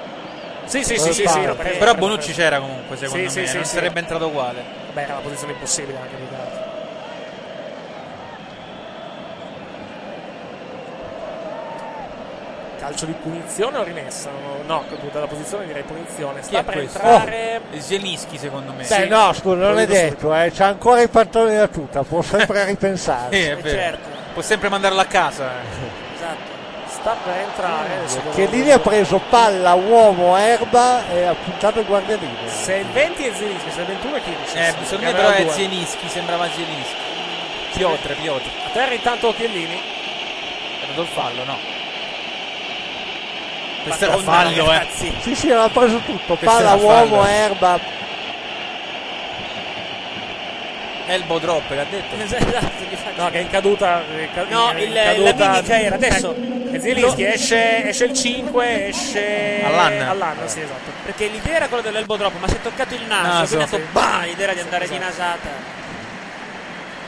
Sì, sì, sì, sì, sì, l'ha Però preso, l'ha preso, Bonucci l'ha preso. c'era comunque, secondo Eh, Sì, me, sì, non sì, sarebbe sì. entrato uguale. Beh, era una posizione impossibile anche più che altro. Calcio di punizione o rimessa? No, no, dalla posizione direi punizione. Chi Sta è per questo? entrare. Oh, Zielinski, secondo me. Beh, Eh, no, scusa, non è detto, eh, c'ha ancora i pantaloni da tuta, può sempre ripensare. Eh, Sì, Eh, è vero. certo. Può sempre mandarlo a casa. eh. Esatto. Sta per entrare. adesso Eh, Che devo- lì ha preso palla, uomo, erba e ha puntato il guardianino. Se il 20 è Zilinski, se il 21 è Kimmich. Eh, Sì, secondo ne me però aveva è due. Zielinski, sembrava Zielinski. Piotr, Piotr. A terra intanto Chiellini. È dato il fallo, no? Questo Ma era un cosa, fallo, eh. ragazzi? Sì, sì, l'ha preso tutto, Questa palla, era fallo. uomo, erba. Elbow drop, l'ha detto. Esatto, gli faccio- No, che è in caduta. è ca- No, è il- in la mimica era, adesso. E Zielinski Lo- esce, esce il 5, esce. All'Anna. All'Anna, sì, esatto. Perché l'idea era quella dell'elbow drop, ma si è toccato il naso, Naso, quindi ha detto sì. bah, l'idea era di andare Esatto. di nasata.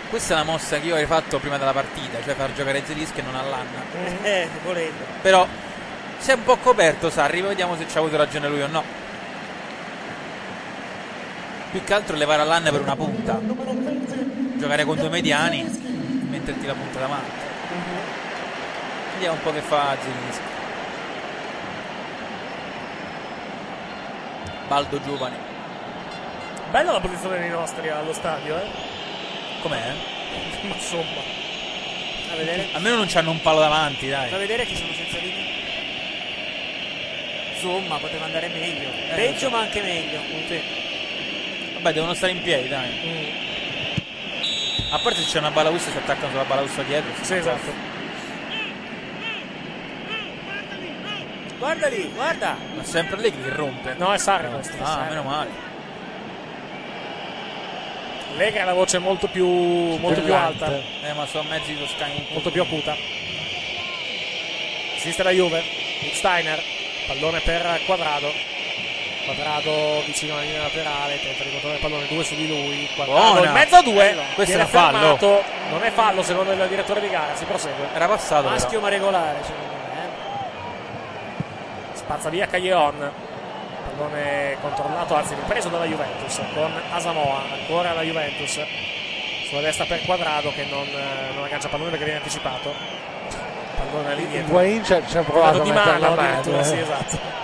Questa è la mossa che io avrei fatto prima della partita, cioè far giocare Zelischi e non all'Anna. Mm. Eh, volendo. Però si è un po' coperto Sarri, vediamo se ci ha avuto ragione lui o no. Più che altro levare all'Anna per una punta. Giocare con due mediani, metterti la punta davanti. Vediamo un po' che fa Zelischi. Baldo giovane. Bella la posizione dei nostri allo stadio, eh. Com'è? Ma insomma. A vedere. Almeno non c'hanno un palo davanti, Fa dai. vedere che sono senza limiti. Insomma, poteva andare meglio. Eh, Peggio, lo so. ma anche meglio. Vabbè, devono stare in piedi, dai. Mm. A parte se c'è una balaustra si attaccano sulla balaustra dietro. Sì, esatto. Guarda lì, guarda. Ma è sempre Allegri che rompe. No, è Sarri questo, è Ah, Sarri. meno male. Lega ha una voce molto più, molto più Brillante. alta, Eh, ma sono mezzi toscani un po'. molto più acuta. Esiste la Juve, Steiner, pallone per Quadrado. Quadrado vicino alla linea laterale, tenta di controllare il pallone, due su di lui. Quadrado Buona. in mezzo a due, Bello. Questo viene era fallo. fermato. Non è fallo secondo il direttore di gara, si prosegue. Era passato. però. Maschio ma regolare, secondo me. eh. Spazza via Caglion. Pallone controllato, anzi ripreso dalla Juventus con Asamoa, ancora la Juventus. Sulla destra per Quadrado che non, eh, non aggancia pallone perché viene anticipato. Pallone lì dietro. Higuaín ci ha- ci ha provato a Di mettere la mano mano. addirittura, sì, eh. esatto.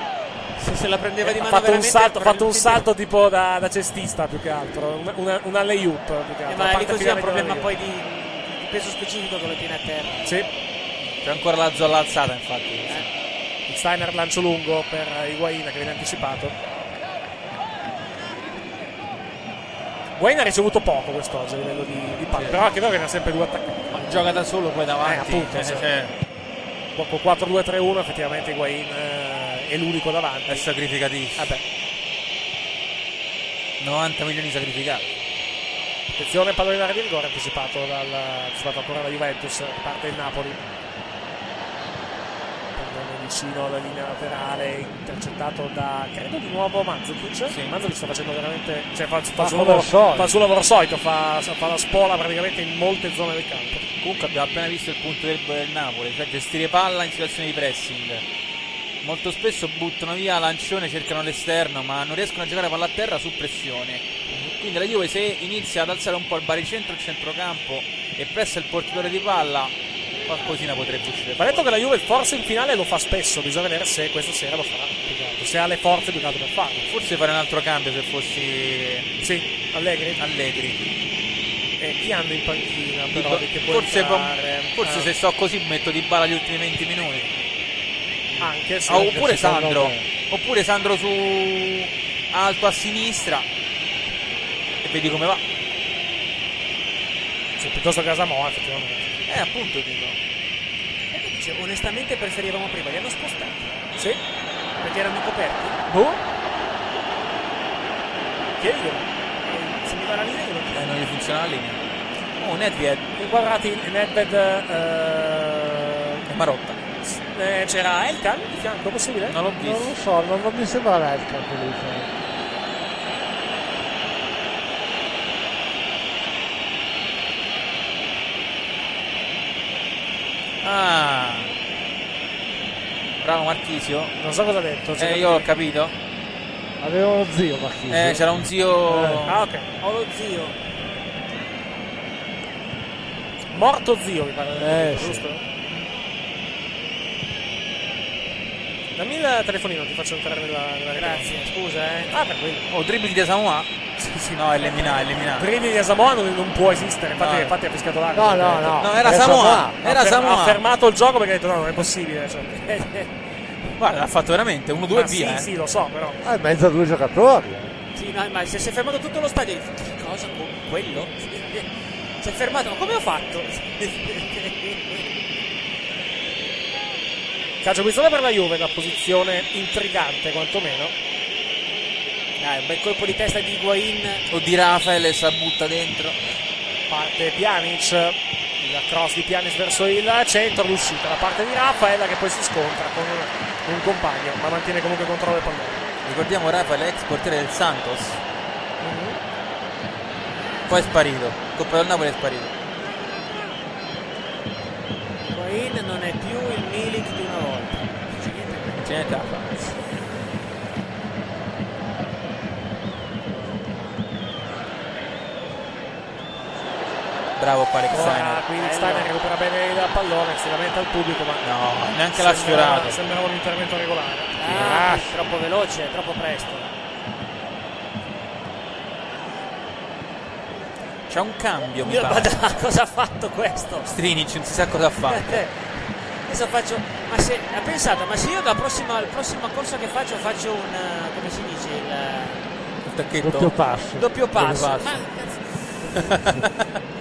Se, se la prendeva di Ha mano fatto un veramente, salto, ha avrei fatto un sentito. salto tipo da, da cestista più che altro, un- una, una lay-up più che Eh, ma altro. La lì parte così è un finale problema della poi eh. lay-up. di, di peso specifico con le piene a terra. Sì. C'è ancora la zolla alzata, infatti. Eh. Steiner lancio lungo per Higuain che viene anticipato. Higuain ha ricevuto poco quest'oggi a livello di, di palla, però anche vero che ne ha sempre due attaccanti. Ma gioca da solo poi davanti. Eh, appunto, cioè, sì. cioè, Dopo 4-2-3-1 effettivamente Higuain eh, è l'unico davanti. è sacrificatissimo. Vabbè. 90 milioni sacrificati. Attenzione, pallone in area di rigore anticipato, dal, anticipato ancora da Juventus, parte il Napoli. Pallone vicino alla linea laterale, intercettato da, credo di nuovo Mandzukic. Mandzukic sta facendo veramente, cioè fa, fa il suo come lavoro, al solito. fa il suo lavoro solito, fa, fa la spola praticamente in molte zone del campo. Comunque abbiamo appena visto il punto debole del Napoli, cioè gestire palla in situazioni di pressing. Molto spesso buttano via lancione, cercano l'esterno, ma non riescono a giocare palla a terra su pressione. Quindi la Juve se inizia ad alzare un po' il baricentro, il centrocampo e pressa il portatore di palla, qualcosina potrebbe uscire. Ma detto che la Juve forse in finale lo fa spesso, bisogna vedere se questa sera lo farà, più che altro, se ha le forze più che altro per farlo. Forse fare un altro cambio se fossi Sì, Allegri. Allegri. E Eh, chi hanno in panchina però? che può Forse, può- entrare? forse Ah, se sto così metto di balla gli ultimi 20 minuti. anche se- Ah, oppure secondo Sandro me. oppure Sandro su alto a sinistra e vedi come va Sì, piuttosto che Asamoah effettivamente. eh appunto dico Ecco, dice, onestamente preferivamo prima, li hanno spostati. Sì. Perché erano coperti. Boh. Chiedigelo. E se mi va la linea io lo eh, chiedo. non gli funziona la linea oh Nedved Inquadrati Eh, Nedved eh, e Marotta eh, c'era Elkan di fianco, possibile? non l'ho Non visto lo so, non, non mi sembra l'Elkan quello lì. ah bravo Marchisio Non so cosa ha detto. c'era- eh io l'ho capito Aveva uno zio Marchini. eh c'era un zio Ah, ok. Eh, Ho lo zio. Morto zio, mi pare. Eh, sì. giusto? Dammi il telefonino, ti faccio entrare nella, nella Grazie, scusa eh. Ah, tranquillo. oh dribbling di Samoa no è Lemina è Lemina Brividi di Samoa non, non può esistere, infatti, No. infatti ha pescato l'acqua. No, no, no. no era Era Samoa Samoa. era ha, fer- ha Samoa fermato il gioco perché ha detto no, non è possibile. Cioè. guarda l'ha fatto veramente 1-2 e Ma via Sì, eh. sì, lo so, però. Ah, in mezzo a due giocatori. eh. Sì, no, ma se si è fermato tutto lo stadio, che cosa? Co- Quello? Si è fermato, ma come ho fatto? Calcio guizzato per la Juve, una posizione intrigante quantomeno. Dai, un bel colpo di testa di Higuain. o di Rafael e sa butta dentro Parte Pjanic, il cross di Pjanic verso il centro, l'uscita da parte di Raffaella che poi si scontra con un, un compagno, ma mantiene comunque il controllo del pallone. Ricordiamo Rafael, ex portiere del Santos. Mm-hmm. Poi è sparito. Coppa del Napoli è sparito. Higuain non è più il Milik di una volta. Non c'è niente. Ce n'è da fare. Bravo qua Ora Alexander. qui Steiner recupera bene il pallone, si lamenta il pubblico, ma No, neanche l'ha sfiorato. Sembrava un intervento regolare. Ah, troppo veloce, troppo presto. c'è un cambio, mi Io- ma pare. da- cosa ha fatto questo? Strinic, non si sa cosa ha fatto. Adesso faccio. Ma se ha pensato, ma se io la prossima, il prossimo corso che faccio faccio un. eh, come si dice? Il Il tacchetto. Doppio passo. Doppio passo. Doppio passo. Ma-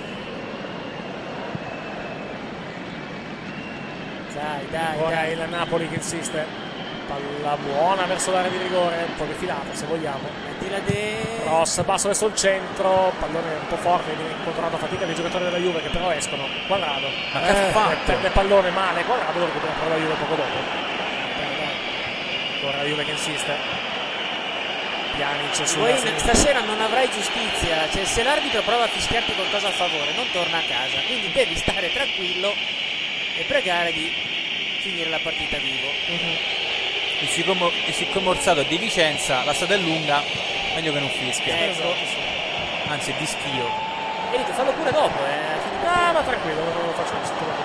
Dai, dai, Buona dai. la Napoli che insiste. Palla buona verso l'area di rigore, un po' defilata se vogliamo. Tira de- Cross basso verso il centro, pallone un po' forte, viene incontrato a fatica dei giocatori della Juve che però escono. Quadrado. Eh, Ma che ha fatto? Perde pallone male, Quadrado lo recupera però la Juve poco dopo. Bene, dai. Ancora la Juve che insiste. Pjanic sulla Higuain, sinistra. stasera non avrai giustizia, cioè se l'arbitro prova a fischiarti qualcosa a favore non torna a casa, quindi devi stare tranquillo e pregare di finire la partita vivo. Mhm. E siccome, e siccome Orsato è di Vicenza, la strada è lunga, meglio che non fischia. Eh, Ecco. Anzi, è di schio. E dico, fallo pure dopo, eh. Ah, ma tranquillo, lo facciamo sotto la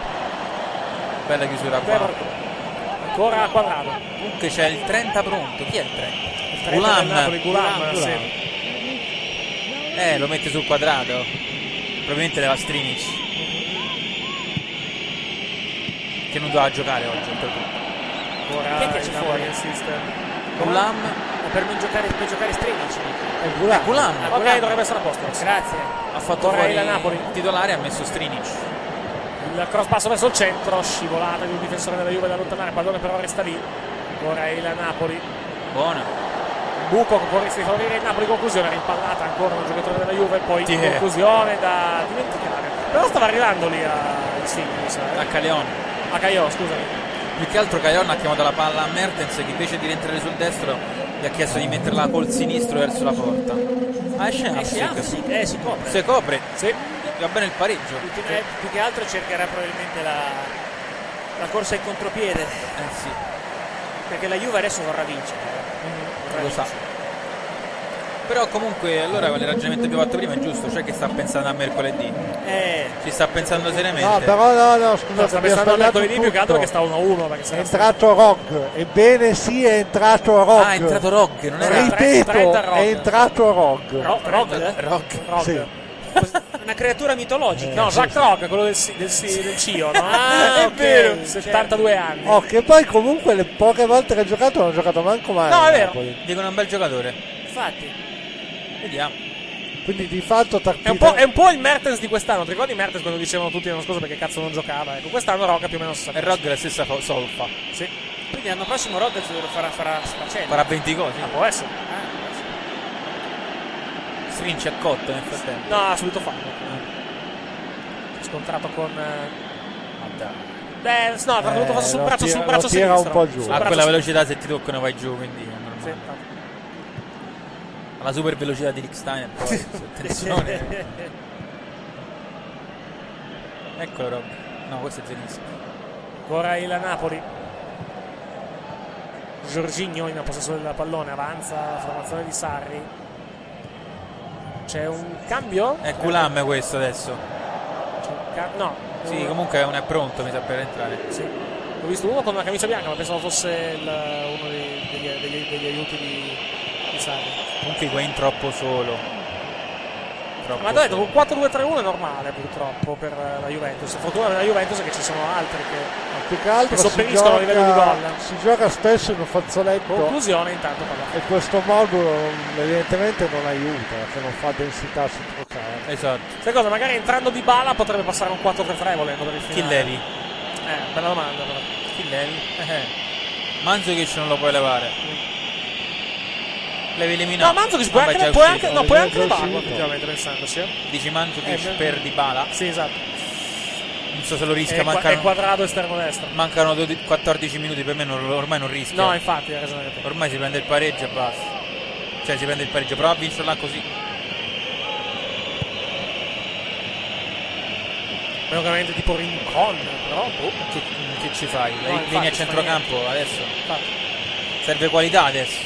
Bella chiusura qua. Ancora quadrato. Comunque c'è il 30 pronto. Chi è il 30? Il 30 del Napoli, Gulam, sì. Eh, lo mette sul quadrato. Probabilmente leva Strinic. Che non doveva giocare oggi. oltretutto. Ancora Chi è che c'è Ah, il Napoli fuori? che insiste. Gulam. Ma per non giocare, per giocare strenici. È Eh, Gulam. È Gulam. Ah, Ok, dovrebbe essere a posto. Grazie. Ha fatto Correa fuori da Napoli. il titolare e ha messo Strinic. Il cross passo verso il centro, scivolata di un difensore della Juve da allontanare, pallone però resta lì. Ancora il Napoli. Buona. Buco che può rischia di favorire il Napoli, conclusione rimpallata ancora un giocatore della Juve, poi Sì. conclusione da dimenticare. Però stava arrivando lì a Insigne, mi sa, eh. A Caleone. a Caio, scusami. Più che altro Cajon ha chiamato la palla a Mertens che invece di rientrare sul destro gli ha chiesto di metterla col sinistro verso la porta. Ah, esce Esce Hamsik. Hamsik, eh, si copre. Si copre. Sì. Va bene il pareggio. Più che, più che altro cercherà probabilmente la, la corsa in contropiede. Eh sì. Perché la Juve adesso vorrà vincere. Mhm. Vorrà Lo sa. vincere. Però comunque allora il ragionamento che ho fatto prima è giusto, cioè che sta pensando a mercoledì. Eh. Ci sta pensando seriamente. No, però no, no, No, sta scusate, mi ha pensando a sbagliato mercoledì più che altro tutto. che sta 1-1 perché se È ne entrato Rog, ebbene sì è entrato Rog. Ah, è entrato Rog, non era- Ripeto, Trenta Rog. è entrato Rog. Ro- Rog? Rog. Rog. Sì. Una creatura mitologica. No, Jack Rog, quello del, si- del, si- del CIO, no? Ah, È ok, vero, 72 anni. Oh, che poi comunque le poche volte che ha giocato non ha giocato manco male. No, è il vero. Napoli. Dicono un bel giocatore. Infatti, Vediamo. Quindi di fatto È un, po', è un po' il Mertens di quest'anno. Ti ricordi Mertens quando dicevano tutti l'anno scorso perché cazzo non giocava? Ecco, quest'anno Roca più o meno sa. E Rog è la stessa fo- solfa. Sì. quindi l'anno prossimo Rodgers lo farà, farà sfacella. Farà 20 cose. Ah, può essere. Strinci a cotto nel frattempo. No, ha subito fatto. Scontrato con. eh, Beh, no, ha dovuto Ah, fare sul Eh, lo braccio, tira- sul braccio lo tira un sinistro. po' giù. Sul A braccio quella sinistro. velocità se ti toccano vai giù, quindi è normale. Sì, infatti. Alla super velocità di Rick Steiner poi, attenzione. Eccolo Rob. No, questo è Zelinski. Ancora il Napoli. Giorginio in possesso del pallone, avanza la formazione di Sarri. C'è un cambio? È Culam questo adesso. C'è un ca- no. Sì, Eh, comunque non è pronto, mi sa per entrare. sì. Ho visto uno con una camicia bianca, ma pensavo fosse il- uno dei- degli, degli- degli aiuti di, di Sarri. Comunque Higuain troppo solo. Troppo Ma detto, solo. un 4-2-3-1 è normale purtroppo per eh, la Juventus. Fortuna per la Juventus è che ci sono altri che più che altro che si sopperiscono a livello di gioca, gol. si gioca spesso in un fazzoletto Conclusione intanto parla. e questo modulo evidentemente non aiuta, se non fa densità sul giocare. Esatto. Sai cosa? Magari entrando di bala potrebbe passare un 4-3-3 volendo per il Chi finale. levi? Eh, bella domanda però. Chi levi? Eh. Manzukic non lo puoi levare. Levi eliminato. No, Manzo puoi Vabbè, anche, già è puoi uscito. anche, no, puoi anche già levarlo uscito. effettivamente pensandoci. eh. Dici Manzukic Eh, per Dybala. Sì, esatto. Non so se lo rischia, È, qua- è mancano, quadrato esterno destro. mancano 12 14 minuti, per me non- ormai non rischia. No, infatti, hai ragione che te. Ormai si prende il pareggio e basta. Cioè si prende il pareggio, prova a vincerla così. Meno veramente tipo Rincon, però boh, Che, che ci fai? No, Vieni infatti, a centrocampo adesso. infatti. Serve qualità adesso.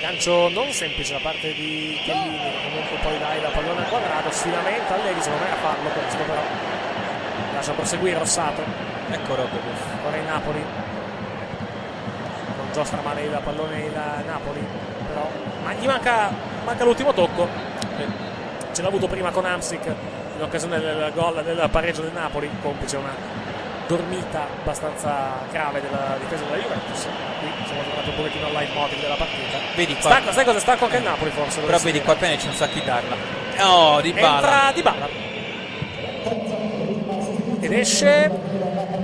Gancio non semplice da parte di Chiellini, che comunque poi dai la pallone al quadrato, sfidamento Allegri, secondo me a farlo questo però. Lascia proseguire Rossato, Ecco Rob questo. ora in Napoli. Non giostra male il pallone il Napoli, però ma gli manca, manca l'ultimo tocco. Sì. C'è ce l'ha avuto prima con Amsic in occasione del gol del pareggio del Napoli, complice una dormita abbastanza grave della difesa della Juventus. Qui siamo tornati un pochettino al live motive della partita. Vedi qua. Stanco, sai cosa è stanco anche il Napoli forse? Però vedi qua appena c'è un sacco di tarla. Oh, di bala. Entra di bala. Ed esce.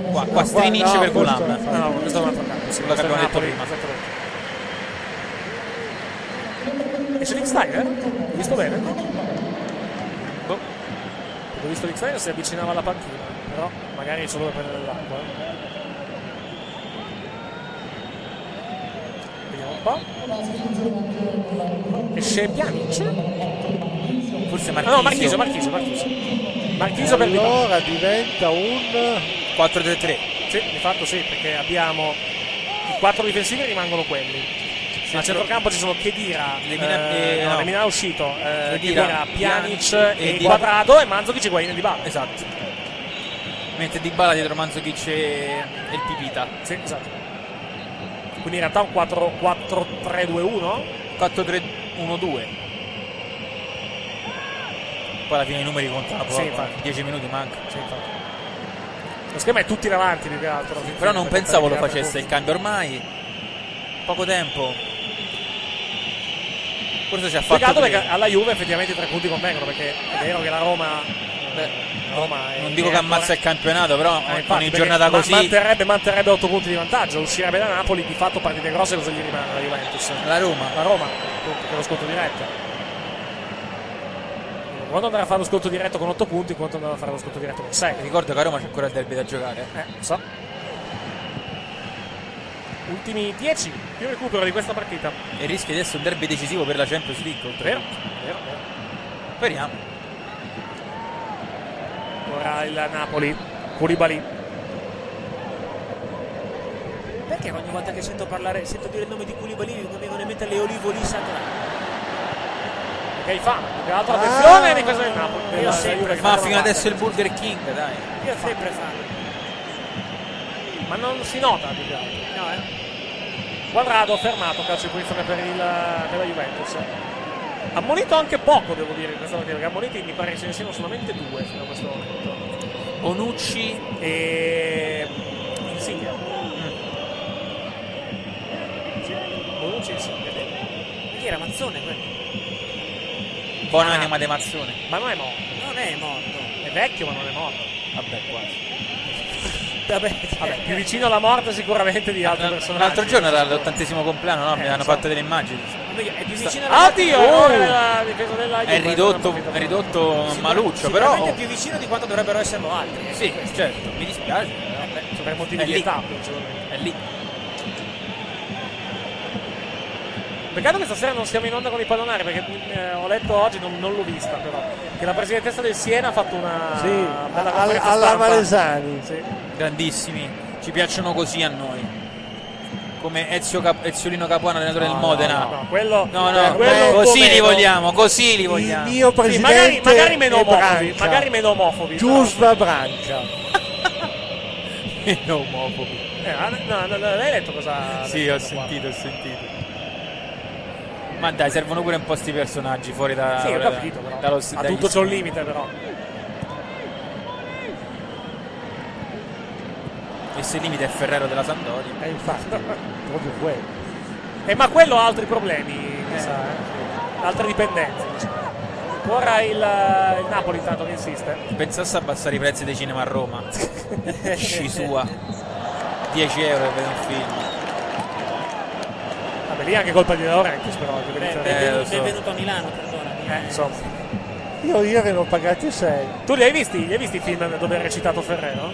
Qua, qua Strinic per Gulam. No, no, questo è un altro campo. Sì, Quello che questo è abbiamo detto Napoli, prima. esatto. Esce l'X-Tiger? Ho visto bene? Boh. Perché Ho visto l'X-Tiger si avvicinava alla panchina, però magari solo per prendere eh. dell'acqua. Vediamo un po'. Esce Pjanic. Forse Ah, no, Marchisio, Marchisio, Marchisio. Marchisio per Dybala. allora diventa un 4-3-3. Sì, di fatto sì, perché abbiamo i quattro difensivi rimangono quelli. A centrocampo ci sono Chedira, Lemina- eh, eh, no, no. Lemina è uscito, eh, Khedira, Chedira, Pjanic Pjanic e e Di- Quadrado e Mandzukic e Guaino di Bala. Esatto. Mentre di bala dietro Manzukic e, e il Pipita. Sì, esatto. Quindi in realtà un 4-3-2-1. 4-3-1-2. Poi alla fine i numeri contano Sì, poco. infatti. 10 minuti manca. Lo schema è tutti in avanti più che altro. Però non Perché pensavo lo per- facesse il cambio ormai. Poco tempo. Forse ci ha fatto. Peccato perché prima. alla Juve effettivamente i tre punti convengono perché è vero che la Roma... la Roma è- Non dico è che ancora- ammazza il campionato, però Eh, con infatti, una perché giornata ma- così. manterrebbe, manterrebbe 8 punti di vantaggio, uscirebbe da Napoli, di fatto partite grosse cosa gli rimane la Juventus? La Roma. La Roma, appunto, con lo sconto diretto. Quando andrà a fare lo sconto diretto con 8 punti, quanto andrà a fare lo sconto diretto con 6. Ricordo che a Roma c'è ancora il derby da giocare. Eh, lo so. Ultimi 10 più recupero di questa partita. E rischia di essere un derby decisivo per la Champions League. Vero, oltretutto. vero, vero. Speriamo. Ora il Napoli, Curibali. Perché ogni volta che sento parlare, sento dire il nome di Koulibaly mi vengono in mente le olivoli sacrali? Che hai fame? Tra l'altro, Ah. attenzione, ripresa del Napoli. Io della sempre Juve che Ah. Eh, Ma fa fino la adesso parte. il Burger King, dai. Io ho sempre fame. ma non si nota più che altro. No, eh. Quadrado fermato, calcio di punizione per, il, per la Juventus. Ammonito anche poco, devo dire, in questa partita, perché ammoniti mi pare che ce ne siano solamente due fino a questo momento. Bonucci E. Insigne. Mm. Sì, Bonucci e Insigne. bene. Chi era Mazzone quello? Buona anima di Mazzone. Ah, Ma non è morto. Non è morto. È vecchio, ma non è morto. Vabbè, quasi. Vabbè, Vabbè, più vicino alla morte sicuramente di altri personaggi. Eh, L'altro Ah, giorno era l'ottantesimo compleanno, no? Mi lo hanno so. fatto delle immagini. È più vicino alla Addio! morte. errore della difesa della Oh! È Juve, ridotto, non ho è capito. ridotto maluccio, Sicuramente però. è più vicino di quanto dovrebbero esserlo altri. eh. Sì, certo, mi dispiace. però Cioè, per motivi È di lì. età, principalmente. È lì. Peccato che stasera non siamo in onda con i pallonari perché eh, ho letto oggi, non, non l'ho vista però, che la presidentessa del Siena ha fatto una Sì, bella a- conferenza alla stampa. Maresani. Sì. Grandissimi. Ci piacciono così a noi. Come Ezio Cap- Eziolino Capuano, allenatore del Modena. No, quello, No, eh, no, quello un po' così li meno. vogliamo, così li il vogliamo. mio Sì, presidente magari, magari meno è omofobi, Brancia. magari meno omofobi. però. Giusva Brancia Meno omofobi. Eh, no, no, no, l'hai letto cosa? ha Sì, detto ho qua? sentito, ho sentito. Ma dai, servono pure un po' sti personaggi fuori da, Sì, ho fuori da- capito però. dallo a dagli tutto c'è un schemi. limite però. E se il limite è Ferrero della Sandoria. è infatti proprio quello Eh, ma quello ha altri problemi, mi sa, eh. altre dipendenze. diciamo. Ora il, il Napoli intanto che insiste. Pensasse a abbassare i prezzi dei cinema a Roma. Sci sua. 10 euro per un film. Vabbè, lì è anche colpa di Laurentiis però. che Beh, eh, verità. lo benvenuto, so. benvenuto a Milano, perdona. Eh, insomma. io ieri ne ho pagati 6 Tu li hai visti? Li hai visti i film dove ha recitato Ferrero?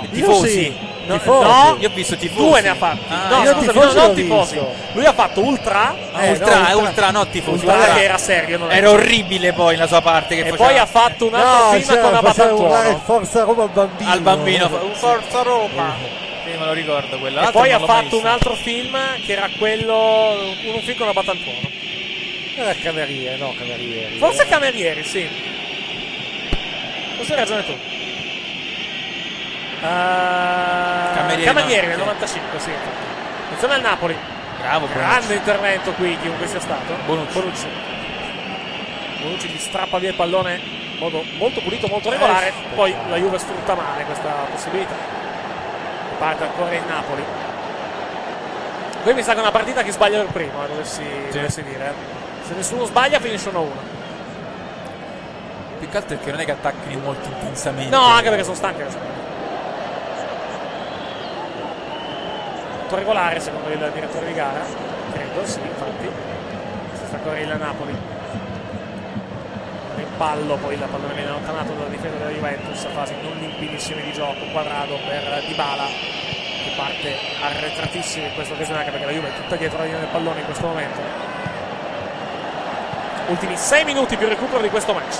I tifosi. No, tifosi. no. Io ho visto tifosi. Due ne ha fatti. Ah, no, io scusa, tifosi no, non l'ho tifosi. visto. Lui ha fatto Ultra. Ah, Eh, ultra, no, è ultra. ultra, no tifosi. Ultra ultra. che era serio. Non è- Era orribile poi la sua parte che E faceva poi ha fatto un altro film con faceva urlare Abbatantuono. Forza Roma al bambino al bambino. fa- Sì. Forza Roma. Sì, me lo ricordo quello. E L'altro poi non ha l'ho mai fatto un visto. altro film che era quello. Un un film con Abbatantuono. era cameriere Eh, no cameriere Forse cameriere Camerieri, sì. Forse hai ragione tu. Eh, Ah, Camerieri, Camerieri no, nel sì. 95, sì. infatti. Attenzione al Napoli. Bravo, Grande Bonucci. intervento qui, chiunque sia stato. Bonucci. Bonucci. Bonucci gli strappa via il pallone in modo molto pulito, Eh, molto regolare. Poi la Juve sfrutta male questa possibilità. Parte ancora il Napoli. Qui mi sa che è una partita che sbaglia per primo, eh, dovessi, dovessi dire. eh. Se nessuno sbaglia finisce 1-1. Più che altro è che non è che attacchino molto intensamente. No, anche perché sono stanchi. adesso. Molto regolare secondo il direttore di gara. Credo, sì, infatti. Si sta ancora il Napoli. Rimpallo, poi il pallone viene allontanato dalla difesa della Juventus a fasi non limpidissime di gioco. Quadrado per Dybala che parte arretratissimo in questa occasione anche perché la Juve è tutta dietro la linea del pallone in questo momento. Ultimi 6 minuti più recupero di questo match.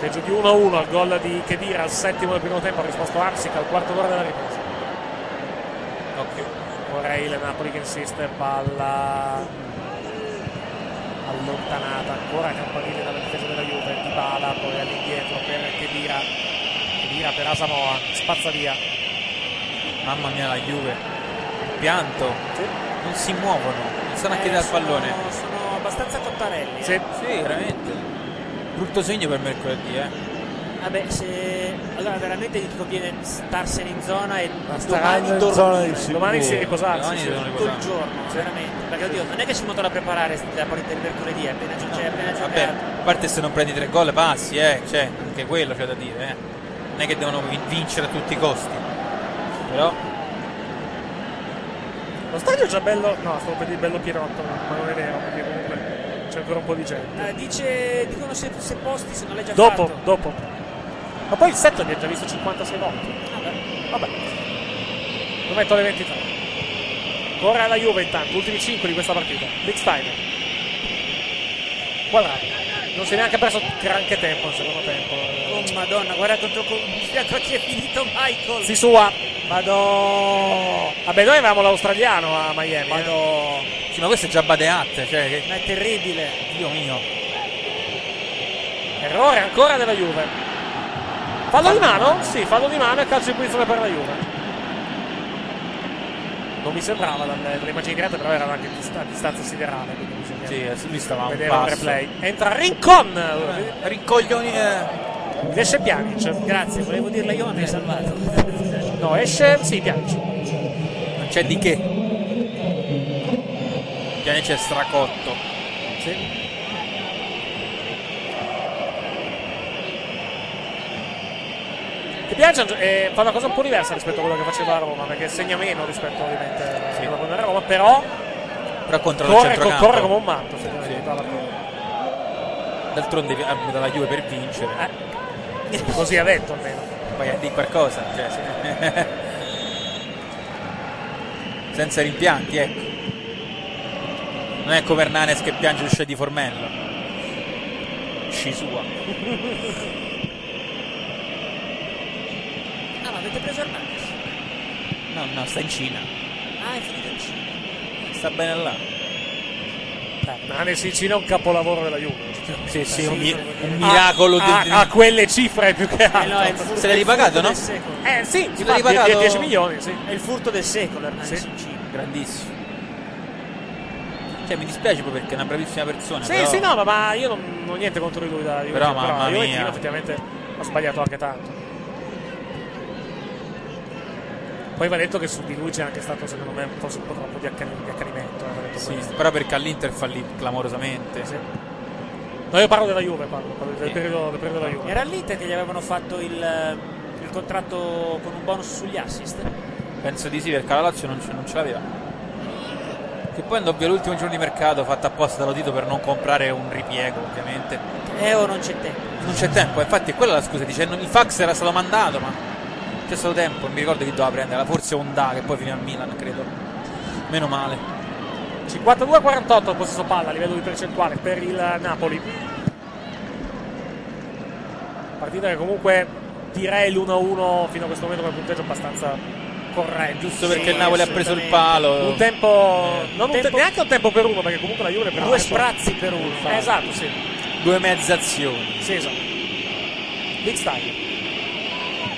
Peggio di 1-1 al gol di Kedira al settimo del primo tempo ha risposto Arsic al quarto d'ora della ripresa. Occhio. Ora il Napoli che insiste, palla allontanata ancora campanile dalla difesa della Juve, di Bala poi all'indietro per Kedira. Kedira per Asamoa, spazza via. Mamma mia la Juve. Pianto. Non si muovono. Non stanno a chiedere al pallone. Sono abbastanza cottarelli. eh. Sì. veramente. Brutto segno per mercoledì, eh. Vabbè, se... Allora veramente gli conviene starsene in zona e staranno domani in dormire. zona di sicuro. Domani si riposarsi, Domani sì, devono tutto il riposarsi. giorno, veramente. Perché oddio, non è che ci mettono a preparare la partita di mercoledì, è appena gio- cioè, è appena giocato. Vabbè, a parte se non prendi tre gol passi, eh. Cioè, anche quello c'è da dire, eh. Non è che devono vin- vincere a tutti i costi. Però Lo stadio è già bello, no, stavo per dire bello Pirotto, ma non è vero, perché comunque c'è ancora un po' di gente. Eh, dice, dicono se, se posti, se non l'hai già Dopo, fatto. dopo. Ma poi il set li ha già visto 56 volte. Vabbè. Lo metto alle 23. Ora la Juve intanto, ultimi 5 di questa partita. Big Steiner. Quadrati. Non si è neanche perso granché tempo al secondo tempo. Oh madonna, guarda contro con- a chi è finito Michael. Si sua. Madò. Vabbè, noi avevamo l'australiano a Miami. Madò. Sì, ma questo è già badeatte, cioè che- Ma è terribile. Dio mio. Errore ancora della Juve. Fallo di mano? Sì, fallo di mano e calcio di punizione per la Juve. Non mi sembrava dalle, dalle immagini dirette, però erano anche dist- a distanza siderale. quindi bisogna Sì, eh, lui stava a un vedere passo. il replay. Entra Rincon! Rincoglioni. eh. Esce Pjanic. Grazie, volevo dirla io, ma mi hai salvato. No, esce, sì, Pjanic. Non c'è di che. Pjanic è stracotto. Sì. Che Pjanic eh, fa una cosa un po' diversa rispetto a quello che faceva a Roma, perché segna meno rispetto ovviamente a quello che era Roma, però Però contro il corre, centrocampo. corre come un matto. secondo me, tutta la corsa. D'altronde vi- abita la Juve per vincere. Eh, Così ha detto almeno. Poi è di qualcosa. cioè, sì. Senza rimpianti, ecco. Non è come Hernanes che piange l'uscita di Formello. Sci sua. Ah, ma avete preso Hernandez? No, no, sta in Cina. Ah, è finito in Cina. Sta bene là. Nane Sicina è un capolavoro della Juve. Sì, sì, un, mi- un miracolo a, del- a, a quelle cifre più che altro. no, è il furto Se l'hai del ripagato, no? secolo. Eh sì, Se si l'hai ripagato- 10 milioni, sì. È il furto del secolo Hernandez in Cina. Grandissimo. Cioè, mi dispiace proprio perché è una bravissima persona. Sì, però- sì, no, ma, ma io non, non ho niente contro di lui da Juve. cioè, Però, mamma la Juventina mia. effettivamente ha sbagliato anche tanto. Poi va detto che su di lui c'è anche stato, secondo me, forse un po' troppo di, accani- di accanimento. eh, va detto Sì, questo. però perché all'Inter fallì clamorosamente. No, io parlo della Juve, parlo, parlo del, periodo, del periodo della Juve. Era all'Inter che gli avevano fatto il, il contratto con un bonus sugli assist. Penso di sì, perché la Lazio non ce, non ce l'aveva. Che poi andò via l'ultimo giorno di mercato fatto apposta dallo Tito per non comprare un ripiego, ovviamente. Eh, o non c'è tempo. Non c'è tempo, infatti è quella la scusa, dice "No, il fax era stato mandato, ma non c'è stato tempo, non mi ricordo chi doveva prendere, forse Onda che poi finì a Milan, credo. Meno male. 52-48 il possesso palla a livello di percentuale per il Napoli. Partita che comunque direi l'1-1 fino a questo momento come punteggio abbastanza corretto. Giusto perché il Napoli ha preso il palo. Un tempo, Eh, non un te- tempo- neanche un tempo per uno perché comunque la Juve ne prende Due tempo. sprazzi per uno. Eh, esatto, sì. Due mezzazioni. Sì, esatto. Big Style.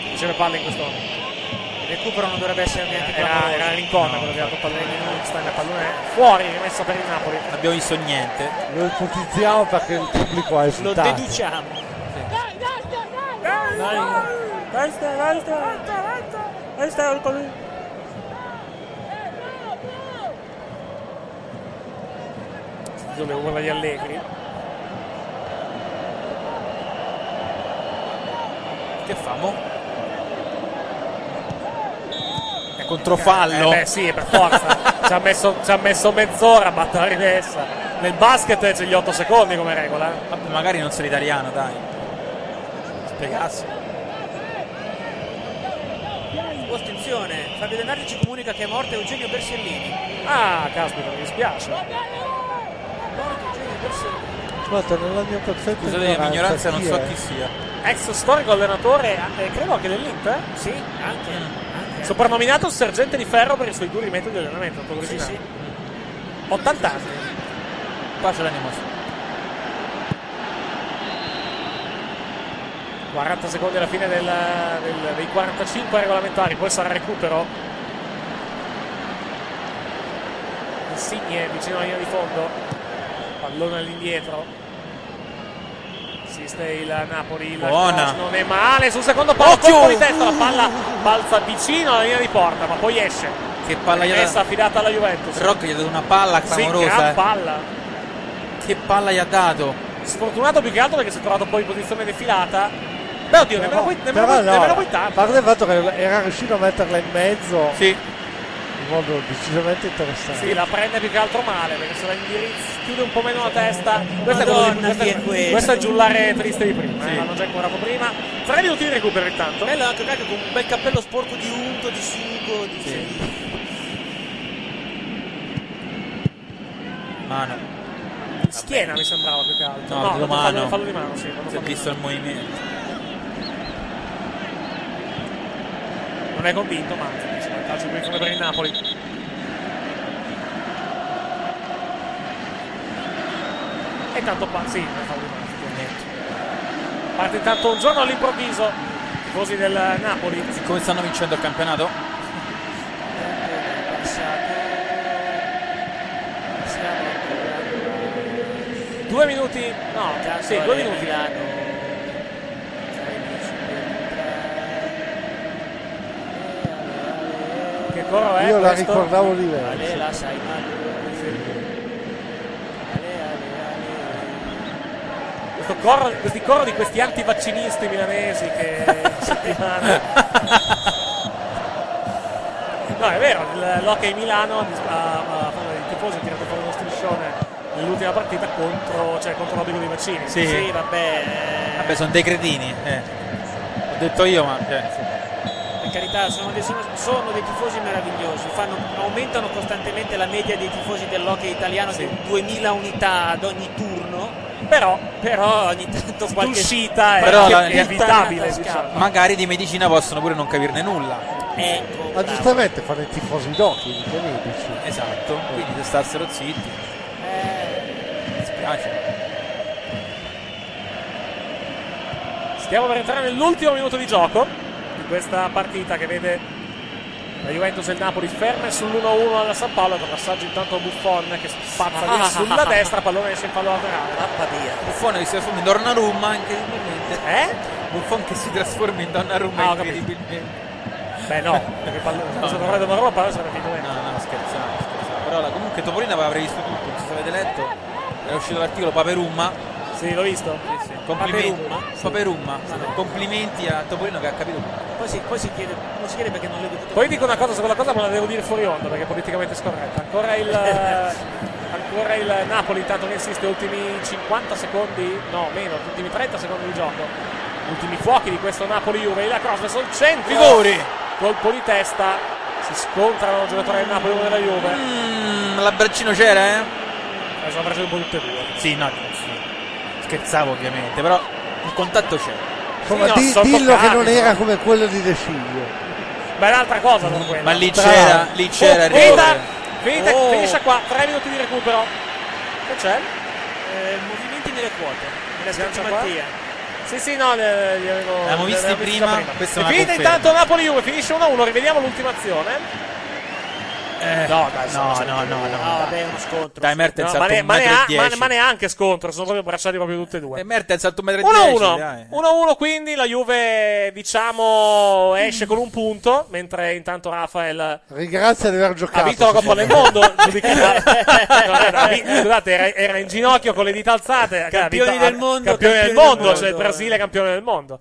Non c'è le palle in questo momento. Il recupero non dovrebbe essere neanche Era, era Rincon quello che ha esatto. dato il pallone in Einstein, il pallone fuori, rimessa per il Napoli. Abbiamo visto niente. Lo ipotizziamo perché il pubblico ha Lo esultato. deduciamo. Dai, Resta, resta, resta, resta con Dove urla di Allegri. Che famo? È controfallo. Eh, beh, sì, per forza. ci, ha messo, ci ha messo mezz'ora a battere la rimessa. Nel basket c'è gli 8 secondi come regola. eh. Vabbè, magari non sei italiano, dai. Spiegassi. Oh, attenzione, Fabio Denardi ci comunica che è morto Eugenio Bersellini. Ah, caspita, mi dispiace. Morto Eugenio Bersellini. Ascolta, nella mia perfetta Scusate la mia ignoranza, non chi so è? chi sia. Ex storico allenatore, eh, credo anche dell'Inter. Ah. Sì, anche. anche. Soprannominato sergente di ferro per i suoi duri metodi di allenamento. tutto così. 80 anni. Qua ce l'animo. 40 secondi alla fine del- del- dei 45 regolamentari, poi sarà recupero. Insigne vicino alla linea di fondo, pallone all'indietro. Assiste il Napoli, il Buona. cross non è male, sul secondo palo, colpo di testa, la palla balza vicino alla linea di porta, ma poi esce. Che palla gli ha Rimessa dato. affidata alla Juventus. Rock gli ha dato una palla Sì, gran clamorosa. eh. palla. Che palla gli ha dato. Sfortunato più che altro perché si è trovato poi in posizione defilata. Beh, oddio, nemmeno poi nemmeno Però poi- no, nemmeno poi a tanto. parte il fatto che era riuscito a metterla in mezzo Sì. in modo decisamente interessante. Sì, la prende più che altro male perché se la indirizza chiude un po' meno la testa. Questa è, quello di- Madonna, questa, chi è questo? questa è giullare triste di prima. eh, Sì. L'hanno già inquadrato prima. Tre minuti di recupero intanto. Bello anche Lukaku con un bel cappello sporco di unto, di sugo, di... Mano. Schiena mi sembrava più che altro. No, no fallo fallo, mano. fallo di mano, sì. quando Si è fallo di visto il movimento. mano. Non è convinto, ma dice il calcio qui come per il Napoli. E tanto pa- sì, non è fallo di mano, sicuramente. Parte intanto un giorno all'improvviso. Tifosi del Napoli. Siccome stanno vincendo il campionato, Passato. Siamo ancora- Due minuti. No, Tanto sì, due Ale minuti. Milano. Sai, dieci, ventitré. Che coro è? Io la questo? ricordavo di Ale lei. la eh, sai male. Ale, ale, Questo coro, questi coro di questi antivaccinisti milanesi che in settimana. No, è vero, il- l'Hockey Milano ha, ha, i tifosi ha tirato fuori uno striscione nell'ultima partita contro, cioè, contro l'obbligo dei vaccini. eh. Sì. ale. Sì, vabbè. vabbè, sono dei cretini. eh. Ho detto io, ma. eh, sì. Per carità, sono dei, sono- sono dei tifosi meravigliosi, fanno- aumentano costantemente la media dei tifosi dell'hockey italiano di 2000 unità ad ogni turno, Però però ogni tanto qualche l'uscita è, Però la- è evitabile. Scarpa. diciamo. Magari di medicina possono pure non capirne nulla. Ecco, Ma bravo. giustamente fanno i tifosi d'occhi, mica medici. Esatto. Quindi se stassero zitti. Mi spiace. Stiamo per entrare nell'ultimo minuto di gioco di questa partita che vede la Juventus e il Napoli ferme sull'1-1 alla San Paolo con passaggio intanto a Buffon che spazza via sulla destra, pallone esce in fallo laterale. Mamma mia. Buffone che si trasforma in Donnarumma incredibilmente. Eh? Buffon che si trasforma in Donnarumma Ah, ho capito. incredibilmente. Beh no, perché pallone, se non vedo Maroma pallone eh, sarebbe finito dentro. No, no, scherzavo, scherzavo. Però la- comunque Topolino aveva previsto tutto, non so se avete letto. Era uscito l'articolo Paperumma. Sì, l'ho visto. Complimenti. Paperumma? Sì. Paperumma, Ma no. Complimenti a Topolino che ha capito tutto. Poi si, poi si chiede, non si chiede perché non l'ho dovuto Poi dico una cosa su quella cosa ma la devo dire fuori onda perché è politicamente scorretta. Ancora il, ancora il Ah, Napoli intanto che insiste, ultimi 50 secondi, no meno, ultimi 30 secondi di gioco. Ultimi fuochi di questo Napoli-Juve, la cross verso il centro. colpo di testa si scontrano il giocatore del Napoli e uno della Juve Mm, l'abbraccino c'era, eh? Eh, sono presi un po' tutte e due Sì, no, sì. scherzavo ovviamente, però il contatto c'è. Insomma, no, di- sono dillo che toccati, non era sono- come quello di De Sciglio. ma è un'altra cosa non quella Ma lì Bravo. c'era, lì c'era il finita, rigore. finita Oh. finisce qua 3 minuti di recupero che c'è? Eh, movimenti nelle quote, nella Sgancia schiaccia qua. Mattia. Sì, sì, no, li avevo L'abbiamo li visti avevo visti da prima, questa è E una finita conferma. intanto Napoli-Juve, finisce 1-1, rivediamo l'ultima azione. no, dai, Eh, no, no, no, no. vabbè, uno scontro. Dai, Mertens No, ma, alto ne, un ma, metro e neanche- ma, dieci. Eh, ma neanche scontro, sono proprio abbracciati proprio tutte e due. E Mertens alto 1,10 dai. 1-1. 1-1 quindi la Juve diciamo esce con un punto, mentre intanto Rafael Ringrazia di aver ha giocato. vinto la Coppa del signore. Mondo. giudicata- No, era- vi- eh, Scusate, era, era in ginocchio con le dita alzate. Campioni Vinta- del mondo, campioni campioni del del mondo, cioè il mondo. Brasile campione del mondo.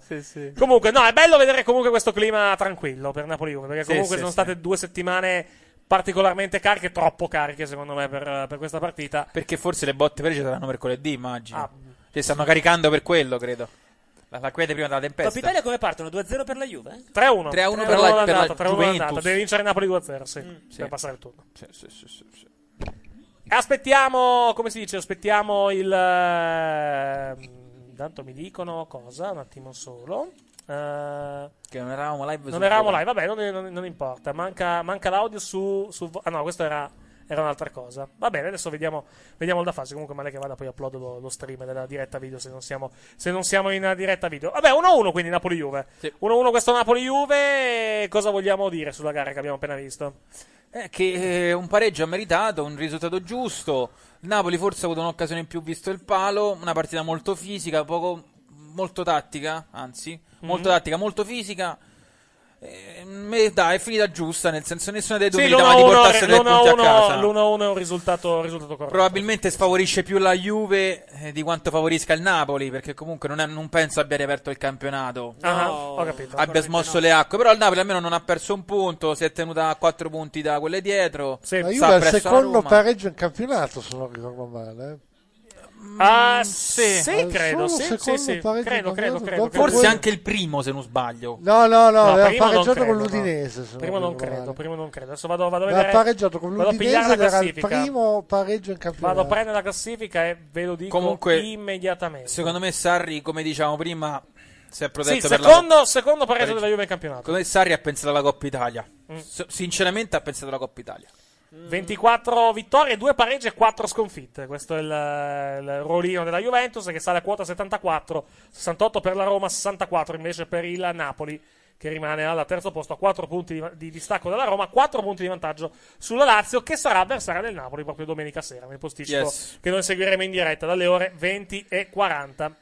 Comunque, no, è bello vedere comunque questo clima tranquillo per Napoli Juve, perché Sì, comunque sì, sono sì. state due settimane particolarmente cariche, troppo cariche secondo me per, per questa partita. Ah. Perché forse le botte vere ci saranno mercoledì, immagino. Cioè, stanno caricando per quello, credo. La, la quiete prima della Coppa tempesta. Italia come partono? 2-0 per la Juve? 3-1 3-1. 3-1 per la- per la l'andata, 3-1 l'andata. Juventus. Mm. Deve vincere Napoli 2-0, sì, sì. per passare il turno. Sì, sì, sì, sì, sì. Aspettiamo, come si dice, aspettiamo il... ehm, Intanto mi dicono cosa, un attimo solo. Eh, Che non eravamo live. non eravamo live, vabbè, non, non- non importa. Manca, manca l'audio su, su- Ah no, questo era, era un'altra cosa. Va bene, adesso vediamo, vediamo il da farsi. Comunque male che vada, poi upload lo, lo stream della diretta video se non siamo, se non siamo in diretta video. Vabbè, 1-1 quindi Napoli-Juve. 1-1 questo Napoli-Juve. Cosa vogliamo dire sulla gara che abbiamo appena visto? Eh, che eh, un pareggio ha meritato, un risultato giusto. Il Napoli forse ha avuto un'occasione in più visto il palo, una partita molto fisica, poco molto tattica, anzi, Mhm. molto tattica, molto fisica. Eh, me- dai, è finita giusta, nel senso nessuna delle due Sì, meritava di portarsi tre punti a casa. l'1-1 è un risultato, risultato corretto. Probabilmente sfavorisce più la Juve eh, di quanto favorisca il Napoli, perché comunque non, è- non penso abbia riaperto il campionato. Ah, ho capito. Abbia smosso le acque, però il Napoli almeno non ha perso un punto, si è tenuta a 4 punti da quelle dietro. La Juve sta è il presso la secondo Roma. pareggio in campionato, se non ricordo male. eh. Ah, sì. sì, Solo credo, sì, sì, secondo sì, pareggio credo, credo, confermato, credo, dopo credo. Forse anche il primo, se non sbaglio. No, no, no, aveva primo non pareggiato credo, con l'Udinese. se Primo non ricordo credo, male. primo non credo. Adesso vado, vado a Aveva vedere. pareggiato con vado a l'Udinese pigliare ed la era il classifica. primo pareggio in Vado a campionato. prendere la classifica e ve lo dico Comunque, immediatamente. Secondo me Sarri, come diciamo prima, si è protetto Sì, per secondo, la secondo pareggio della Juve in campionato. Secondo me Sarri ha pensato alla Coppa Italia. Mm. S- sinceramente ha pensato alla Coppa Italia. 24 vittorie, 2 pareggi e 4 sconfitte. Questo è il, il ruolino della Juventus che sale a quota 74, 68 per la Roma, 64 invece per il Napoli che rimane al terzo posto a 4 punti di, di distacco dalla Roma, 4 punti di vantaggio sulla Lazio che sarà avversaria del Napoli proprio domenica sera, nel posticipo Yes. che noi seguiremo in diretta dalle ore 20 e 40.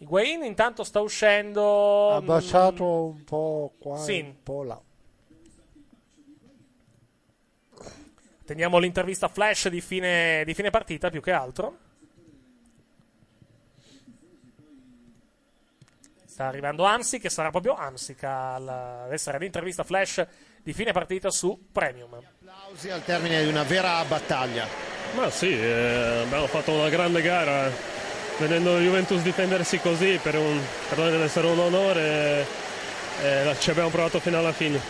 Higuain intanto sta uscendo Ha baciato un po' qua e Sì. un po' là. Teniamo l'intervista flash di fine, di fine partita più che altro. Sta arrivando Amsic che sarà proprio Amsic alla- ad essere l'intervista flash di fine partita su Premium. Applausi al termine di una vera battaglia. Ma sì, eh, abbiamo fatto una grande gara. Vedendo la Juventus difendersi così per, un, per noi deve essere un onore, eh, eh, ci abbiamo provato fino alla fine.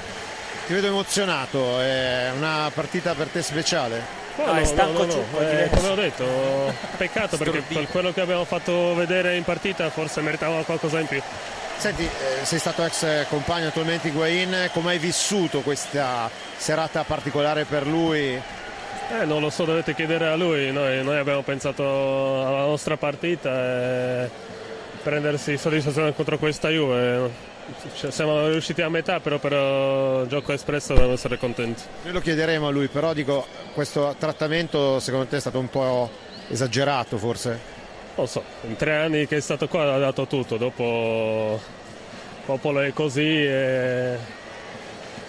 Ti vedo emozionato, è una partita per te speciale. Ma no, no, no, no, eh, come ho detto, peccato perché per quello che abbiamo fatto vedere in partita forse meritava qualcosa in più. Senti, eh, sei stato ex eh, compagno attualmente Higuain, come hai vissuto questa serata particolare per lui? Eh, non lo so, dovete chiedere a lui. Noi, noi abbiamo pensato alla nostra partita eh, e prendersi soddisfazione contro questa Juve. Cioè, siamo riusciti a metà, però per eh, gioco espresso dobbiamo essere contenti. Noi lo chiederemo a lui, però dico, questo trattamento secondo te è stato un po' esagerato forse? Non so, in tre anni che è stato qua ha dato tutto, dopo Popolo è così e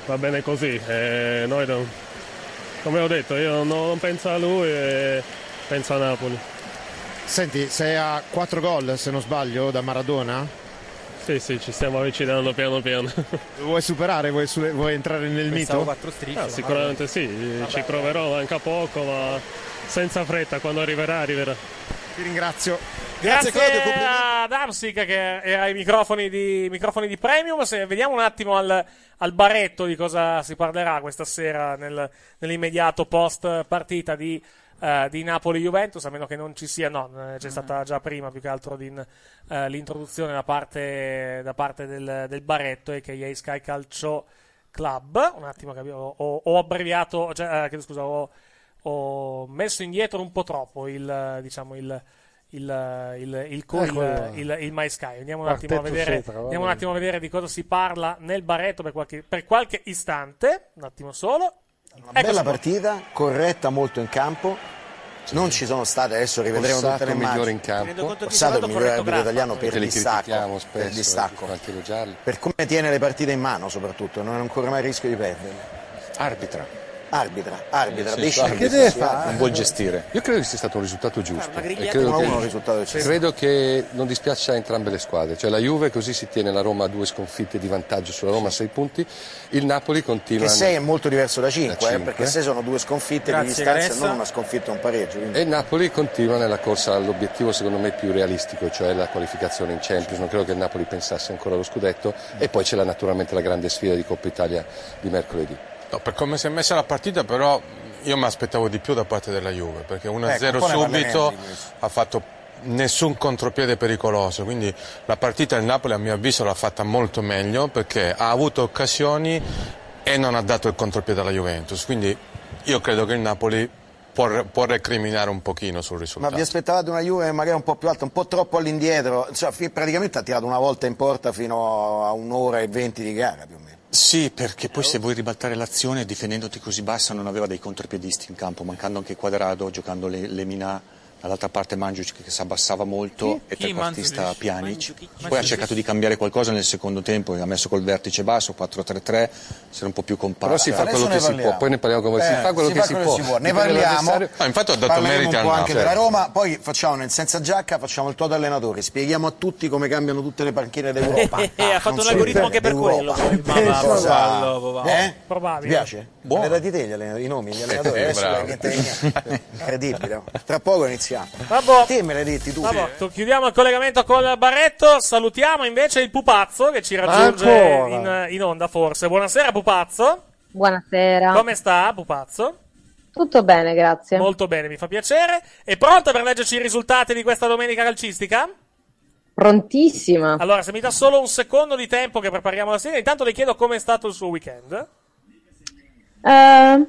va bene così. E noi non- come ho detto, io non penso a lui e penso a Napoli. Senti, sei a 4 gol se non sbaglio da Maradona? Sì, sì, ci stiamo avvicinando piano piano. Vuoi superare, vuoi, su- vuoi entrare nel mito? Ah, sicuramente sì, eh, ci proverò, manca poco, ma senza fretta, quando arriverà, arriverà. Ti ringrazio. Grazie, ad Amsic che era ai microfoni di, microfoni di Premium. Se- vediamo un attimo al, al baretto di cosa si parlerà questa sera nel- nell'immediato post partita di, eh, di Napoli-Juventus, a meno che non ci sia, no, eh, c'è stata già prima più che altro di- eh, l'introduzione da parte, da parte del, del baretto e che è Sky Calcio Club. Un attimo che abbiamo- ho, ho abbreviato, cioè, eh, chiedo scusa, ho, ho messo indietro un po' troppo il, eh, diciamo, il il, il, il, co- Eccolo il- là. il- il My Sky. Andiamo un, attimo a Quartetto vedere, Cetra, va andiamo un bene. attimo a vedere di cosa si parla nel baretto per qualche, per qualche istante. Un attimo solo. Una Eccoci bella qua. partita, corretta molto in campo. Non ci sono state, adesso rivedremo Orsato tutte le immagini. migliore in campo. Tenendo conto che Orsato è Giroud il migliore corretto arbitro Graffa. italiano per Perché li distacco, critichiamo per spesso, eh. distacco. Per come tiene le partite in mano soprattutto, non corre mai il rischio di perderle. Arbitra. Arbitra, arbitra, Sì, decide. sì, arbitra. Sì, Non vuol gestire. Io credo che sia stato un risultato giusto. una grigliata E credo, uno a che, uno il risultato del Cesena. credo che non dispiaccia a entrambe le squadre. Cioè la Juve così si tiene la Roma a due sconfitte di vantaggio sulla Roma a sei punti. Il Napoli continua. Che 6 è molto diverso da eh. Da 5, cinque. perché 6 sono due sconfitte Grazie, di distanza e Gressa. non una sconfitta e un pareggio. quindi- E il Napoli continua nella corsa all'obiettivo secondo me più realistico, cioè la qualificazione in Champions. Non credo che il Napoli pensasse ancora allo scudetto e poi c'è la- naturalmente la grande sfida di Coppa Italia di mercoledì. No, per come si è messa la partita, però io mi aspettavo di più da parte della Juve, perché 1-0 Ecco, poi ne parleremo subito di questo. ha fatto nessun contropiede pericoloso, quindi la partita il Napoli a mio avviso l'ha fatta molto meglio perché ha avuto occasioni e non ha dato il contropiede alla Juventus, quindi io credo che il Napoli può, può recriminare un pochino sul Ma risultato. vi aspettavate una Juve magari un po' più alta, un po' troppo all'indietro? Cioè, fi- praticamente ha tirato una volta in porta fino a un'ora e venti di gara più o meno. Sì, perché poi se vuoi ribaltare l'azione difendendoti così bassa non aveva dei contropiedisti in campo, mancando anche Quadrado, giocando le, Lemina, dall'altra parte Mandzukic che si abbassava molto Chi? e Chi? trequartista Mandzukic? Pjanic. Mandzukic? Poi ha Mandzukic? cercato di cambiare qualcosa nel secondo tempo, ha messo col vertice basso 4-3-3, se era un po' più compatto. Però si fa quello che si può, poi ne parliamo come si fa quello che si, può. Ne Dipende parliamo. dall'avversario. Ah, Certo, Parleremo un po' anche della Roma, poi facciamo nel senza giacca, facciamo il toto allenatore, spieghiamo a tutti come cambiano tutte le panchine d'Europa. Eh, ha fatto non un algoritmo so, anche per d'Europa. quello. Pensa- Ma va, Cosa- va, va, va. Eh? Probabile. Ti piace? Buono. Era di te gli allenatori, i nomi, gli allenatori. Eh, adesso bravo. niente di niente. Incredibile. oh. Tra poco iniziamo. Te me l'hai detti tu. Vabbè, to- chiudiamo il collegamento con Barretto. Salutiamo invece il Pupazzo che ci raggiunge in, ancora. in onda, forse. Buonasera, Pupazzo. Buonasera. Come sta, Pupazzo? Tutto bene, grazie. Molto bene, mi fa piacere. È pronta per leggerci i risultati di questa domenica calcistica? Prontissima. Allora, se mi dà solo un secondo di tempo che prepariamo la sera, intanto le chiedo come è stato il suo weekend. Eh, no,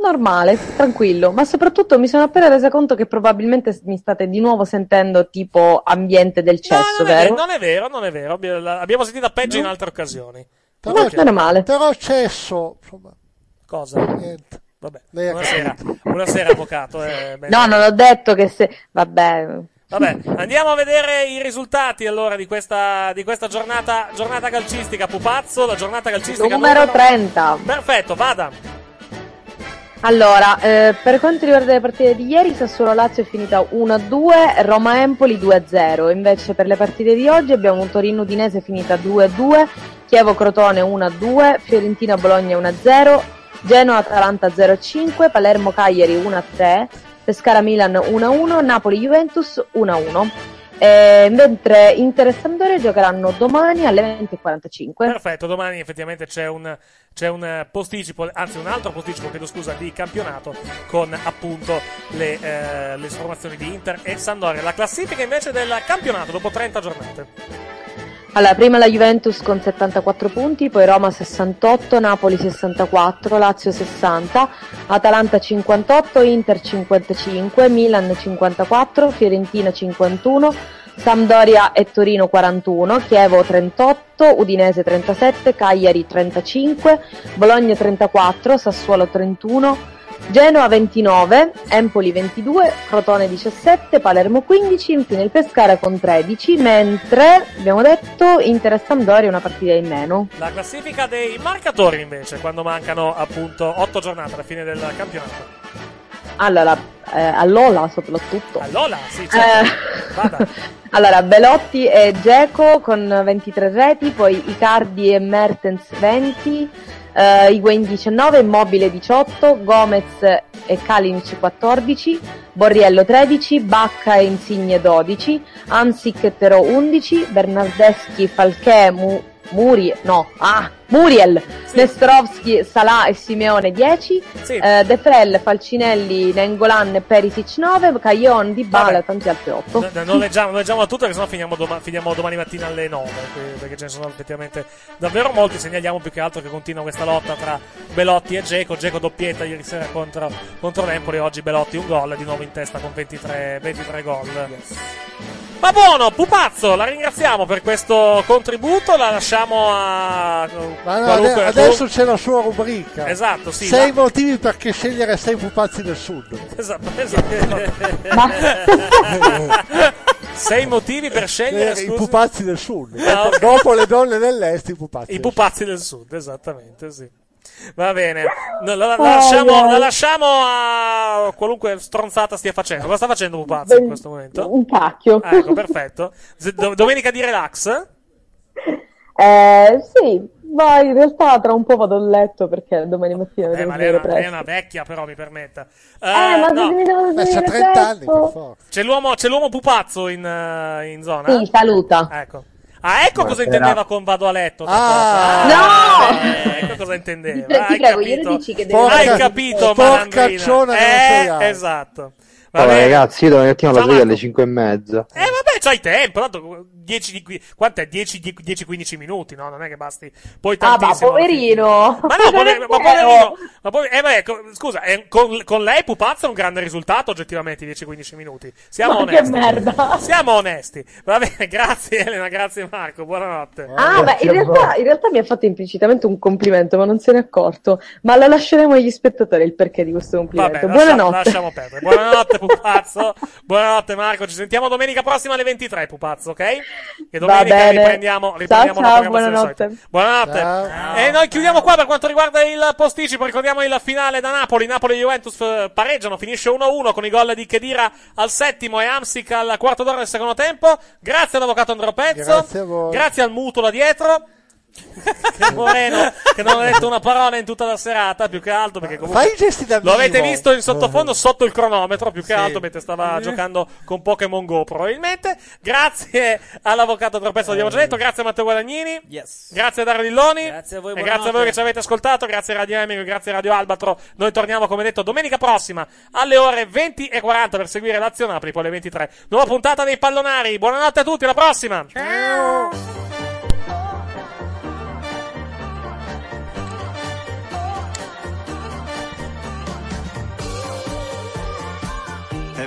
normale, tranquillo, ma soprattutto mi sono appena resa conto che probabilmente mi state di nuovo sentendo tipo ambiente del cesso, Non è vero? vero, non è vero, non è vero. Abbi- la- Abbiamo sentito peggio in altre occasioni. Però- meno male. Però cesso, insomma, Cosa? Eh, niente. Vabbè, Lei ha buonasera, buonasera avvocato. eh, bene. No, non ho detto che se... Vabbè, Vabbè, andiamo a vedere i risultati allora di questa, di questa giornata, giornata calcistica. Pupazzo, la giornata calcistica numero 30. Perfetto, vada. Allora, eh, per quanto riguarda le partite di ieri, Sassuolo-Lazio è finita 1-2, Roma-Empoli 2-0. Invece per le partite di oggi abbiamo un Torino-Udinese finita 2-2, Chievo-Crotone 1-2, Fiorentina-Bologna 1-0, Genoa-Atalanta 0-5, Palermo-Cagliari 1-3, Pescara-Milan 1-1, Napoli-Juventus 1-1. Eh, mentre Inter e Sampdoria giocheranno domani alle 20.45. Perfetto, domani effettivamente c'è un, c'è un eh, posticipo, anzi un altro posticipo, chiedo scusa, di campionato con appunto le, eh, le formazioni di Inter e Sandoria. La classifica invece del campionato dopo 30 giornate. Allora, prima la Juventus con 74 punti, poi Roma 68, Napoli 64, Lazio 60, Atalanta 58, Inter 55, Milan 54, Fiorentina 51, Sampdoria e Torino 41, Chievo 38, Udinese 37, Cagliari 35, Bologna 34, Sassuolo 31, Genoa 29, Empoli 22, Crotone 17, Palermo 15, infine il Pescara con 13, mentre abbiamo detto Inter e Sampdoria una partita in meno. La classifica dei marcatori invece, quando mancano appunto 8 giornate alla fine del campionato. Allora, eh, all'Ola soprattutto. All'Ola, Eh, sì, certo. Allora, Belotti e Geco con 23 reti, poi Icardi e Mertens 20, eh, Higuain 19, Immobile 18, Gomez e Kalinic 14, Borriello 13, Bacca e Insigne 12, Ansic e Terò 11, Bernardeschi, Falchè, Mu- Muri, no, ah, Muriel, Nesterovski, Salah e Simeone 10, eh, De Frel, Falcinelli, Nengolan, Perisic 9, Caglion, Dybala e tanti altri Oh. 8. No, no, Non leggiamo, non leggiamo tutto, perché sennò finiamo, doma- finiamo domani mattina alle 9. que- Perché ce ne sono effettivamente davvero molti. Segnaliamo più che altro che continua questa lotta tra Belotti e Geco. Geco doppietta ieri sera contro, contro l'Empoli. Oggi Belotti un gol, di nuovo in testa con 23, 23 gol. Ma buono, Pupazzo, la ringraziamo per questo contributo. La lasciamo a. Ma no, qualunque- ade- adesso c'è la sua rubrica. Esatto, sì, Sei va- motivi perché scegliere sei pupazzi del sud. Esatto, esatto. Sei motivi per scegliere Eh, I scusi? pupazzi del sud. Ah, Dopo- ok. Dopo le donne dell'est, i pupazzi. I del pupazzi del sud, esattamente, sì. Va bene, No, la, la- la Oh, lasciamo, no. la lasciamo a qualunque stronzata stia facendo. Cosa sta facendo Pupazzo in questo momento? Un cacchio. Ah, ecco, perfetto. Z- do- domenica di relax? Eh, sì, ma in realtà tra un po' vado a letto perché domani mattina Eh, devo ma lei è svegliare una, lei è presto. una vecchia, però, mi permetta. Eh, ma se mi devo Beh, c'ha svegliare 30 anni, presto- C'è l'uomo, c'è l'uomo Pupazzo in, eh, in zona? Sì, saluta. Ecco. Ah, ecco cosa Buonasera. intendeva con vado a letto. Ah! no! ecco cosa intendeva. Ti Hai prego, glielo capito, dici che deve- Hai Porca- capito, porca malandrina. cacciona che non sei Eh, alto. esatto. Va Allora, bene. ragazzi, io devo un attimo la Ciao, sveglia alle Marco. 5 e mezza. Eh, vabbè, c'hai tempo. Tanto 10 di qui. Quant'è? 10, 10-15 minuti, no? Non è che basti. Poi Ah, ma tantissimo. alla fine. poverino! Ma no, pover- ma Non è poverino, vero. ma pover- eh, vabbè, co- scusa, eh, con, con lei Pupazzo è un grande risultato oggettivamente 10-15 minuti. Siamo Ma che onesti. merda. Siamo onesti. Va bene, grazie Elena, grazie Marco, buonanotte. Ah, beh, in realtà, in realtà mi ha fatto implicitamente un complimento, ma non se n'è accorto. Ma lo lasceremo agli spettatori il perché di questo Vabbè, complimento. lascia- Buonanotte. lasciamo perdere. Buonanotte Pupazzo. Buonanotte Marco, ci sentiamo domenica prossima alle 23 Pupazzo, ok? E domenica bene. riprendiamo, Ciao, riprendiamo la ciao, programmazione buonanotte. solita. Buonanotte. E noi chiudiamo qua per quanto riguarda il posticipo. Ricordiamo il finale da Napoli. Napoli e Juventus eh, pareggiano, finisce 1-1 con i gol di Kedira al settimo e Amsic al quarto d'ora del secondo tempo. Grazie all'avvocato Andro Pezzo. Grazie a voi. Grazie al muto là dietro. Moreno, che non ha detto una parola in tutta la serata, più che altro perché comunque Fai i gesti da lo avete vivo. visto in sottofondo sotto il cronometro, più che Sì. altro mentre stava Eh. giocando con Pokémon Go probabilmente. Grazie all'avvocato Tropezzo, l'abbiamo già detto, grazie a Matteo Guadagnini. Grazie a Dario Dilloni. Grazie a voi, e buonanotte. grazie a voi che ci avete ascoltato, grazie a Radio Emico, grazie a Radio Albatro. Noi torniamo, come detto, domenica prossima alle ore 20 e 40 per seguire l'Azio Napoli, poi alle 23. Nuova puntata dei pallonari. Buonanotte a tutti, alla prossima! È